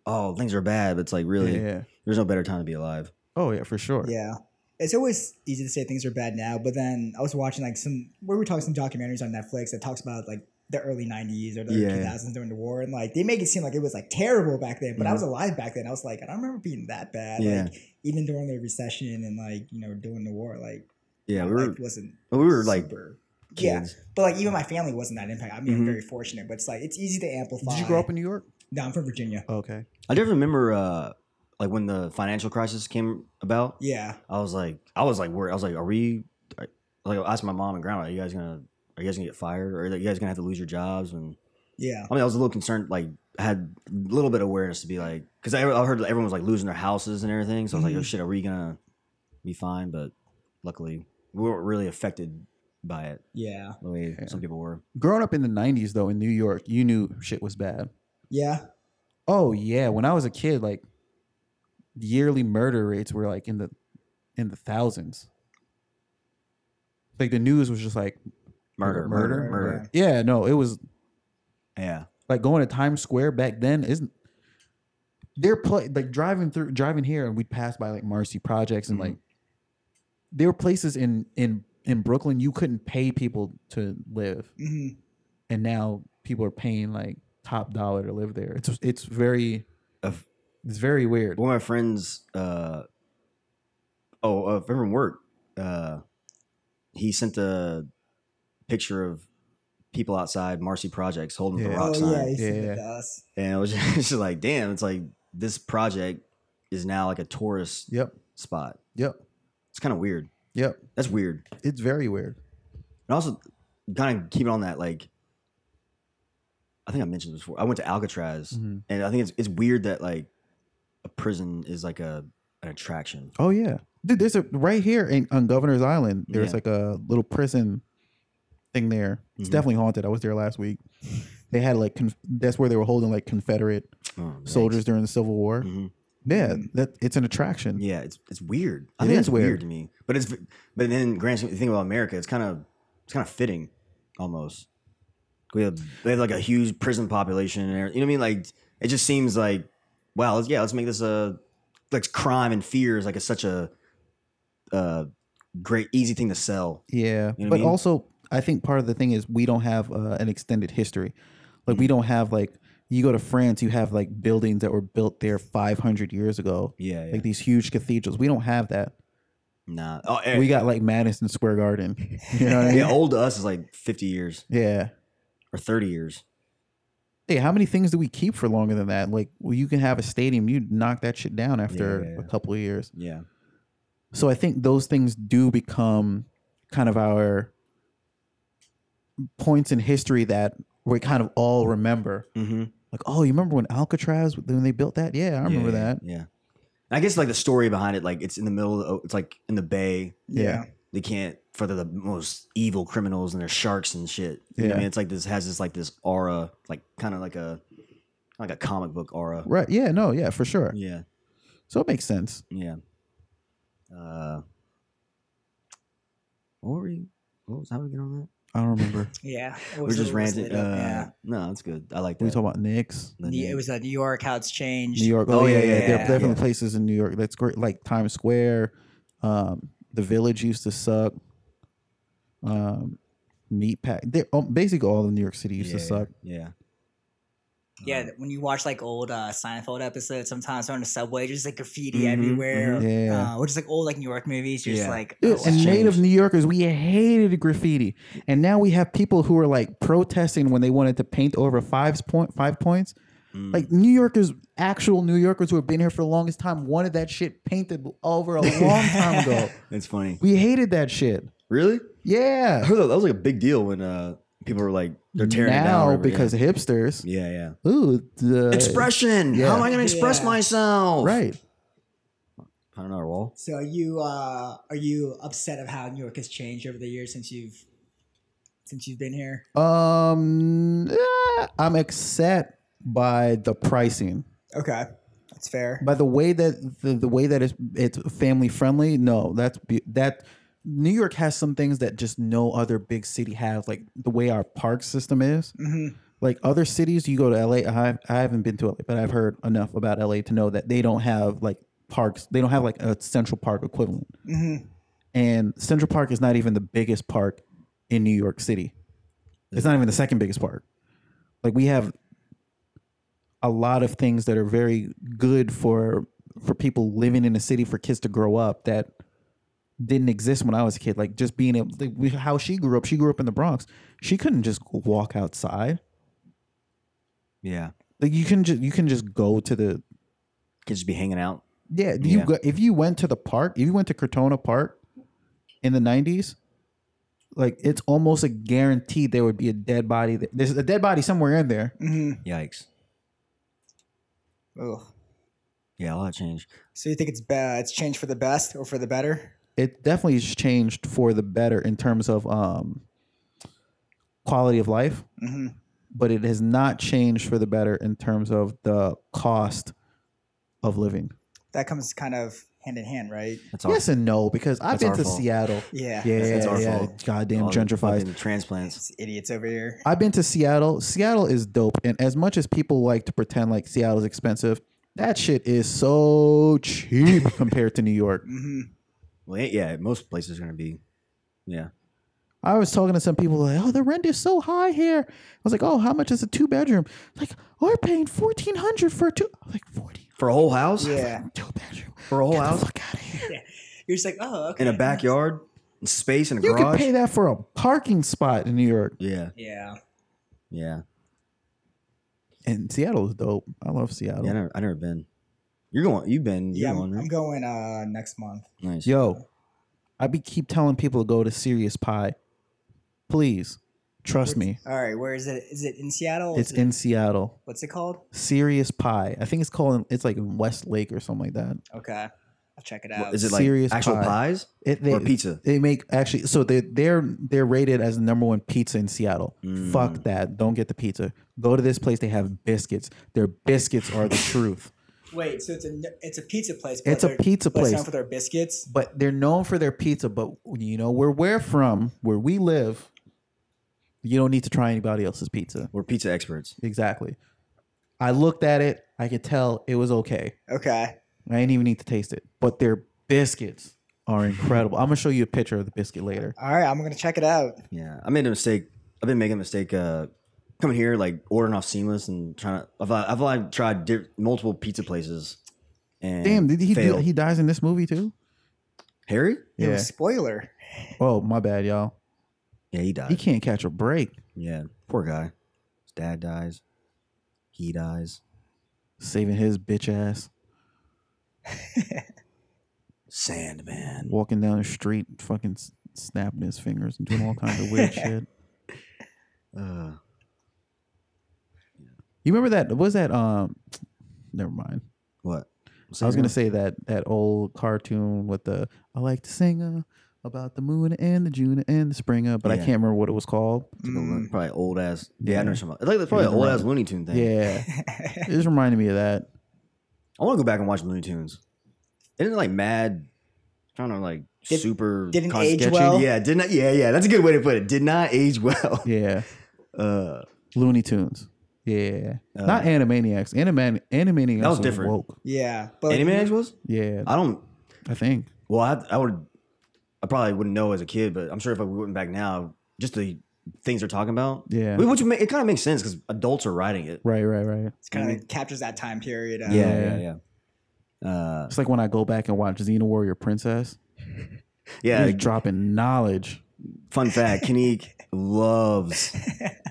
A: oh things are bad, but it's like really
B: yeah
A: There's no better time to be alive.
D: Oh yeah, for sure.
C: Yeah. It's always easy to say things are bad now, but then I was watching like some where we talk some documentaries on Netflix that talks about like the early '90s or the
A: Yeah.
C: 2000s during the war, and like they make it seem like it was like terrible back then. But I was
A: Mhm.
C: alive back then. I was like, I don't remember being that bad.
A: Yeah.
C: Like even during the recession and like you know during the war, like
A: Yeah, we were
C: life wasn't
A: we were like
C: super. Yeah,
A: kids.
C: but like even my family wasn't that impacted. I mean, I'm
A: Mhm.
C: very fortunate, but it's like it's easy to amplify.
B: Did you grow up in New York?
C: No, I'm from Virginia.
B: Okay.
A: I definitely remember uh, like when the financial crisis came about.
C: Yeah,
A: I was like, I was like worried. I was like, are we? Like, I asked my mom and grandma, are you guys gonna, are you guys gonna get fired, or are you guys gonna have to lose your jobs? And
C: yeah,
A: I mean, I was a little concerned. Like, I had a little bit of awareness to be like, because I, I heard that everyone was like losing their houses and everything. So I was
B: Mm-hmm.
A: like, oh
C: Mhm.
A: shit, are we gonna be fine? But luckily, we weren't really affected by it
C: yeah,
A: the way
B: Yeah.
A: some people were.
B: Growing up in the 90s, though, in New York, you knew shit was bad.
C: yeah.
B: Oh, yeah. When I was a kid, like yearly murder rates were like in the in the thousands. Like the news was just like,
A: Murder,
B: Murder,
A: murder, murder.
C: murder.
B: yeah, no, it was
A: Yeah,
B: like going to Times Square back then isn't they're play like driving through driving here and we'd pass by like Marcy Projects and
A: Mhm.
B: like there were places in in in Brooklyn you couldn't pay people to live
C: hmm
B: and now people are paying like top dollar to live there. It's it's very
A: Of-
B: it's very weird.
A: one of my friends, uh, oh, uh, from work, uh, he sent a picture of people outside Marcy Projects holding up
B: Yeah.
A: a
C: Oh
A: rock
C: yeah,
A: sign,
C: he said
B: Yeah.
C: that to us.
A: and it was just, it's just like, damn, it's like this project is now like a tourist
B: Yep.
A: spot.
B: Yep.
A: It's kind of weird.
B: Yep.
A: That's weird.
B: It's very weird.
A: And also, kind of keep it on that like. I think I mentioned this before. I went to Alcatraz,
B: Mm. Mm-hmm.
A: and I think it's it's weird that like a prison is like a an attraction.
B: Oh yeah. Dude, there's a right here in, on Governor's Island, there's
A: Yeah.
B: like a little prison thing there. It's
A: Mhm.
B: definitely haunted. I was there last week. They had like conf- that's where they were holding like Confederate
A: Oh, yikes.
B: soldiers during the Civil War.
A: Mhm.
B: Yeah, that it's an attraction.
A: Yeah, it's it's weird.
B: It
A: I think
B: is
A: it's weird.
B: weird.
A: to me. But it's but then grand scheme, if you think about America, it's kind of it's kind of fitting almost. We have they have like a huge prison population and everything. you know what I mean? Like it just seems like wow, let's, yeah, let's make this a like crime and fear is like a, such a uh great easy thing to sell.
B: Yeah,
A: You know what I
B: but
A: mean?
B: also I think part of the thing is we don't have uh, an extended history. Like
A: Mm.
B: we don't have like you go to France, you have like buildings that were built there 500 years ago,
A: Yeah, yeah.
B: like these huge cathedrals. We don't have that.
A: nah. Oh, eh,
B: We got like Madison Square Garden. You know what I mean?
A: yeah, old to us is like 50 years
B: Yeah.
A: or 30 years.
B: Hey, how many things do we keep for longer than that? Like, well, you can have a stadium, you knock that shit down after
A: Yeah.
B: a couple of years.
A: Yeah.
B: So I think those things do become kind of our points in history that we kind of all remember.
A: Mhm.
B: Like, oh, you remember when Alcatraz when they built that? Yeah, I remember
A: Yeah, yeah,
B: that.
A: Yeah. And I guess like the story behind it like it's in the middle of the, it's like in the bay
B: Yeah.
A: they can't for the, the most evil criminals and their sharks and shit. You know what
B: Yeah.
A: I mean, it's like this has this like this aura, like kind of like a like a comic book aura.
B: Right. Yeah, no, yeah, for sure.
A: Yeah,
B: So it makes sense.
A: yeah. Uh, what were you? What was how did we get on that?
B: I don't remember.
C: Yeah, it
A: We
C: was
A: We're just
C: it was
A: ranting.
C: lit up,
A: Uh,
C: yeah.
A: No, that's good. I like that.
B: we talk about Knicks,
A: The
C: New-
A: name.
C: it was uh, New York how it's changed.
B: New York.
A: Oh, yeah, yeah,
B: There are
C: yeah,
B: definitely
A: yeah.
B: places in New York that's great, like Times Square. Um, the Village used to suck. Um, Meat Pack. They're, oh, basically, all of New York City used
A: yeah,
B: to suck.
A: Yeah. Uh,
C: Yeah, when you watch like old uh, Seinfeld episodes, sometimes they're on the subway, just like graffiti everywhere,
B: mhm. Yeah.
C: uh, or just like old like New York movies. You're just
A: Yeah.
C: like,
B: Ew,
C: oh,
B: and
C: wow.
B: native New Yorkers, we hated graffiti, and now we have people who are like protesting when they wanted to paint over five point five points.
A: Mm.
B: Like New Yorkers, actual New Yorkers who have been here for the longest time, wanted that shit painted over a long time ago.
A: It's funny.
B: We hated that shit.
A: Really? I
B: Yeah.
A: heard that, that was like a big deal when uh people were like they're tearing it down
B: now
A: or whatever,
B: because
A: yeah.
B: hipsters.
A: yeah, yeah.
B: Ooh, the,
A: Expression.
B: yeah.
A: How am I going to express
C: Yeah.
A: myself?
B: Right.
A: I don't know. Wall.
C: So are you uh, are you upset of how New York has changed over the years since you've since you've been here?
B: Um, eh, I'm upset by the pricing,
C: Okay, that's fair.
B: by the way that the, the way that it's it's family friendly. No, that's be, that New York has some things that just no other big city has, like the way our park system is.
C: hmm
B: Like other cities, you go to LA. I I haven't been to LA, but I've heard enough about LA to know that they don't have like parks. They don't have like a Central Park equivalent.
C: hmm
B: And Central Park is not even the biggest park in New York City. It's not even the second biggest park. Like we have a lot of things that are very good for for people living in the city for kids to grow up that didn't exist when I was a kid. Like just being able, like we, how she grew up. She grew up in the Bronx. She couldn't just walk outside.
A: Yeah.
B: Like you can just you can just go to the
A: Kids just be hanging out.
B: Yeah, you
A: Yeah.
B: go, if you went to the park, if you went to Cortona Park in the '90s, like it's almost a guarantee there would be a dead body. There. There's a dead body somewhere in there.
C: hmm
A: Yikes.
C: Ugh.
A: Yeah, a lot changed.
C: So you think it's bad? It's changed for the best or for the better?
B: It definitely has changed for the better in terms of um, quality of life,
C: hmm
B: but it has not changed for the better in terms of the cost of living.
C: That comes kind of hand in hand, right?
A: That's all.
B: Yes and no, because I've
A: That's
B: been
A: our
B: to
A: fault.
B: Seattle.
C: Yeah.
B: Yeah,
A: That's
B: yeah,
A: our
B: yeah.
A: fault.
B: Goddamn
A: All the
B: gentrified.
A: fucking Transplants.
C: It's idiots over here.
B: I've been to Seattle. Seattle is dope. And as much as people like to pretend like Seattle's expensive, that shit is so cheap compared to New York.
C: hmm
A: Well, yeah, yeah, most places are gonna be. Yeah.
B: I was talking to some people like, oh, the rent is so high here. I was like, oh, how much is a two bedroom? Like, we're paying fourteen hundred for a two. I'm like, forty
A: For a whole house.
C: Yeah.
B: two bedroom.
A: For a whole
B: Get the
A: house
B: fuck out of here.
C: You're just like, oh, okay.
A: in a backyard, in space, in a
B: You could
A: garage.
B: pay that for a parking spot in New York.
A: yeah.
C: Yeah.
A: Yeah.
B: And Seattle is dope. I love Seattle.
A: Yeah. I never, I never been. You're going. You've been. You're
C: Yeah.
A: going.
C: I'm, I'm
A: Right?
C: going uh, next month.
A: nice.
B: Yo, I be keep telling people to go to Sirius Pie. Please, trust me.
C: All right. Where is it? Is it in Seattle?
B: It's
C: Is it-
B: in Seattle.
C: What's it called?
B: Sirius Pie. I think it's called. It's like in Westlake or something like that.
C: Okay. I'll check it
A: What,
C: out.
A: is it like
B: Serious
A: actual
B: pie.
A: pies
B: It
A: or
B: they,
A: pizza?
B: they make actually. So they they're they're rated as the number one pizza in Seattle.
A: Mm.
B: Fuck that. Don't get the pizza. Go to this place. They have biscuits. Their biscuits are the truth.
C: Wait. So it's a it's a pizza place. but
B: It's a
C: they're-
B: pizza
C: but it's
B: place,
C: known for their biscuits.
B: but they're known for their pizza. But you know where we're from, where we live, you don't need to try anybody else's pizza.
A: We're pizza experts.
B: Exactly. I looked at it. I could tell it was okay.
C: Okay.
B: I didn't even need to taste it. But their biscuits are incredible. I'm gonna show you a picture of the biscuit later.
C: All right. I'm gonna check it out.
A: Yeah, I made a mistake. I've been making a mistake uh, coming here, like ordering off Seamless and trying to. I've uh, I've like tried di- multiple pizza places. And
B: Damn, did he
A: failed.
B: he dies in this movie too?
A: Harry?
C: Yo,
B: Yeah.
C: Spoiler.
B: Oh my bad, y'all.
A: Yeah, he
B: He
A: died.
B: can't catch a break.
A: yeah, poor guy. His dad dies. He dies.
B: Saving his bitch ass,
A: Sandman.
B: walking down the street, fucking s- snapping his fingers and doing all kinds of weird shit.
A: Uh,
B: You remember that? what Was that um? Never mind.
A: what?
B: I was gonna say that that old cartoon with the I like to sing uh, about the moon and the June and the spring, uh, but I
A: Yeah.
B: can't remember what it was called.
C: Mm.
A: probably old ass. Yeah, I
B: Yeah.
A: know something. It's like that's probably an
B: Yeah,
A: old
B: right.
A: ass Looney Tune thing.
B: Yeah,
C: Mm.
B: it just reminded me of that.
A: I want to go back and watch Looney Tunes. Isn't it like mad? Kind of like
C: Did-
A: super
C: didn't
A: con-
C: age
A: sketchy?
C: well?
A: Yeah, did not. Yeah, yeah. That's a good way to put it. Did not age well.
B: Yeah,
A: Uh,
B: Looney Tunes. Yeah,
A: Uh,
B: not Animaniacs. Animan Animaniacs
A: That was different.
B: Woke.
C: yeah. But
A: Animaniacs was?
B: Yeah,
A: I don't.
B: I think.
A: Well, I, I would. I probably wouldn't know as a kid, but I'm sure if I went back now, just the things they're talking about.
B: Yeah.
A: Which would make, it kind of makes sense because adults are writing it.
B: Right, right, right.
C: It's kind of captures that time period. uh, Of,
A: Yeah, yeah, yeah. Uh,
B: It's like when I go back and watch Xena Warrior Princess.
A: yeah.
B: he's dropping knowledge
A: Fun fact: Kanik loves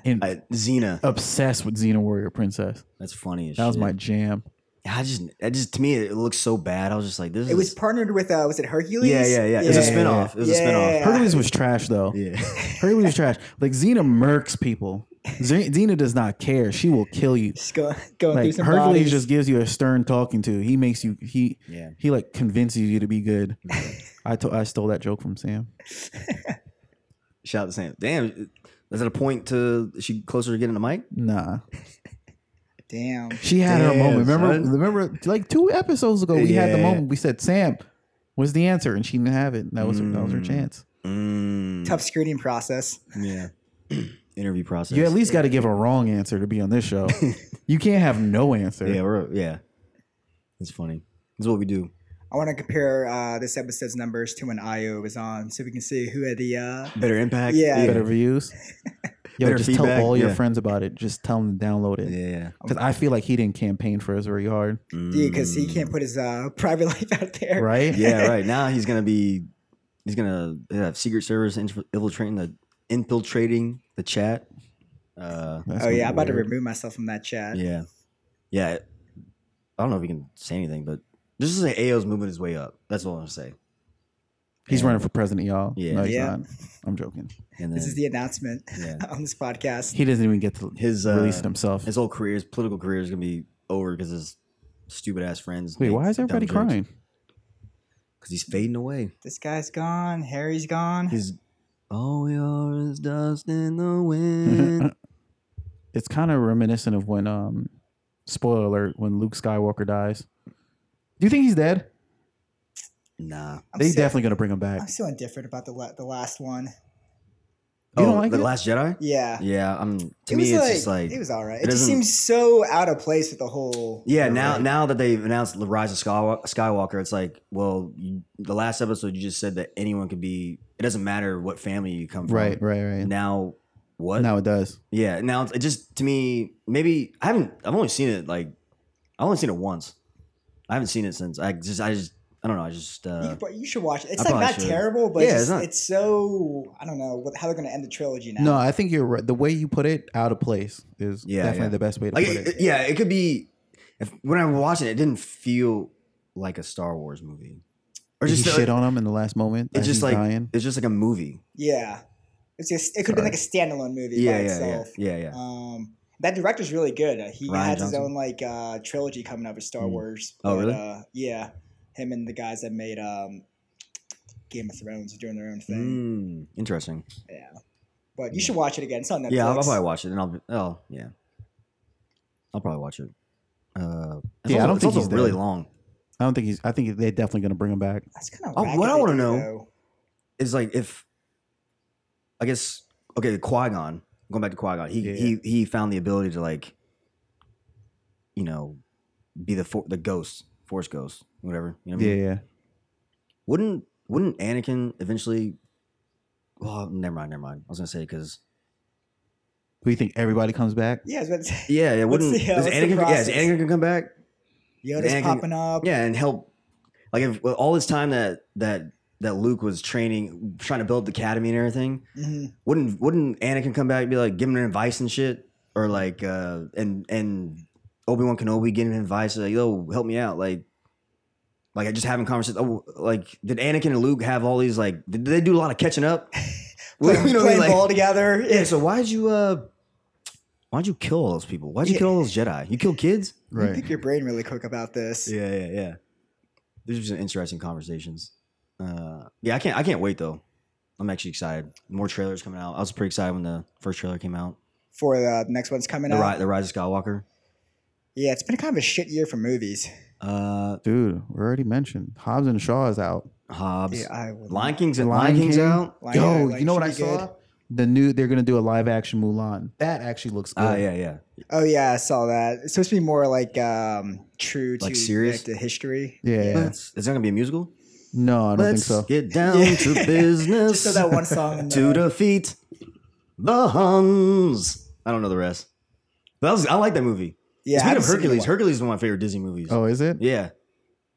B: and
A: uh, Xena.
B: obsessed with Xena Warrior Princess.
A: That's funny. As
B: That was
A: shit.
B: my jam.
A: I just, I just to me, it looks so bad. I was just like, this.
C: It was
A: is,
C: partnered with uh, was it Hercules?
A: yeah, yeah, yeah. It's a
B: Yeah.
A: spinoff. It was
C: Yeah.
A: a
B: Hercules was trash though.
A: spinoff. Yeah.
B: Hercules was trash. Like Xena murks people. Ze- Xena does not care. She will kill you.
C: Just go, going through
B: Like
C: some
B: Hercules
C: bodies.
B: just gives you a stern talking to. He makes you he
A: Yeah.
B: he like convinces you to be good. I to- I stole that joke from Sam.
A: Shout out to Sam. Damn. Is that a point to is she closer to getting the mic?
B: Nah.
C: damn.
A: Mm.
B: She had her
A: Damn,
B: moment. Remember,
A: son.
B: remember, like two episodes ago, we had the
A: Yeah.
B: moment. We said, "Sam, what's the answer?" And she didn't have it. That was her, that was her
A: Mm.
B: chance.
A: Mm,
C: Tough screening process.
A: Yeah. Interview process.
B: You at least got to give a wrong answer to be on this show. you can't have no answer.
A: Yeah, we're yeah. It's funny. This is what we do.
C: I want to compare uh, this episode's numbers to when Io was on, so we can see who had the. Uh,
A: Better impact.
C: Yeah.
A: Yeah.
B: Better views. Yo,
A: Better
B: just
A: feedback,
B: tell all your
A: yeah.
B: friends about it. Just tell them to download
A: Yeah.
B: it.
A: yeah.
B: Because I feel like he didn't campaign for us very hard,
C: because he can't put his uh, private life out there.
B: right?
A: Mm. Er, yeah, right. Now he's gonna be he's gonna have secret service inf- infiltrating the infiltrating the chat. Uh,
B: That's
C: Oh
B: gonna be
C: yeah, I'm about to
B: weird.
C: remove myself from that chat.
A: yeah, yeah. I don't know if we can say anything, but this is like AO's moving his way up. That's all I'm gonna say.
B: He's
A: Yeah.
B: running for president, y'all.
A: Yeah.
B: No, he's
C: Yeah.
B: not. I'm joking.
A: And then
C: This is the announcement
A: yeah,
C: on this podcast.
B: He doesn't even get to
A: his uh,
B: release it himself.
A: his whole career, his political career is gonna be over because his stupid ass friends.
B: Wait, why is everybody crying?
A: Because he's fading away.
C: This guy's gone. Harry's gone.
A: He's all we are is dust in the wind.
B: Mm-hmm. it's kind of reminiscent of when um spoiler alert when Luke Skywalker dies. Do you think he's dead?
A: nah.
C: I'm
B: they
C: still,
B: definitely gonna bring him
C: I'm
B: back.
C: still indifferent about the la- the last one.
B: You don't
A: Oh,
B: like
A: the
B: it?
A: Last Jedi.
C: Yeah.
A: Yeah, I'm. To me,
C: it was
A: it's
C: like,
A: just like
C: it was all right.
A: it
C: It, just
A: doesn't-
C: seems so out of place with the whole.
A: yeah. Now,
C: Right.
A: now that they've announced the Rise of Skywa- Skywalker, it's like, well, you, the last episode you just said that anyone could be. It doesn't matter what family you come from.
B: Right, right, right.
A: Now, what?
B: Now it does.
A: Yeah. Now, it just to me, maybe I haven't. I've only seen it like I've only seen it once. I haven't seen it since. I just, I just, I don't know. I just.
C: you,
A: uh
C: could pro- you should watch it. It's
A: I
C: like
A: probably
C: not
A: should.
C: terrible, but
A: Yeah,
C: it's,
A: it's not-
C: it's so I don't know what, how they're going to end the trilogy now.
B: No, I think you're right. The way you put it, out of place, is
A: Yeah,
B: definitely
A: yeah.
B: the best way to
A: Like,
B: put it.
A: it, it- yeah, it could be. If, when I was watching it, it didn't feel like a Star Wars movie, or
B: Did
A: just
B: he
A: uh,
B: shit on him in the last moment.
A: It's
B: as
A: just
B: he's
A: like
B: dying?
A: it's just like a movie.
C: Yeah, it's just, it could have been like a standalone movie
A: Yeah,
C: by
A: yeah, yeah,
C: itself.
A: yeah, yeah.
C: Um, that director's really good. Uh, He
A: Ryan
C: had his
A: Johnson?
C: own like uh, trilogy coming up with Star
A: Mm.
C: Wars.
A: Oh, really?
C: Uh, yeah, him and the guys that made um, Game of Thrones are doing their own
A: Mm,
C: thing.
A: interesting.
C: But you should watch it again. It's on Netflix.
A: Yeah, I'll, I'll probably watch it, and I'll. Oh, yeah. I'll probably watch it. Uh, it's
B: Yeah,
A: also-
B: I don't
A: it's
B: think
A: also
B: he's
A: really
B: dead.
A: long.
B: I don't think he's. I think they're definitely gonna bring him back.
C: That's kind
A: Oh,
C: of
A: what I wanna know- It's like if, I guess, okay, Qui Gon. Going back to Qui Gon, he
B: Yeah.
A: he he found the ability to like, you know, be the for, the ghost, force ghost, whatever. You know what I
B: Yeah,
A: mean?
B: yeah.
A: Wouldn't wouldn't Anakin eventually? Well, never mind, never mind. I was gonna say because
B: Who you think everybody comes back?
C: Yeah, but
A: yeah, yeah.
C: What's
A: Wouldn't
C: the- uh,
A: does
C: what's the
A: Anakin? Yeah, is
C: process?
A: Anakin gonna come back?
C: Yoda's
A: Anakin-
C: popping up.
A: Yeah, and help. Like if with all this time that that that Luke was training, trying to build the academy and everything,
C: hmm
A: wouldn't wouldn't Anakin come back and be like, give him advice and shit, or like, uh, and and Obi Wan Kenobi giving him advice, like, yo, help me out, like, like I just having conversations. Oh, like did Anakin and Luke have all these like? Did they do a lot of catching up?
C: Playing,
A: You know,
C: playing
A: like-
C: ball together.
A: yeah. So why'd you uh, why'd you kill all those people? Why'd you
C: Yeah.
A: kill all those Jedi? You kill kids?
C: You
B: Right.
C: pick your brain really quick about this.
A: Yeah, yeah, yeah. These are some interesting conversations. Uh, yeah, I can't. I can't wait though. I'm actually excited. More trailers coming out. I was pretty excited when the first trailer came out.
C: For the next one's coming
A: The,
C: out.
A: Ri- the Rise of Skywalker.
C: Yeah, it's been kind of a shit year for movies.
A: Uh,
B: Dude, we already mentioned Hobbs and Shaw is out.
A: Hobbs.
C: Yeah, I would-
A: Lion King's
B: The
A: and
B: Lion
A: Lion King's
B: King?
A: out.
C: Lion King,
B: Yo,
C: like,
B: you know what I
C: should be
B: saw?
C: good.
B: The new they're gonna do a live action Mulan. That actually looks good.
A: Oh yeah, yeah.
C: Oh yeah, I saw that. It's supposed to be more like um true to
A: Like serious?
C: like, the history.
B: Yeah.
A: Let's- Is that gonna be a musical?
B: No, I don't
A: Let's
B: think so.
A: get down
C: Yeah.
A: to business.
C: Just know that one song. and,
A: to
C: uh,
A: defeat the Huns. I don't know the rest. But that was, I like that movie.
C: yeah, I
A: Speaking
C: haven't
A: of
C: seen
A: Hercules,
C: one.
A: Hercules is one of my favorite Disney movies.
B: Oh, is it?
A: Yeah,
C: Uh,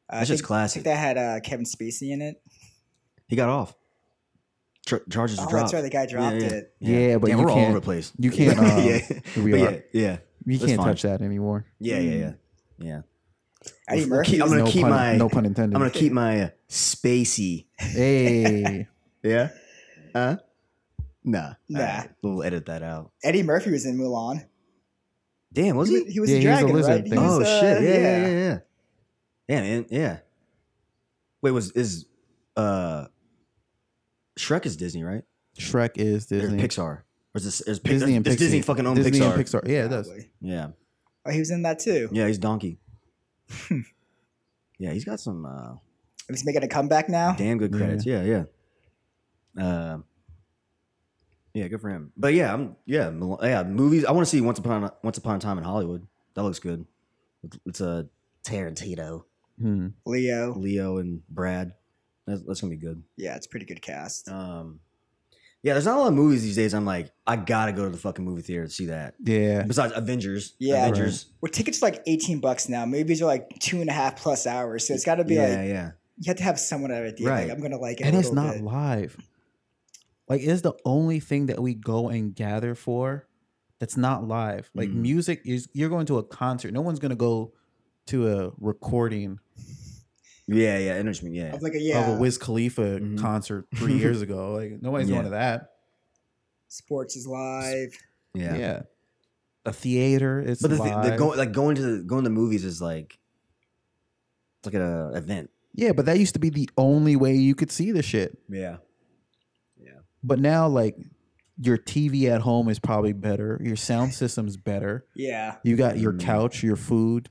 C: I
A: that's just
C: think- I
A: classic.
C: think that had uh, Kevin Spacey in it.
A: He got off. Char- charges
C: Oh,
A: dropped.
C: that's right. The guy dropped it.
B: Yeah, but
A: Damn,
B: you
A: we're all
B: can't-
A: over the place.
B: you can't, uh,
A: yeah.
B: we
A: But
B: are. Mm.
A: yeah, yeah,
B: You
A: That's
B: can't
A: fine.
B: touch that anymore.
A: yeah, yeah, yeah. yeah.
C: Eddie
A: We'll
C: Murphy.
A: keep- I'm gonna
B: no
A: keep
B: pun,
A: my.
B: no pun intended.
A: I'm gonna keep my uh, spacey.
B: hey,
A: Yeah. Huh? Nah.
C: Nah.
A: Alright, We'll edit that out.
C: Eddie Murphy was in Mulan.
A: Damn, was
C: he?
A: he?
C: wa- He was
B: Yeah,
C: a
B: he was a
C: dragon,
B: lizard
C: right? He
B: thing.
C: was,
A: oh
C: uh,
A: shit! Yeah, yeah, yeah, yeah. Yeah, man. Yeah. Wait, was is uh Shrek is Disney, right?
B: Shrek is
A: Or
B: Disney.
A: Pixar. Or is this is Pixar?
B: Disney and Pixar.
A: does Disney fucking own
B: Disney
A: Pixar.
B: and Pixar. Yeah, it does.
C: Probably.
A: Yeah.
C: Oh, he was in that too.
A: Yeah, he's donkey. yeah, he's got some uh
C: He's making a comeback now.
A: damn good
B: Yeah.
A: credits. Yeah, yeah. Um, yeah, good for him. But yeah, I'm yeah, Mil- yeah. Movies. I want to see Once Upon Once Upon a Time in Hollywood. That looks good. It's a uh, Tarantino.
B: Hmm.
C: Leo.
A: Leo and Brad. That's, that's gonna be good.
C: Yeah, it's a pretty good cast.
A: Um, yeah, there's not a lot of movies these days. I'm like, I gotta go to the fucking movie theater to see that.
B: Yeah.
A: Besides Avengers,
C: Yeah.
A: Avengers.
C: Well, tickets are like eighteen bucks now. Movies are like two and a half plus hours, so it's got to be
A: Yeah,
C: like
A: yeah.
C: you have to have someone at it.
A: Right.
C: Like, I'm gonna like it.
B: And
C: a
B: it's
C: little
B: not
C: bit.
B: live. Like it's the only thing that we go and gather for that's not live. Like
A: Mhm.
B: music is you're going to a concert. No one's gonna go to a recording
A: Yeah, yeah. Enrichment. Yeah.
C: Of like a yeah
B: of a Wiz Khalifa
A: Mhm.
B: concert three years ago. Like nobody's
A: Yeah.
B: going to that.
C: sports is live.
A: Yeah.
B: Yeah. A theater. It's
A: But the, thi-
B: live.
A: the go, like going to the, going to movies is like it's like an event.
B: yeah, but that used to be the only way you could see the shit.
A: Yeah.
B: But now, like your TV at home is probably better. Your sound system's better.
C: Yeah,
B: You got your
A: Mm.
B: couch, your food.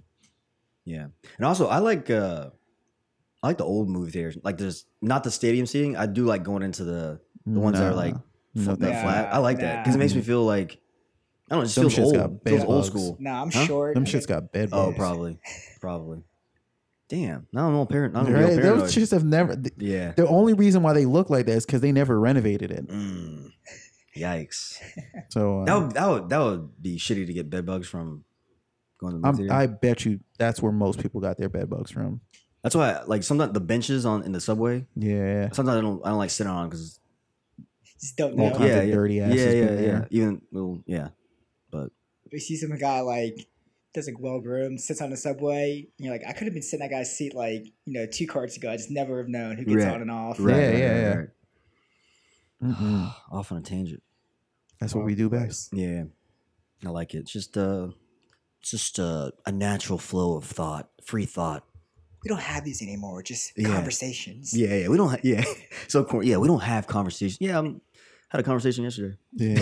A: Yeah. And also I like uh I like the old movie theaters. Like there's not the stadium seating. I do like going into the the ones that are
B: Nah.
A: like
B: No,
A: fl- that
C: nah,
A: flat. I like that because it makes me feel like I don't know, it just
B: Them
A: feels
B: shits
A: old.
B: got
A: feels old
B: bed bugs.
A: school.
C: no, I'm
A: Huh?
C: short.
B: Them
C: I
B: shits
C: think-
B: got bed
A: Oh,
B: bugs.
A: probably. Probably. Damn. Now I'm all parent. I'm
B: Right?
A: real paranoid.
B: Those shits have never. th-
A: yeah.
B: The only reason why they look like that is because they never renovated it.
A: Mm. Yikes.
B: So uh,
A: That would, that would that would be shitty to get bed bugs from going to the movie
B: I'm,
A: theater.
B: I bet you that's where most people got their bed bugs from.
A: That's why like sometimes the benches on in the subway.
B: Yeah,
A: Sometimes I don't I don't like sitting on because
C: Just don't
B: all
C: know.
B: kinds of dirty asses.
A: yeah, yeah,
B: been there.
A: yeah. Even well, yeah.
C: If you see some guy like that's like well groomed, sits on the subway, and you're like, I could have been sitting in that guy's seat like you know two carts ago. I just never have known who gets
A: Right.
C: on and off.
B: Right. yeah, Mm-hmm.
A: right.
B: Mm-mm.
A: Off on a tangent.
B: That's what we do best.
A: Yeah, I like it. It's just uh, it's just uh, a natural flow of thought, free thought.
C: We don't have these anymore. Just
A: Yeah.
C: conversations.
A: Yeah, yeah. We don't. Ha- yeah, so cor- yeah, we don't have conversation. Yeah, i had a conversation yesterday.
B: Yeah,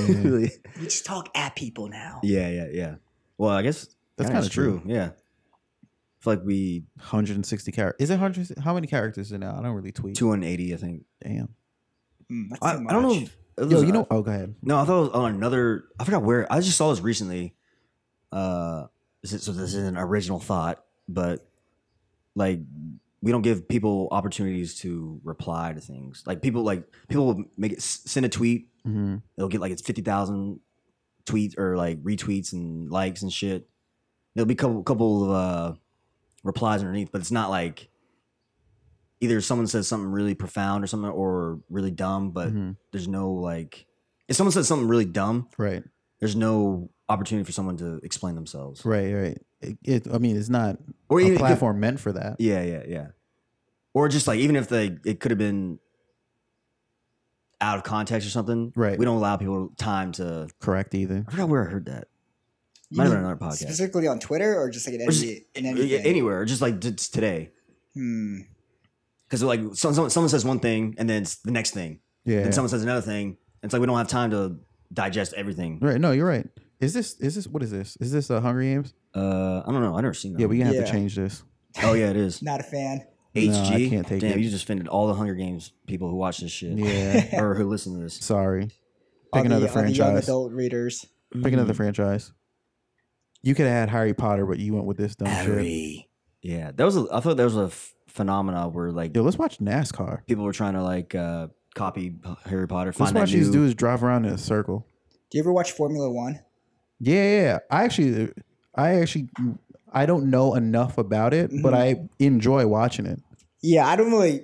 C: We just talk at people now.
A: yeah, yeah, yeah. Well, I guess
B: that's
A: kinda
B: kind of true.
A: Yeah, I feel like we
B: 160 characters. Is it 100? How many characters is it now? I don't really tweet.
A: 280. I think.
B: Damn.
C: Mm, that's
A: I,
C: too
A: I don't know.
C: much.
A: if- it
B: Yo,
A: was-
B: you know. Oh, go ahead.
A: No, I thought it was on another. I forgot where. I just saw this recently. Uh, this is- so this is an original thought, but like we don't give people opportunities to reply to things. Like people, like people will make it s- send a tweet.
B: Mm-hmm.
A: They'll get like it's fifty thousand tweets or like retweets and likes and shit. There'll be a couple couple of uh, replies underneath, but it's not like either someone says something really profound or something or really dumb,
B: Mm-hmm.
A: but there's no like if someone says something really dumb
B: Right,
A: there's no opportunity for someone to explain themselves
B: right, right. It, it, I mean, it's not
A: or
B: a
A: even
B: platform meant for that.
A: yeah yeah yeah or just like even if they it could have been out of context or something
B: Right.
A: we don't allow people time to
B: Correct either.
A: i forgot where i heard that
C: You
A: might have been
C: mean
A: another podcast.
C: Specifically on Twitter or just like in
A: Or just-
C: any in
A: Yeah,
C: anything?
A: anywhere or just like t- today
C: Hmm.
A: because like some, some- someone says one thing and then it's the next thing
B: Yeah.
A: then someone says another thing and it's like we don't have time to digest everything
B: Right. No, you're right. Is this? Is this? What is this? Is this uh, Hungry Games?
A: uh i don't know i've never seen that
B: Yeah, we're gonna have to
C: Yeah.
B: change this.
A: oh yeah it is
C: Not a fan.
A: HG.
B: No, I can't take
A: Damn,
B: it.
A: you just offended all the Hunger Games people who watch this shit
B: Yeah.
A: or who listen to this.
B: Sorry.
C: All
B: Pick another
C: the, all the young
B: franchise.
C: adult readers.
B: Pick
A: Mm-hmm.
B: another franchise. You could have had Harry Potter, but you went with this dumb shit.
A: Harry. Yeah, that was. A, I thought there was a f- phenomena where like
B: Yo, let's watch NASCAR.
A: people were trying to like uh, copy Harry Potter.
B: Let's
A: Find
B: watch
A: that
B: these
A: new.
B: dudes drive around in a circle.
C: Do you ever watch Formula One?
B: Yeah, yeah, yeah. I actually, I actually, I don't know enough about it, but
A: Mm-hmm.
B: I enjoy watching it.
C: Yeah, I don't really.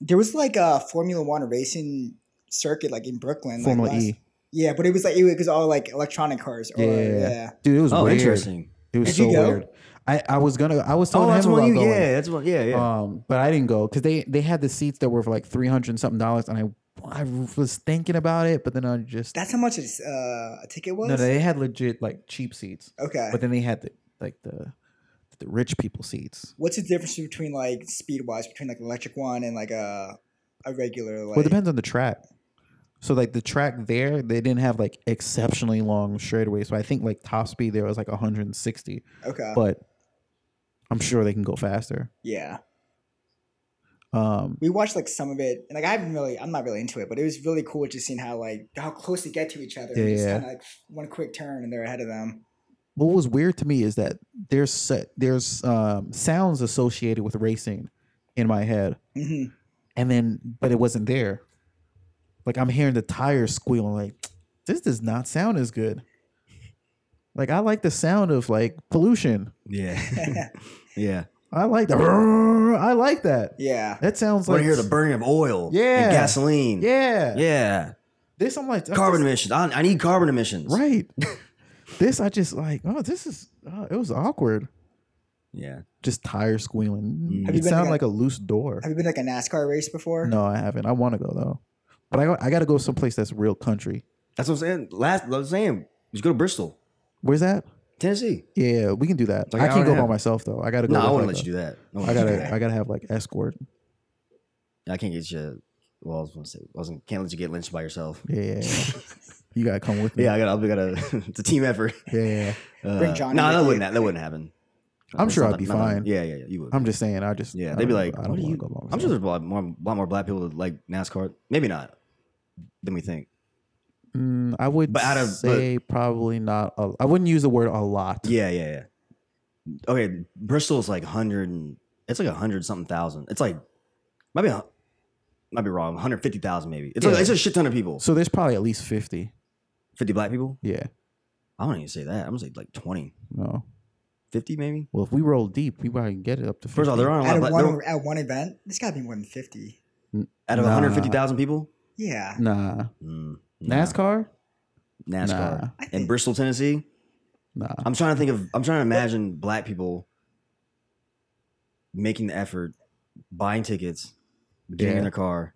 C: There was like a Formula One racing circuit like in Brooklyn.
B: Formula
C: like last-
B: E.
C: Yeah, but it was like it was all like electronic cars. Or,
B: Yeah.
C: yeah.
B: Dude, it was
A: oh,
B: weird.
A: interesting.
B: It was
C: Did
B: so
C: you go?
B: weird. I, I was gonna, I was
A: Oh,
B: telling him
A: that's
B: about
A: one. You,
B: going,
A: yeah, that's one. Yeah, yeah.
B: um, but I didn't go because they they had the seats that were for like three hundred something dollars, and I I was thinking about it, but then I just
C: That's how much it's, uh, a ticket was.
B: no, they had legit like cheap seats,
C: okay.
B: but then they had the like the the rich people seats.
C: What's the difference between like speed wise between like an electric one and like a a regular like?
B: Well, it depends on the track. So like the track there, they didn't have like exceptionally long straightaways. So I think like top speed there was like 160,
C: Okay.
B: but I'm sure they can go faster.
C: yeah,
B: Um,
C: we watched like some of it, and like I haven't really, I'm not really into it, but it was really cool just seeing how like how close they get to each other.
B: Yeah,
C: and just
B: yeah.
C: Kind of like one quick turn and they're ahead of them.
B: what was weird to me is that there's se- there's um, sounds associated with racing in my head,
C: Mhm.
B: and then but it wasn't there. Like I'm hearing the tires squealing. Like this does not sound as good. Like I like the sound of like pollution.
A: Yeah. yeah.
B: I like the. I like that.
C: yeah.
B: That sounds
A: I want
B: like
A: to hear the burning of oil.
B: Yeah.
A: And gasoline.
B: Yeah.
A: Yeah.
B: This I'm like
A: Carbon
B: this-
A: emissions. I, I need carbon emissions.
B: Right. this I just like. Oh, this is. Oh, it was awkward.
A: Yeah.
B: Just tire squealing.
A: Mm.
C: Have you
B: It
C: been
B: sounded
C: to-
B: like a loose door.
C: Have you been to, like a NASCAR race before?
B: No, I haven't. I want to go though, but I got, I got to go someplace that's real country.
A: That's what I'm saying. Last, I was saying, just go to Bristol,
B: Where's that?
A: Tennessee.
B: Yeah, we can do that.
A: like
B: I
A: an
B: can't
A: hour and a
B: go by
A: half.
B: myself though. I got to go.
A: No, I
B: with,
A: wouldn't
B: like,
A: let you do that. No,
B: a- I
A: wouldn't let you
B: gotta I gotta have like escort.
A: do that. I can't get you. Well, I was gonna say, I wasn't, can't let you get lynched by yourself.
B: Yeah. you gotta come with me.
A: Yeah, I gotta. I gotta. it's a team effort.
B: Yeah.
A: Uh,
C: Bring Johnny
A: No,
C: with
A: that
C: you.
A: wouldn't. ha- That wouldn't happen.
B: I'm
A: It's
B: sure
A: not
B: I'd
A: that-
B: be
A: not that-
B: fine.
A: Yeah, yeah, yeah, you would.
B: I'm just saying. I just
A: yeah,
B: I
A: they'd be
B: don't-
A: like, "What
B: I don't
A: are
B: want
A: you-
B: to go by myself.
A: I'm sure there's a lot more, lot more black people that like NASCAR. Maybe not than we think.
B: Mm, I would
A: But out of- but-
B: say probably not. A, I wouldn't use the word a lot.
A: Yeah, yeah, yeah. Okay, Bristol's like hundred. and It's like a hundred something thousand. It's like might be a- might be wrong. One hundred fifty thousand maybe. It's
B: Yeah.
A: like, it's a shit ton of people.
B: So there's probably at least fifty.
A: Fifty black people.
B: Yeah.
A: I don't even say that. I'm gonna say like 20,
B: No.
A: 50 maybe.
B: Well, if we roll deep, we probably can get it up to. 50.
A: First of all, there aren't a lot
C: At
A: of
C: a
A: black,
C: one
A: there-
C: at one event, there's got to be more than fifty.
A: out of one
B: Nah.
A: hundred fifty thousand people.
C: Yeah.
B: Nah.
A: Mm, nah.
B: NASCAR.
A: NASCAR,
B: Nah.
C: I
A: in
C: think-
A: Bristol, Tennessee.
B: Nah.
A: I'm trying to think of. I'm trying to imagine black people making the effort, buying tickets, getting
B: Yeah.
A: in their car.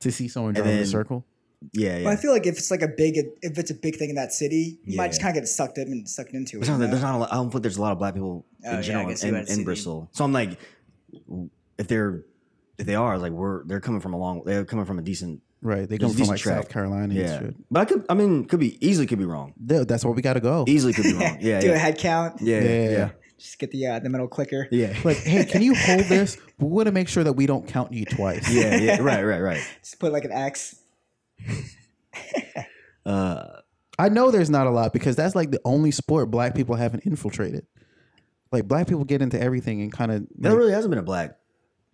B: to see someone
A: And
B: drive in a
A: then-
B: circle.
A: Yeah, yeah.
C: But I feel like if it's like a big, if it's a big thing in that city, you might just
A: Yeah.
C: kind of get sucked in and sucked into it.
A: There's not,
C: you know?
A: there's not a lot, I don't think there's a lot of black people
C: Oh, yeah, I
A: in general
C: guess you
A: in,
C: had
A: in
C: seen-
A: Bristol. So I'm like, w- if they're if they are like we're they're coming from a long they're coming from a decent
B: Right. They come
A: There's
B: from
A: decent
B: like South
A: track.
B: Carolina
A: yeah.
B: and shit.
A: But I could I mean could be easily could be wrong.
B: Th- That's where we gotta go.
A: Easily could be wrong. Yeah,
C: Do a
A: yeah,
C: head count.
A: yeah, yeah, yeah.
C: Just get the uh, the middle clicker.
A: yeah.
B: Like, hey, can you hold this? We want to make sure that we don't count you twice.
A: yeah, yeah, right, right, right.
C: Just put like an X.
A: Uh,
B: I know there's not a lot because that's like the only sport black people haven't infiltrated. Like black people get into everything and kind of.
A: there really hasn't been a black.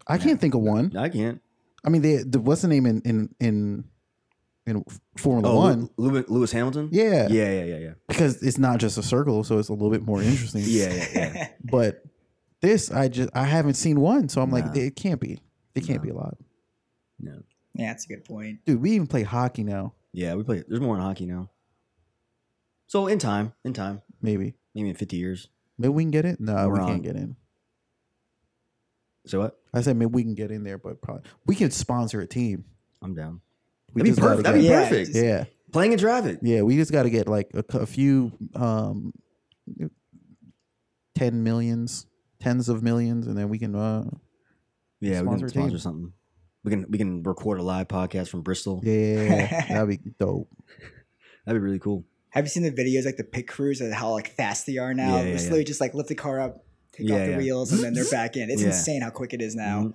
B: I can't think of one.
A: I can't.
B: I mean, they, the what's the name in in in, in Formula
A: Oh,
B: One?
A: Lew- Lew- Lewis Hamilton.
B: Yeah.
A: yeah, yeah, yeah, yeah,
B: because it's not just a circle, so it's a little bit more interesting.
A: yeah, yeah. yeah.
B: but this I just I haven't seen one, so I'm
A: Nah.
B: like it can't be. It can't be a lot,
C: Yeah, that's a good point.
B: dude. We even play hockey now,
A: yeah we play. There's more in hockey now. So in time, in time,
B: maybe.
A: maybe in 50 years.
B: Maybe we can get in. No, we
A: Wrong.
B: can't get in.
A: So what?
B: I said maybe we can get in there, but probably we could sponsor a team.
A: I'm down.
B: We
A: That'd be
B: just gotta
A: perfect. That'd be
B: get-
C: Yeah,
A: perfect.
C: just-
B: yeah,
A: Playing in traffic.
B: yeah. We just got to get like a, cou- a few, um, ten millions, tens of millions, and then we can. Uh,
A: Yeah, we can
B: Sponsor a team.
A: sponsor something. We can we can record a live podcast from Bristol.
B: yeah, that'd be dope.
A: That'd be really cool.
C: Have you seen the videos like the pit crews and how like fast they are now?
A: Yeah, yeah,
C: it's
A: yeah.
C: literally just like lift the car up, take
A: Yeah,
C: off the
A: yeah.
C: wheels, and then they're back in. It's
A: Yeah. Mm-hmm.
C: insane how quick it is now.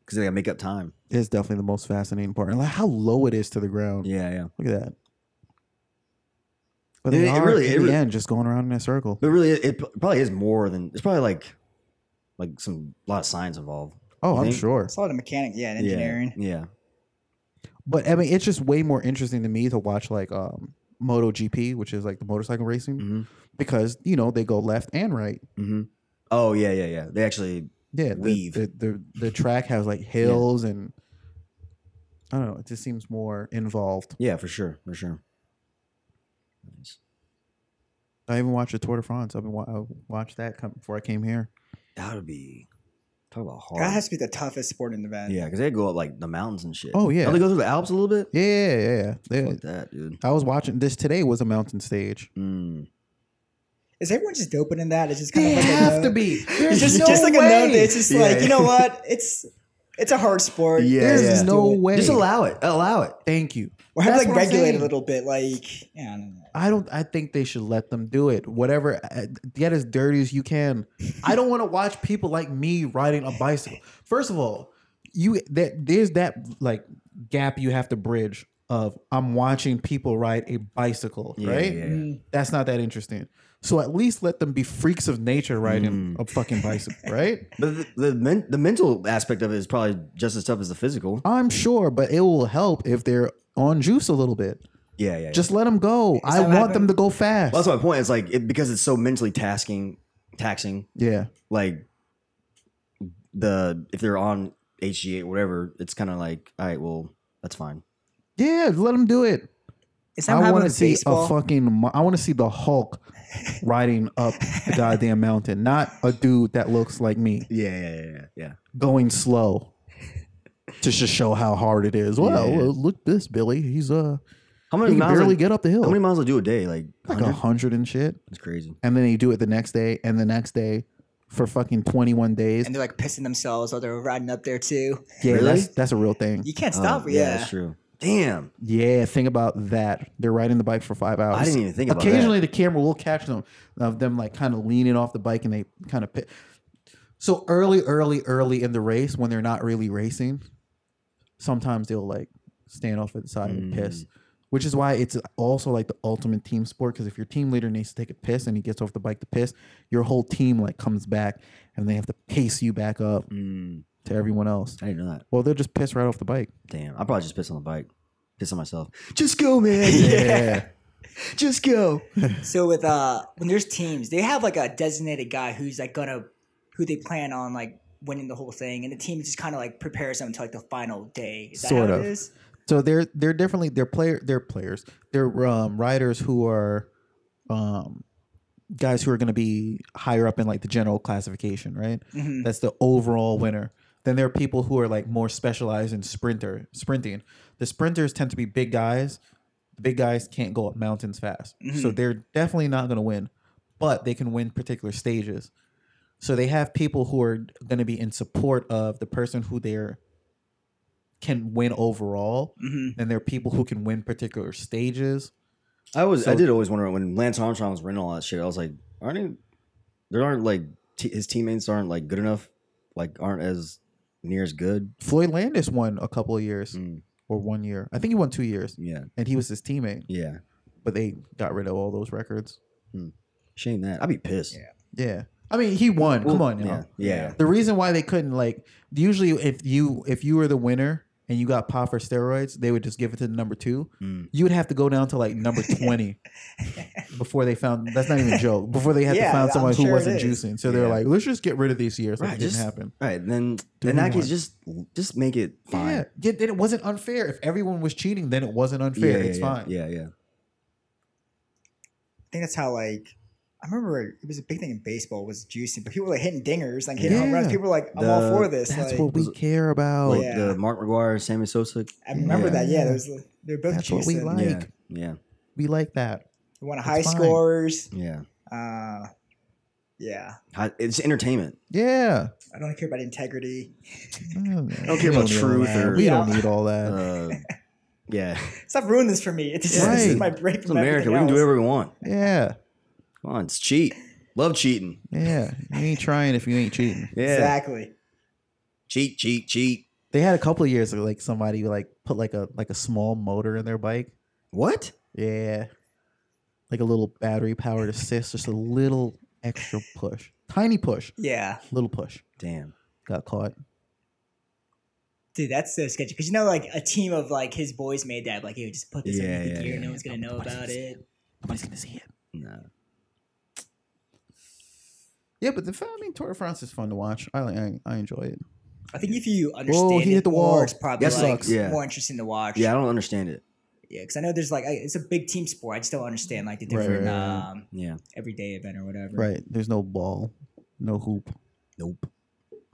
A: Because they gotta make up time.
B: It's definitely the most fascinating part, and like how low it is to the ground.
A: Yeah, yeah.
B: Look at that. But
A: It-
B: they
A: it
B: are
A: really-
B: in
A: it
B: the
A: really-
B: end just going around in a circle.
A: But really, it, it probably is more than it's probably like like some lot of science involved.
B: Oh, I'm
A: think?
B: sure.
C: It's a lot of mechanic, yeah, and engineering.
A: Yeah, Mm-hmm. yeah.
B: But I mean, it's just way more interesting to me to watch like um MotoGP, which is like the motorcycle racing,
A: hmm
B: because you know they go left and right.
A: hmm Oh yeah, yeah, yeah. They actually
B: Yeah, the
A: Weave.
B: the, the, the track has like hills and I don't know. It just seems more involved.
A: yeah for sure for sure. Nice.
B: I even watched the Tour de France. I've been wa- I watched that come, before I came here.
A: That would be talk about hard.
C: That has to be the toughest sporting event.
A: yeah, because they go up like the mountains and shit.
B: Oh, yeah.
A: Don't they go through the Alps a little bit.
B: Yeah, yeah, yeah. yeah. They-
A: Fuck that, dude.
B: I was watching this today was a mountain stage.
A: Mm.
C: Is everyone just doping in that? It's just kind
B: They
C: of like a
B: have
C: no-
B: to be.
C: It's
B: There's
C: just,
B: no
C: just like a no.
B: way.
C: It's just
A: Yeah.
C: like you know what? It's it's a hard sport.
A: Yeah,
B: There's
A: yeah.
B: no
C: Do it.
B: way.
A: Just allow it. Allow it.
B: Thank you.
C: Or have
B: That's
C: it, like
B: what I'm
C: regulate
B: saying.
C: a little bit, like yeah, I don't know.
B: I don't. I think they should let them do it. Whatever. uh, Get as dirty as you can. I don't want to watch people like me riding a bicycle. First of all, you that there's that like gap you have to bridge of I'm watching people ride a bicycle,
A: Yeah,
B: right?
A: yeah, yeah.
B: That's not that interesting. So at least let them be freaks of nature riding
A: Mm.
B: a fucking bicycle, right?
A: But the the, men, the mental aspect of it is probably just as tough as the physical.
B: I'm sure, but it will help if they're on juice a little bit.
A: Yeah, yeah. yeah.
B: Just let them go. I
C: that
B: want
C: happened?
B: them to go fast.
A: Well, that's my point. It's like it, because it's so mentally tasking, taxing.
B: yeah.
A: Like the if they're on HGA or whatever, it's kind of like all right, well that's fine.
B: Yeah, let them do it.
C: It's not
B: I
C: happening
B: want to
C: with
B: see
C: baseball.
B: a fucking. mo- I want to see the Hulk riding up a goddamn mountain, not a dude that looks like me
A: Yeah, yeah, yeah, yeah. yeah.
B: going slow to just show how hard it is. Well, uh,
A: Yeah.
B: look this, Billy. He's uh,
A: How many
B: he can
A: miles?
B: barely
A: like,
B: get up the hill.
A: how many miles will do a day? Like,
B: like oh.
A: 100?
B: a hundred and shit.
A: it's crazy.
B: And then you do it the next day, and the next day for fucking twenty one days.
C: and they're like pissing themselves while they're riding up there too.
B: yeah,
A: Really?
B: that's that's a real thing.
C: You can't
A: Oh,
C: stop.
A: yeah,
C: yeah.
A: that's true. Damn,
B: Yeah, think about that. They're riding the bike for five hours.
A: I didn't even think about
B: Occasionally, the camera will catch them of them like kind of leaning off the bike, and they kind of pit. So early, early, early in the race, when they're not really racing, sometimes they'll like stand off at the side and piss, which is why it's also like the ultimate team sport. Because if your team leader needs to take a piss and he gets off the bike to piss, your whole team like comes back and they have to pace you back up
A: that. Mm,
B: to everyone else.
A: I didn't know that.
B: Well, they'll just piss right off the bike.
A: Damn, I probably just piss on the bike, piss on myself. Just go, man.
B: yeah.
A: just go.
C: So with uh when there's teams, they have like a designated guy who's like gonna who they plan on like winning the whole thing, and the team just kind of like prepares them to like the final day. Is that
B: Sort
C: how
B: of.
C: it is?
B: So they're they're definitely they're player they're players they're um, riders who are um, guys who are going to be higher up in like the general classification, right?
C: Mhm.
B: That's the overall winner. Then there are people who are like more specialized in sprinter sprinting. The sprinters tend to be big guys. The big guys can't go up mountains fast, so they're definitely not going to win, but they can win particular stages. So they have people who are going to be in support of the person who they're can win overall.
C: Mm-hmm.
B: Then there are people who can win particular stages.
A: I was I
B: So-
A: did always wonder when Lance Armstrong was running all that shit. I was like, aren't he, there aren't like t- his teammates aren't like good enough, like aren't as near as good.
B: Floyd Landis won a couple of years
A: Mm.
B: or one year. I think he won two years,
A: Yeah,
B: and he was his teammate.
A: yeah.
B: But they got rid of all those records.
A: Shame that. I'd be pissed.
C: Yeah.
B: Yeah, I mean he won. Come on,
A: yeah,
B: now.
A: yeah. yeah.
B: The reason why they couldn't like usually if you if you were the winner and you got popped for steroids, they would just give it to the number two.
A: Mm.
B: You would have to go down to like number twenty before they found. That's not even a joke. Before they had
C: Yeah,
B: to find
C: I'm
B: someone who
C: sure it
B: wasn't
C: is.
B: juicing. So they're
A: Yeah.
B: like, let's just get rid of these years. Like,
A: Right,
B: it didn't
A: just-
B: happen.
A: All right, then
B: Do
A: in that
B: one.
A: case, just just make it fine.
B: Yeah. yeah, then it wasn't unfair. If everyone was cheating, then it wasn't unfair.
A: yeah,
B: it's
A: yeah,
B: fine.
A: Yeah, yeah.
C: I think that's how like I remember it was a big thing in baseball was juicing, but people were like hitting dingers, like hitting home runs.
B: Yeah.
C: People were like, I'm all
A: The-
C: for this.
B: That's
C: Like,
B: what we care about.
A: Like
C: Oh, yeah.
A: the Mark McGuire, Sammy Sosa.
C: I remember
B: Yeah.
C: that. Yeah, there was they're both
B: That's
C: juicing.
B: what we like.
A: Yeah, yeah,
B: We like that.
C: We want
B: It's
C: high
B: fine.
C: scores.
A: yeah.
C: Uh, yeah.
A: Hi- It's entertainment.
B: Yeah.
C: I don't care about integrity.
B: I
A: don't care about truth or-
B: we
C: Yeah.
B: don't need all that.
A: Uh, yeah,
C: Stop ruining this for me. It's just, this
B: Right.
C: is my break.
A: it's
C: from
A: America.
C: everything
A: We can do
C: else.
A: whatever we want.
B: yeah.
A: Come on, it's cheat. Love cheating.
B: Yeah. You ain't trying if you ain't cheating.
A: Yeah,
C: Exactly.
A: cheat, cheat, cheat.
B: They had a couple of years of like somebody like put like a like a small motor in their bike.
A: What?
B: Yeah. Like a little battery powered assist, just a little extra push. Tiny push.
C: Yeah.
B: Little push.
A: Damn.
B: Got caught.
C: Dude, that's so sketchy. Because you know, like a team of like his boys made that. Like, he would just put this
A: Yeah,
C: under the
A: yeah,
C: gear.
A: yeah.
C: No one's gonna know
B: Nobody's
C: about
B: gonna
C: it.
B: Nobody's gonna see it.
A: No.
B: Yeah, but the I mean Tour de France is fun to watch. I I, I enjoy it.
C: I think if you understand,
B: he
C: it
B: hit the
C: more,
B: wall.
C: It's probably
A: That
C: like
A: sucks. Yeah.
C: more interesting to watch.
A: Yeah, I don't understand it.
C: yeah. Because I know there's like I- it's a big team sport. I just don't understand like the
B: Right, right,
C: different
B: right, right.
C: um
A: Yeah.
C: everyday event or whatever.
B: Right. There's no ball, no hoop.
A: Nope.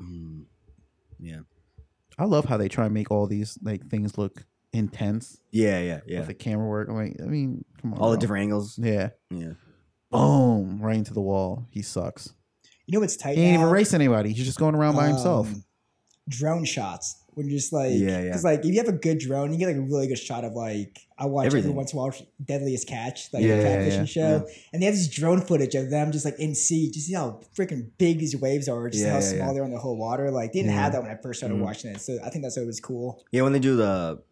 A: Mm. Yeah.
B: I love how they try and make all these like things look intense
A: Yeah, yeah,
B: with
A: yeah.
B: the camera work. I'm like, I mean, come on.
A: All the
B: bro.
A: different angles.
B: Yeah.
A: Yeah.
B: Boom! Right into the wall. He sucks.
C: You know what's tight?
B: He ain't
C: now?
B: even racing anybody. He's just going around by himself.
C: Um, Drone shots. When you're just like,
A: Yeah, yeah.
C: Because like if you have a good drone, you get like a really good shot of like I watch
A: Everything.
C: every once in a while Deadliest Catch, like
A: Yeah,
C: the
B: yeah,
C: fat
B: yeah,
C: fishing show, and they have this drone footage of them just like in sea. Just see how freaking big these waves are, just
A: Yeah,
C: how
A: yeah,
C: small
A: yeah.
C: they're on the whole water. Like they didn't
B: Yeah. Mm-hmm.
C: have that when I first started
A: Mhm.
C: watching it, so I think that's what was cool.
A: Yeah, when they do the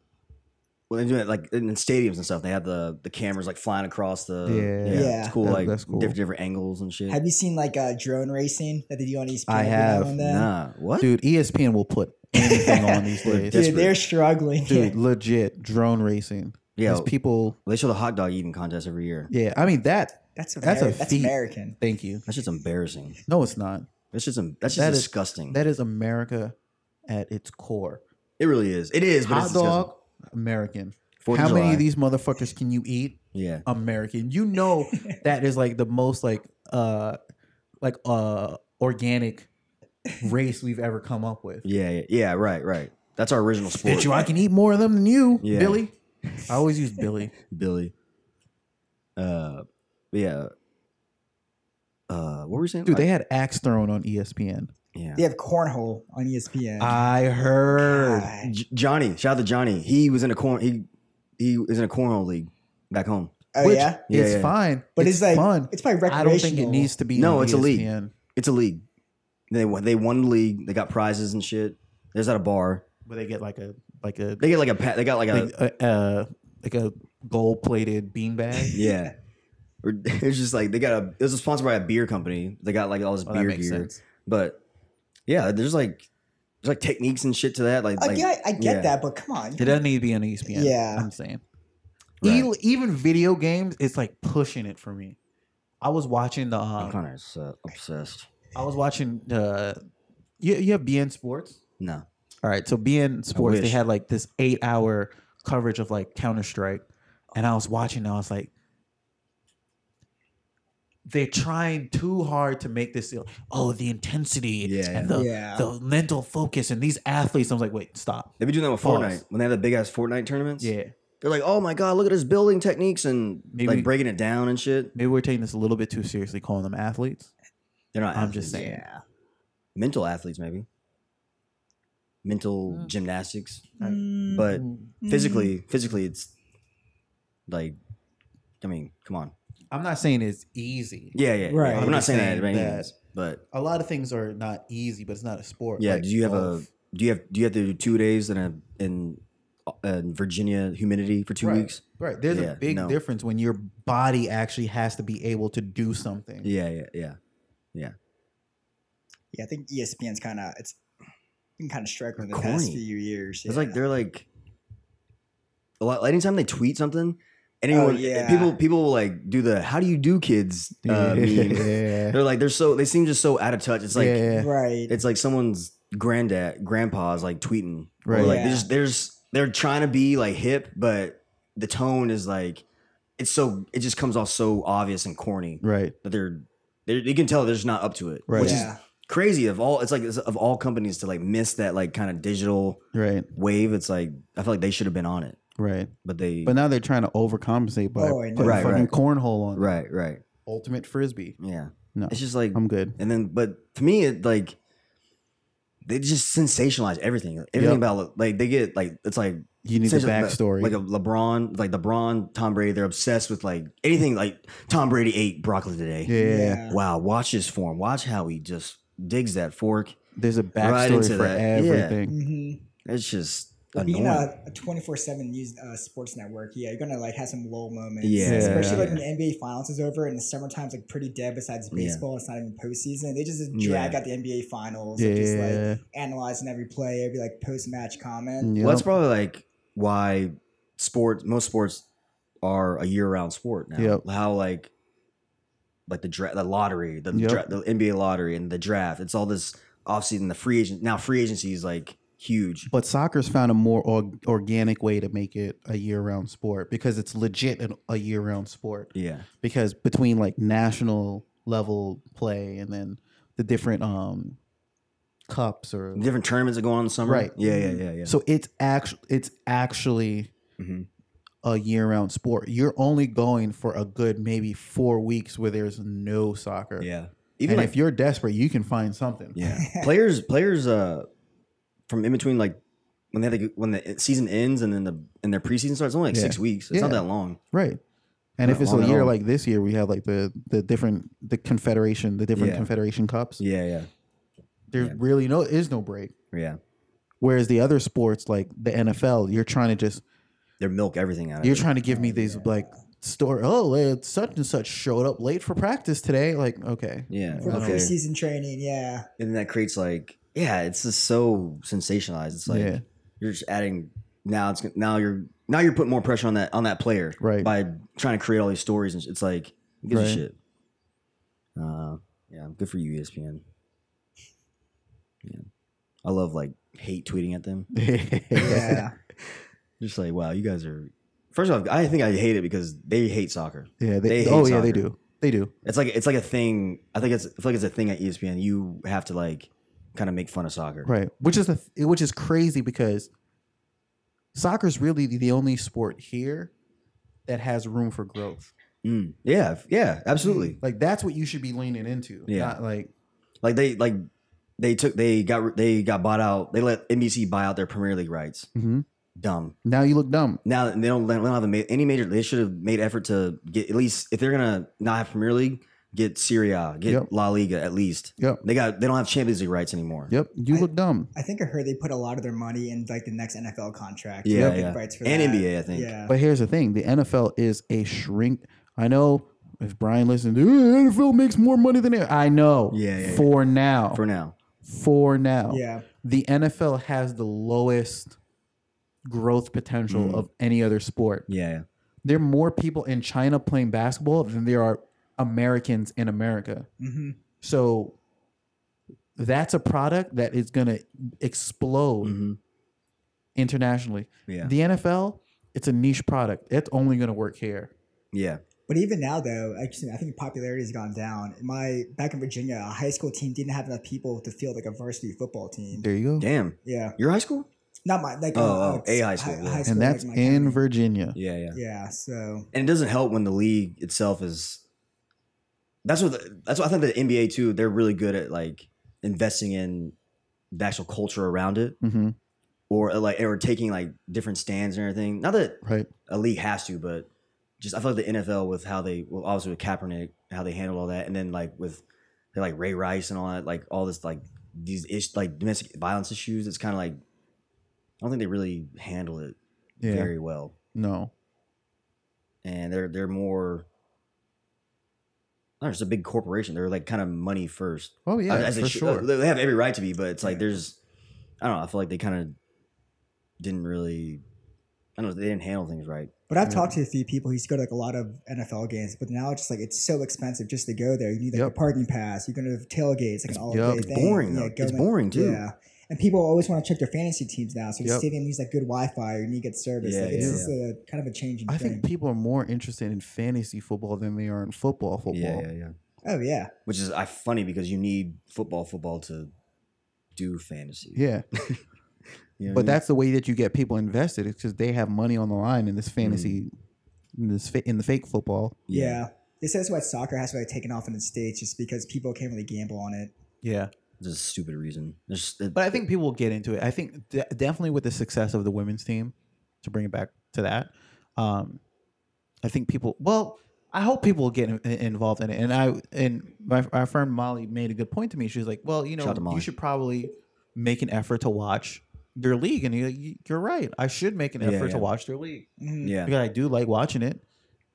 A: Well, they do it like in in stadiums and stuff. They have the the cameras like flying across the
B: Yeah.
A: it's
C: Yeah.
A: cool
B: That-
A: like
B: that's cool.
A: different different angles and shit.
C: Have you seen like uh, drone racing that they do on E ESPN?
B: I
C: every
B: have.
C: now and then?
A: nah, what?
B: Dude, E ESPN will put anything on these
A: Well,
B: days.
A: that's-
C: Dude, they're struggling.
B: Dude, legit drone racing.
A: yeah,
B: These people.
A: they show the hot dog eating contest every year.
B: Yeah, I mean that.
C: that's
B: that's
C: Ameri-
B: a
C: that's
B: feat.
C: American.
B: Thank you.
A: That's just embarrassing.
B: No, it's not.
A: That's just em- that's just
B: That is-
A: disgusting.
B: That is America at its core.
A: it really is. It is. But
B: Hot
A: it's disgusting.
B: dog, American.
A: Fourth
B: How
A: of
B: many
A: July.
B: of these motherfuckers can you eat?
A: Yeah,
B: American. You know that is like the most like uh like uh organic race we've ever come up with.
A: yeah, yeah, yeah. Right, right. That's our original sport.
B: Bet you I can eat more of them than you,
A: Yeah.
B: Billy. I always use Billy.
A: Billy. Uh, yeah. Uh, what were we saying?
B: Dude, they had axe thrown on
A: E
B: ESPN.
A: yeah.
C: They have cornhole on E ESPN.
B: I heard.
C: God.
A: J- Johnny, shout out to Johnny. He was in a corn. He he was in a cornhole league back home.
C: oh
B: Which
C: yeah,
A: Yeah,
B: it's
A: yeah.
B: fine.
C: but it's, like
B: fun.
C: it's probably
B: I
C: recreational.
B: don't think it needs to be.
A: No,
B: on E
A: it's a league.
B: ESPN.
A: It's a league. They won- they won the league. They got prizes and shit. There's at a bar.
B: But they get like a like a
A: They get like a pat. They got like a
B: like a, uh, like a gold plated beanbag.
A: yeah. Or- It's just like they got a. It was sponsored by a beer company. They got like all this
B: Oh, that
A: beer
B: makes
A: gear.
B: sense.
A: But yeah, there's like there's like techniques and shit to that. Like
C: I
A: like
C: get, I get
A: yeah.
C: that, but come on,
B: It doesn't need to be on E ESPN.
C: Yeah.
B: I'm saying.
A: Right.
B: E- even video games, it's like pushing it for me. I was watching the.
A: I'm
B: Uh,
A: kind of obsessed.
B: I was watching the. You, you have BN Sports.
A: No.
B: All right, so BN Sports, they
A: wish.
B: had like this eight hour coverage of like Counter Strike, and I was watching. And I was like, they're trying too hard to make this. Oh, the intensity
A: Yeah,
B: and
A: yeah.
B: the
C: Yeah.
B: the mental focus and these athletes. I was like, wait, stop.
A: They've been doing that with
B: Pause.
A: Fortnite when they have the big ass Fortnite tournaments.
B: Yeah,
A: They're like, oh my god, look at his building techniques and
B: Maybe-
A: like breaking it down and shit.
B: maybe we're taking this a little bit too seriously, calling them athletes.
A: They're not.
B: I'm just
A: athletes.
B: saying.
A: mental athletes maybe, mental gymnastics,
C: Mm,
A: but
B: Mm.
A: physically, physically it's like, I mean, come on,
B: I'm not saying it's easy.
A: yeah, yeah, yeah.
C: Right.
A: I'm
B: I'm
A: not saying that,
B: saying
A: by any
B: that-
A: means, but
B: A lot of things are not easy, but it's not a sport.
A: yeah.
B: like
A: do you have
B: golf.
A: a? Do you have? Do you have to do two days in a in, uh, in Virginia humidity for two
B: Right.
A: weeks?
B: Right. There's
A: Yeah,
B: a big
A: no.
B: difference when your body actually has to be able to do something.
A: Yeah, yeah, yeah.
C: yeah, I think E ESPN's kind of it's been kind of struggling the
A: They're
C: past
A: corny.
C: few years.
A: It's
C: yeah.
A: like they're like a lot. Anytime they tweet something, anyone,
C: yeah.
A: people, people will like do the "How do you do, kids?" Uh, meme.
B: yeah.
A: They're like they're so they seem just so out of touch. It's like
B: yeah.
C: right.
A: it's like someone's granddad, grandpa's like tweeting, right?
B: Right.
A: like
C: Yeah.
A: there's there's they're trying to be like hip, but the tone is like it's so it just comes off so obvious and corny
B: Right.
A: that they're. they're you can tell they're just not up to it,
B: Right.
A: which is
C: yeah.
A: crazy. Of all, it's like it's of all companies to like miss that like kind of digital
B: Right.
A: wave, it's like I feel like they should have been on it,
B: Right.
A: but they
B: But now they're trying to overcompensate by
C: Oh, I know.
B: putting
A: Right,
B: fucking
A: right.
B: cornhole on.
A: right, right,
B: Ultimate frisbee.
A: yeah.
B: No. Um,
A: It's just like,
B: I'm good.
A: and then but to me, it like they just sensationalize everything, everything
B: Yep.
A: about like they get like it's like
B: You need the
A: sensational-
B: backstory.
A: like a LeBron, like LeBron, Tom Brady. They're obsessed with like anything like Tom Brady ate broccoli today.
B: yeah.
A: Wow, watch his form. Watch how he just digs that fork.
B: There's a backstory
A: Right into
B: for
A: that. Yeah.
B: everything.
C: Mhm.
A: It's just
C: But
A: annoying.
C: Being a a 24/7 news uh, sports network, yeah, you're gonna like have some lull moments.
A: Yeah.
C: especially like
A: Yeah.
C: when the NBA finals is over and the summertime's like pretty dead. Besides
A: Yeah.
C: baseball, it's not even postseason. They just drag
A: Yeah.
C: out the NBA finals.
B: Yeah.
C: And just like analyzing every play, every like post match comment.
B: Yep.
A: Well, that's probably like why sports, most sports are a year-round sport now.
B: Yep.
A: How like, like the dra- the lottery, the,
B: Yep.
A: dra- the NBA lottery, and the draft. It's all this offseason. The free agent now, free agency is like huge.
B: But soccer's found a more org- organic way to make it a year-round sport because it's legit an, a year-round sport.
A: Yeah,
B: Because between like national level play and then the different um cups or
A: different tournaments that go on in the summer.
B: Right.
A: Yeah, yeah, yeah, yeah.
B: so it's actually it's actually
A: Mhm.
B: a year-round sport. You're only going for a good maybe four weeks where there's no soccer.
A: yeah.
B: Even
A: Even like
B: if you're desperate, you can find something.
A: yeah, players, players, uh, from in between like when they have to, when the season ends and then the and their preseason starts, it's only like
B: Yeah.
A: six weeks. It's not
B: Yeah.
A: that long.
B: Right.
A: Not
B: And if it's
A: long
B: a
A: at
B: year
A: all.
B: like this year, we have like the the different the confederation, the different
A: Yeah.
B: confederation cups.
A: Yeah, yeah,
B: There
A: Yeah.
B: really no is no break.
A: yeah.
B: Whereas the other sports like the NFL, you're trying to just
A: Their milk, everything out of
B: You're
A: it.
B: trying to give me these like story. Oh, uh, such and such showed up late for practice today. Like, okay,
A: yeah.
C: for the
A: okay.
C: preseason training. Yeah,
A: And then that creates like, yeah, it's just so sensationalized. It's like
B: Yeah.
A: you're just adding now. It's now you're now you're putting more pressure on that on that player
B: Right.
A: by trying to create all these stories and sh- it's like who gives
B: Right.
A: a shit. Uh, yeah, good for you, ESPN. Yeah, I love like hate tweeting at them.
C: yeah.
A: Just like wow, you guys are. First off, I think I hate it because they hate soccer.
B: yeah,
A: They
B: they,
A: hate
B: oh yeah, they
A: soccer.
B: do, they do.
A: It's like it's like a thing. I think it's I feel like it's a thing at E ESPN. You have to like kind of make fun of soccer.
B: Right, which is the th- which is crazy because soccer is really the only sport here that has room for growth.
A: Mm, yeah, f- yeah, absolutely.
B: Mm-hmm. Like that's what you should be leaning into.
A: Yeah.
B: Not like
A: Like they like they took they got they got bought out. They let NBC buy out their Premier League rights.
C: Mm-hmm.
A: Dumb.
B: now you look dumb.
A: Now they don't they don't have a ma- any major. They should have made effort to get at least if they're gonna not have Premier League, get Syria, get
B: Yep.
A: La Liga at least.
B: Yep.
A: They got they don't have Champions League rights anymore.
B: Yep, you look dumb.
C: I think I heard they put a lot of their money in like the next NFL contract.
A: Yeah,
C: Like,
A: yeah.
C: rights for
A: And
C: that.
A: NBA, I think.
C: Yeah,
B: But here's the thing: the NFL is a shrink. I know if Brian listens, "Eh, NFL makes more money than it. I know.
A: Yeah, yeah, yeah.
B: for now,
A: For
B: for,
A: now,
B: now,
C: yeah.
B: the NFL has the lowest growth potential
A: Mm.
B: of any other sport.
A: yeah,
B: There are more people in China playing basketball than there are Americans in America.
C: hmm
B: So that's a product that is going to explode
A: hmm
B: internationally.
A: yeah,
B: The NFL, it's a niche product. It's only going to work here.
A: yeah.
C: But even now, though, I, just- I think popularity has gone down. My back in Virginia, a high school team didn't have enough people to field like a varsity football team.
B: There you go.
A: Damn,
C: Yeah,
A: your high school?
C: not my like
A: Oh,
C: uh,
A: oh, a high school, yeah.
B: and
C: like,
B: that's
C: my
B: in
C: county.
B: Virginia.
A: Yeah, yeah.
C: Yeah, so
A: and it doesn't help when the league itself is that's what the, that's what I think the NBA too they're really good at like investing in the actual culture around it
B: hmm
A: or uh, like or taking like different stands and everything not that
B: Right.
A: a league has to but just I feel like the NFL with how they well obviously with Kaepernick how they handle all that and then like with they're like Ray Rice and all that like all this like these ish like domestic violence issues it's kind of like I don't think they really handle it
B: Yeah.
A: very well
B: No.
A: and they're they're more not just a big corporation. They're like kind of money first.
B: Oh yeah,
A: As uh, they
B: for
A: should-
B: sure.
A: They have every right to be, but it's like
C: Yeah.
A: there's I don't know. I feel like they kind of didn't really. I don't know. They didn't handle things right.
C: But I've
B: Yeah.
C: talked to a few people who used to go to like a lot of NFL games, but now it's just like it's so expensive just to go there. You need like
B: Yep.
C: a parking pass. You're going to have tailgates, like an all
B: yup,
C: day
B: it's
C: thing.
A: boring, though. It's boring, too.
C: Yeah, and people always want to check their fantasy teams now, so the
B: Yup.
C: stadium needs like good Wi-Fi or you need good service.
A: Yeah,
C: like, it's
A: yeah.
C: just a kind of a change in
B: I
C: thing.
B: think people are more interested in fantasy football than they are in football football.
A: yeah.
C: oh yeah,
A: Which is I funny because you need football, football to do fantasy.
B: Yeah,
A: You know what I
B: but
A: mean?
B: that's the way that you get people invested. It's because they have money on the line in this
A: Mm.
B: fantasy, in this fa- in the fake football.
C: yeah. They say that's why soccer has really taken off in the states, just because people can't really gamble on it.
B: Yeah,
A: just a stupid reason. There's just- it-
B: but I think people will get into it. I think de- definitely with the success of the women's team, to bring it back to that, um, I think people. Well, I hope people will get in, involved in it. And I and my our friend Molly made a good point to me. She was like, "Well, you
A: Shout out to
B: know,
A: Molly.
B: you should probably make an effort to watch their league." And you're, like, "You- you're right. I should make an
A: Yeah,
B: effort
A: yeah.
B: to watch their league.
C: Mhm.
A: yeah,
B: because I do like watching it,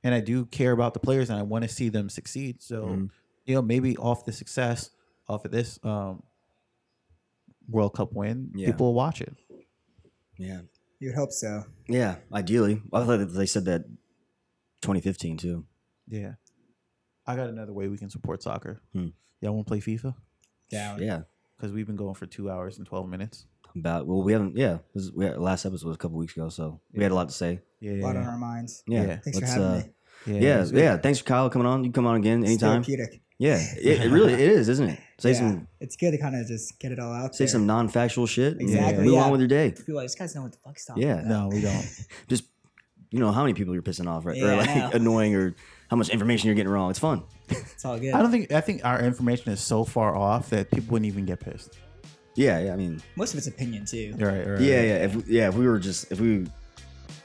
B: and I do care about the players, and I want to see them succeed. So,
A: Mhm.
B: you know, maybe off the success, off of this um, World Cup win,
A: Yeah.
B: people will watch it.
A: yeah,
C: You would hope so.
A: yeah. Ideally, I thought that they said that 2015 too.
B: Yeah, I got another way we can support soccer.
A: Hmm.
B: Y'all want to play FIFA?
C: Down.
A: Yeah.
B: Because we've been going for two hours and twelve minutes.
A: about well we haven't yeah this is, we had, last episode was a couple weeks ago so we had a lot to say
B: Yeah,
C: A lot on our minds.
A: yeah,
B: Yeah.
C: Thanks
A: let's,
C: for having
A: uh,
C: me.
B: yeah,
A: yeah
B: it's good.
A: yeah thanks for Kyle coming on you can come on again
C: It's
A: anytime
C: therapeutic.
A: yeah it, it really it is isn't it say
C: Yeah.
A: some
C: It's good to kind of just get it all out
A: say
C: there.
A: some non-factual shit and
C: Exactly,
A: move
C: yeah.
A: on with your day
C: people are like, this guy's know what the fuck's talking
A: Yeah.
C: about.
B: No, we don't.
A: just you know how many people you're pissing off right
C: Yeah,
A: or
C: I
A: like
C: know.
A: annoying or how much information you're getting wrong it's fun
C: It's all good.
B: I don't think. I think our information is so far off that people wouldn't even get pissed.
A: yeah yeah I mean
C: Most of it's opinion too.
B: All right, all right.
A: yeah yeah if we- yeah if we were just if we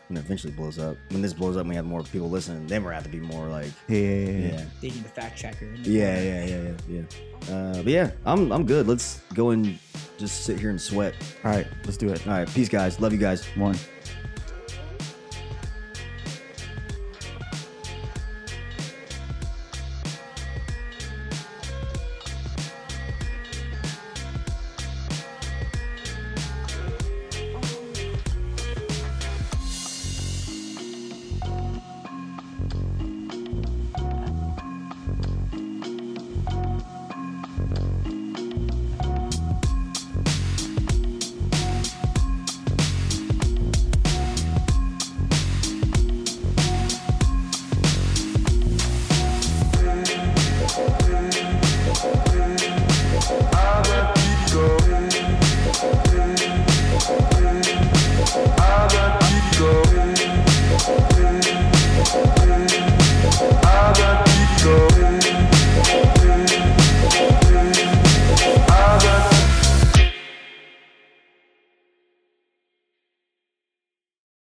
A: when it eventually blows up when this blows up and we have more people listening then we're gonna have to be more like
B: yeah, yeah, yeah.
A: yeah
C: They need a fact checker.
A: Yeah, yeah, yeah, yeah, yeah. Uh, but yeah, I'm I'm good. Let's go and just sit here and sweat.
B: All right, let's do it.
A: All right, peace, guys. Love you guys.
B: One.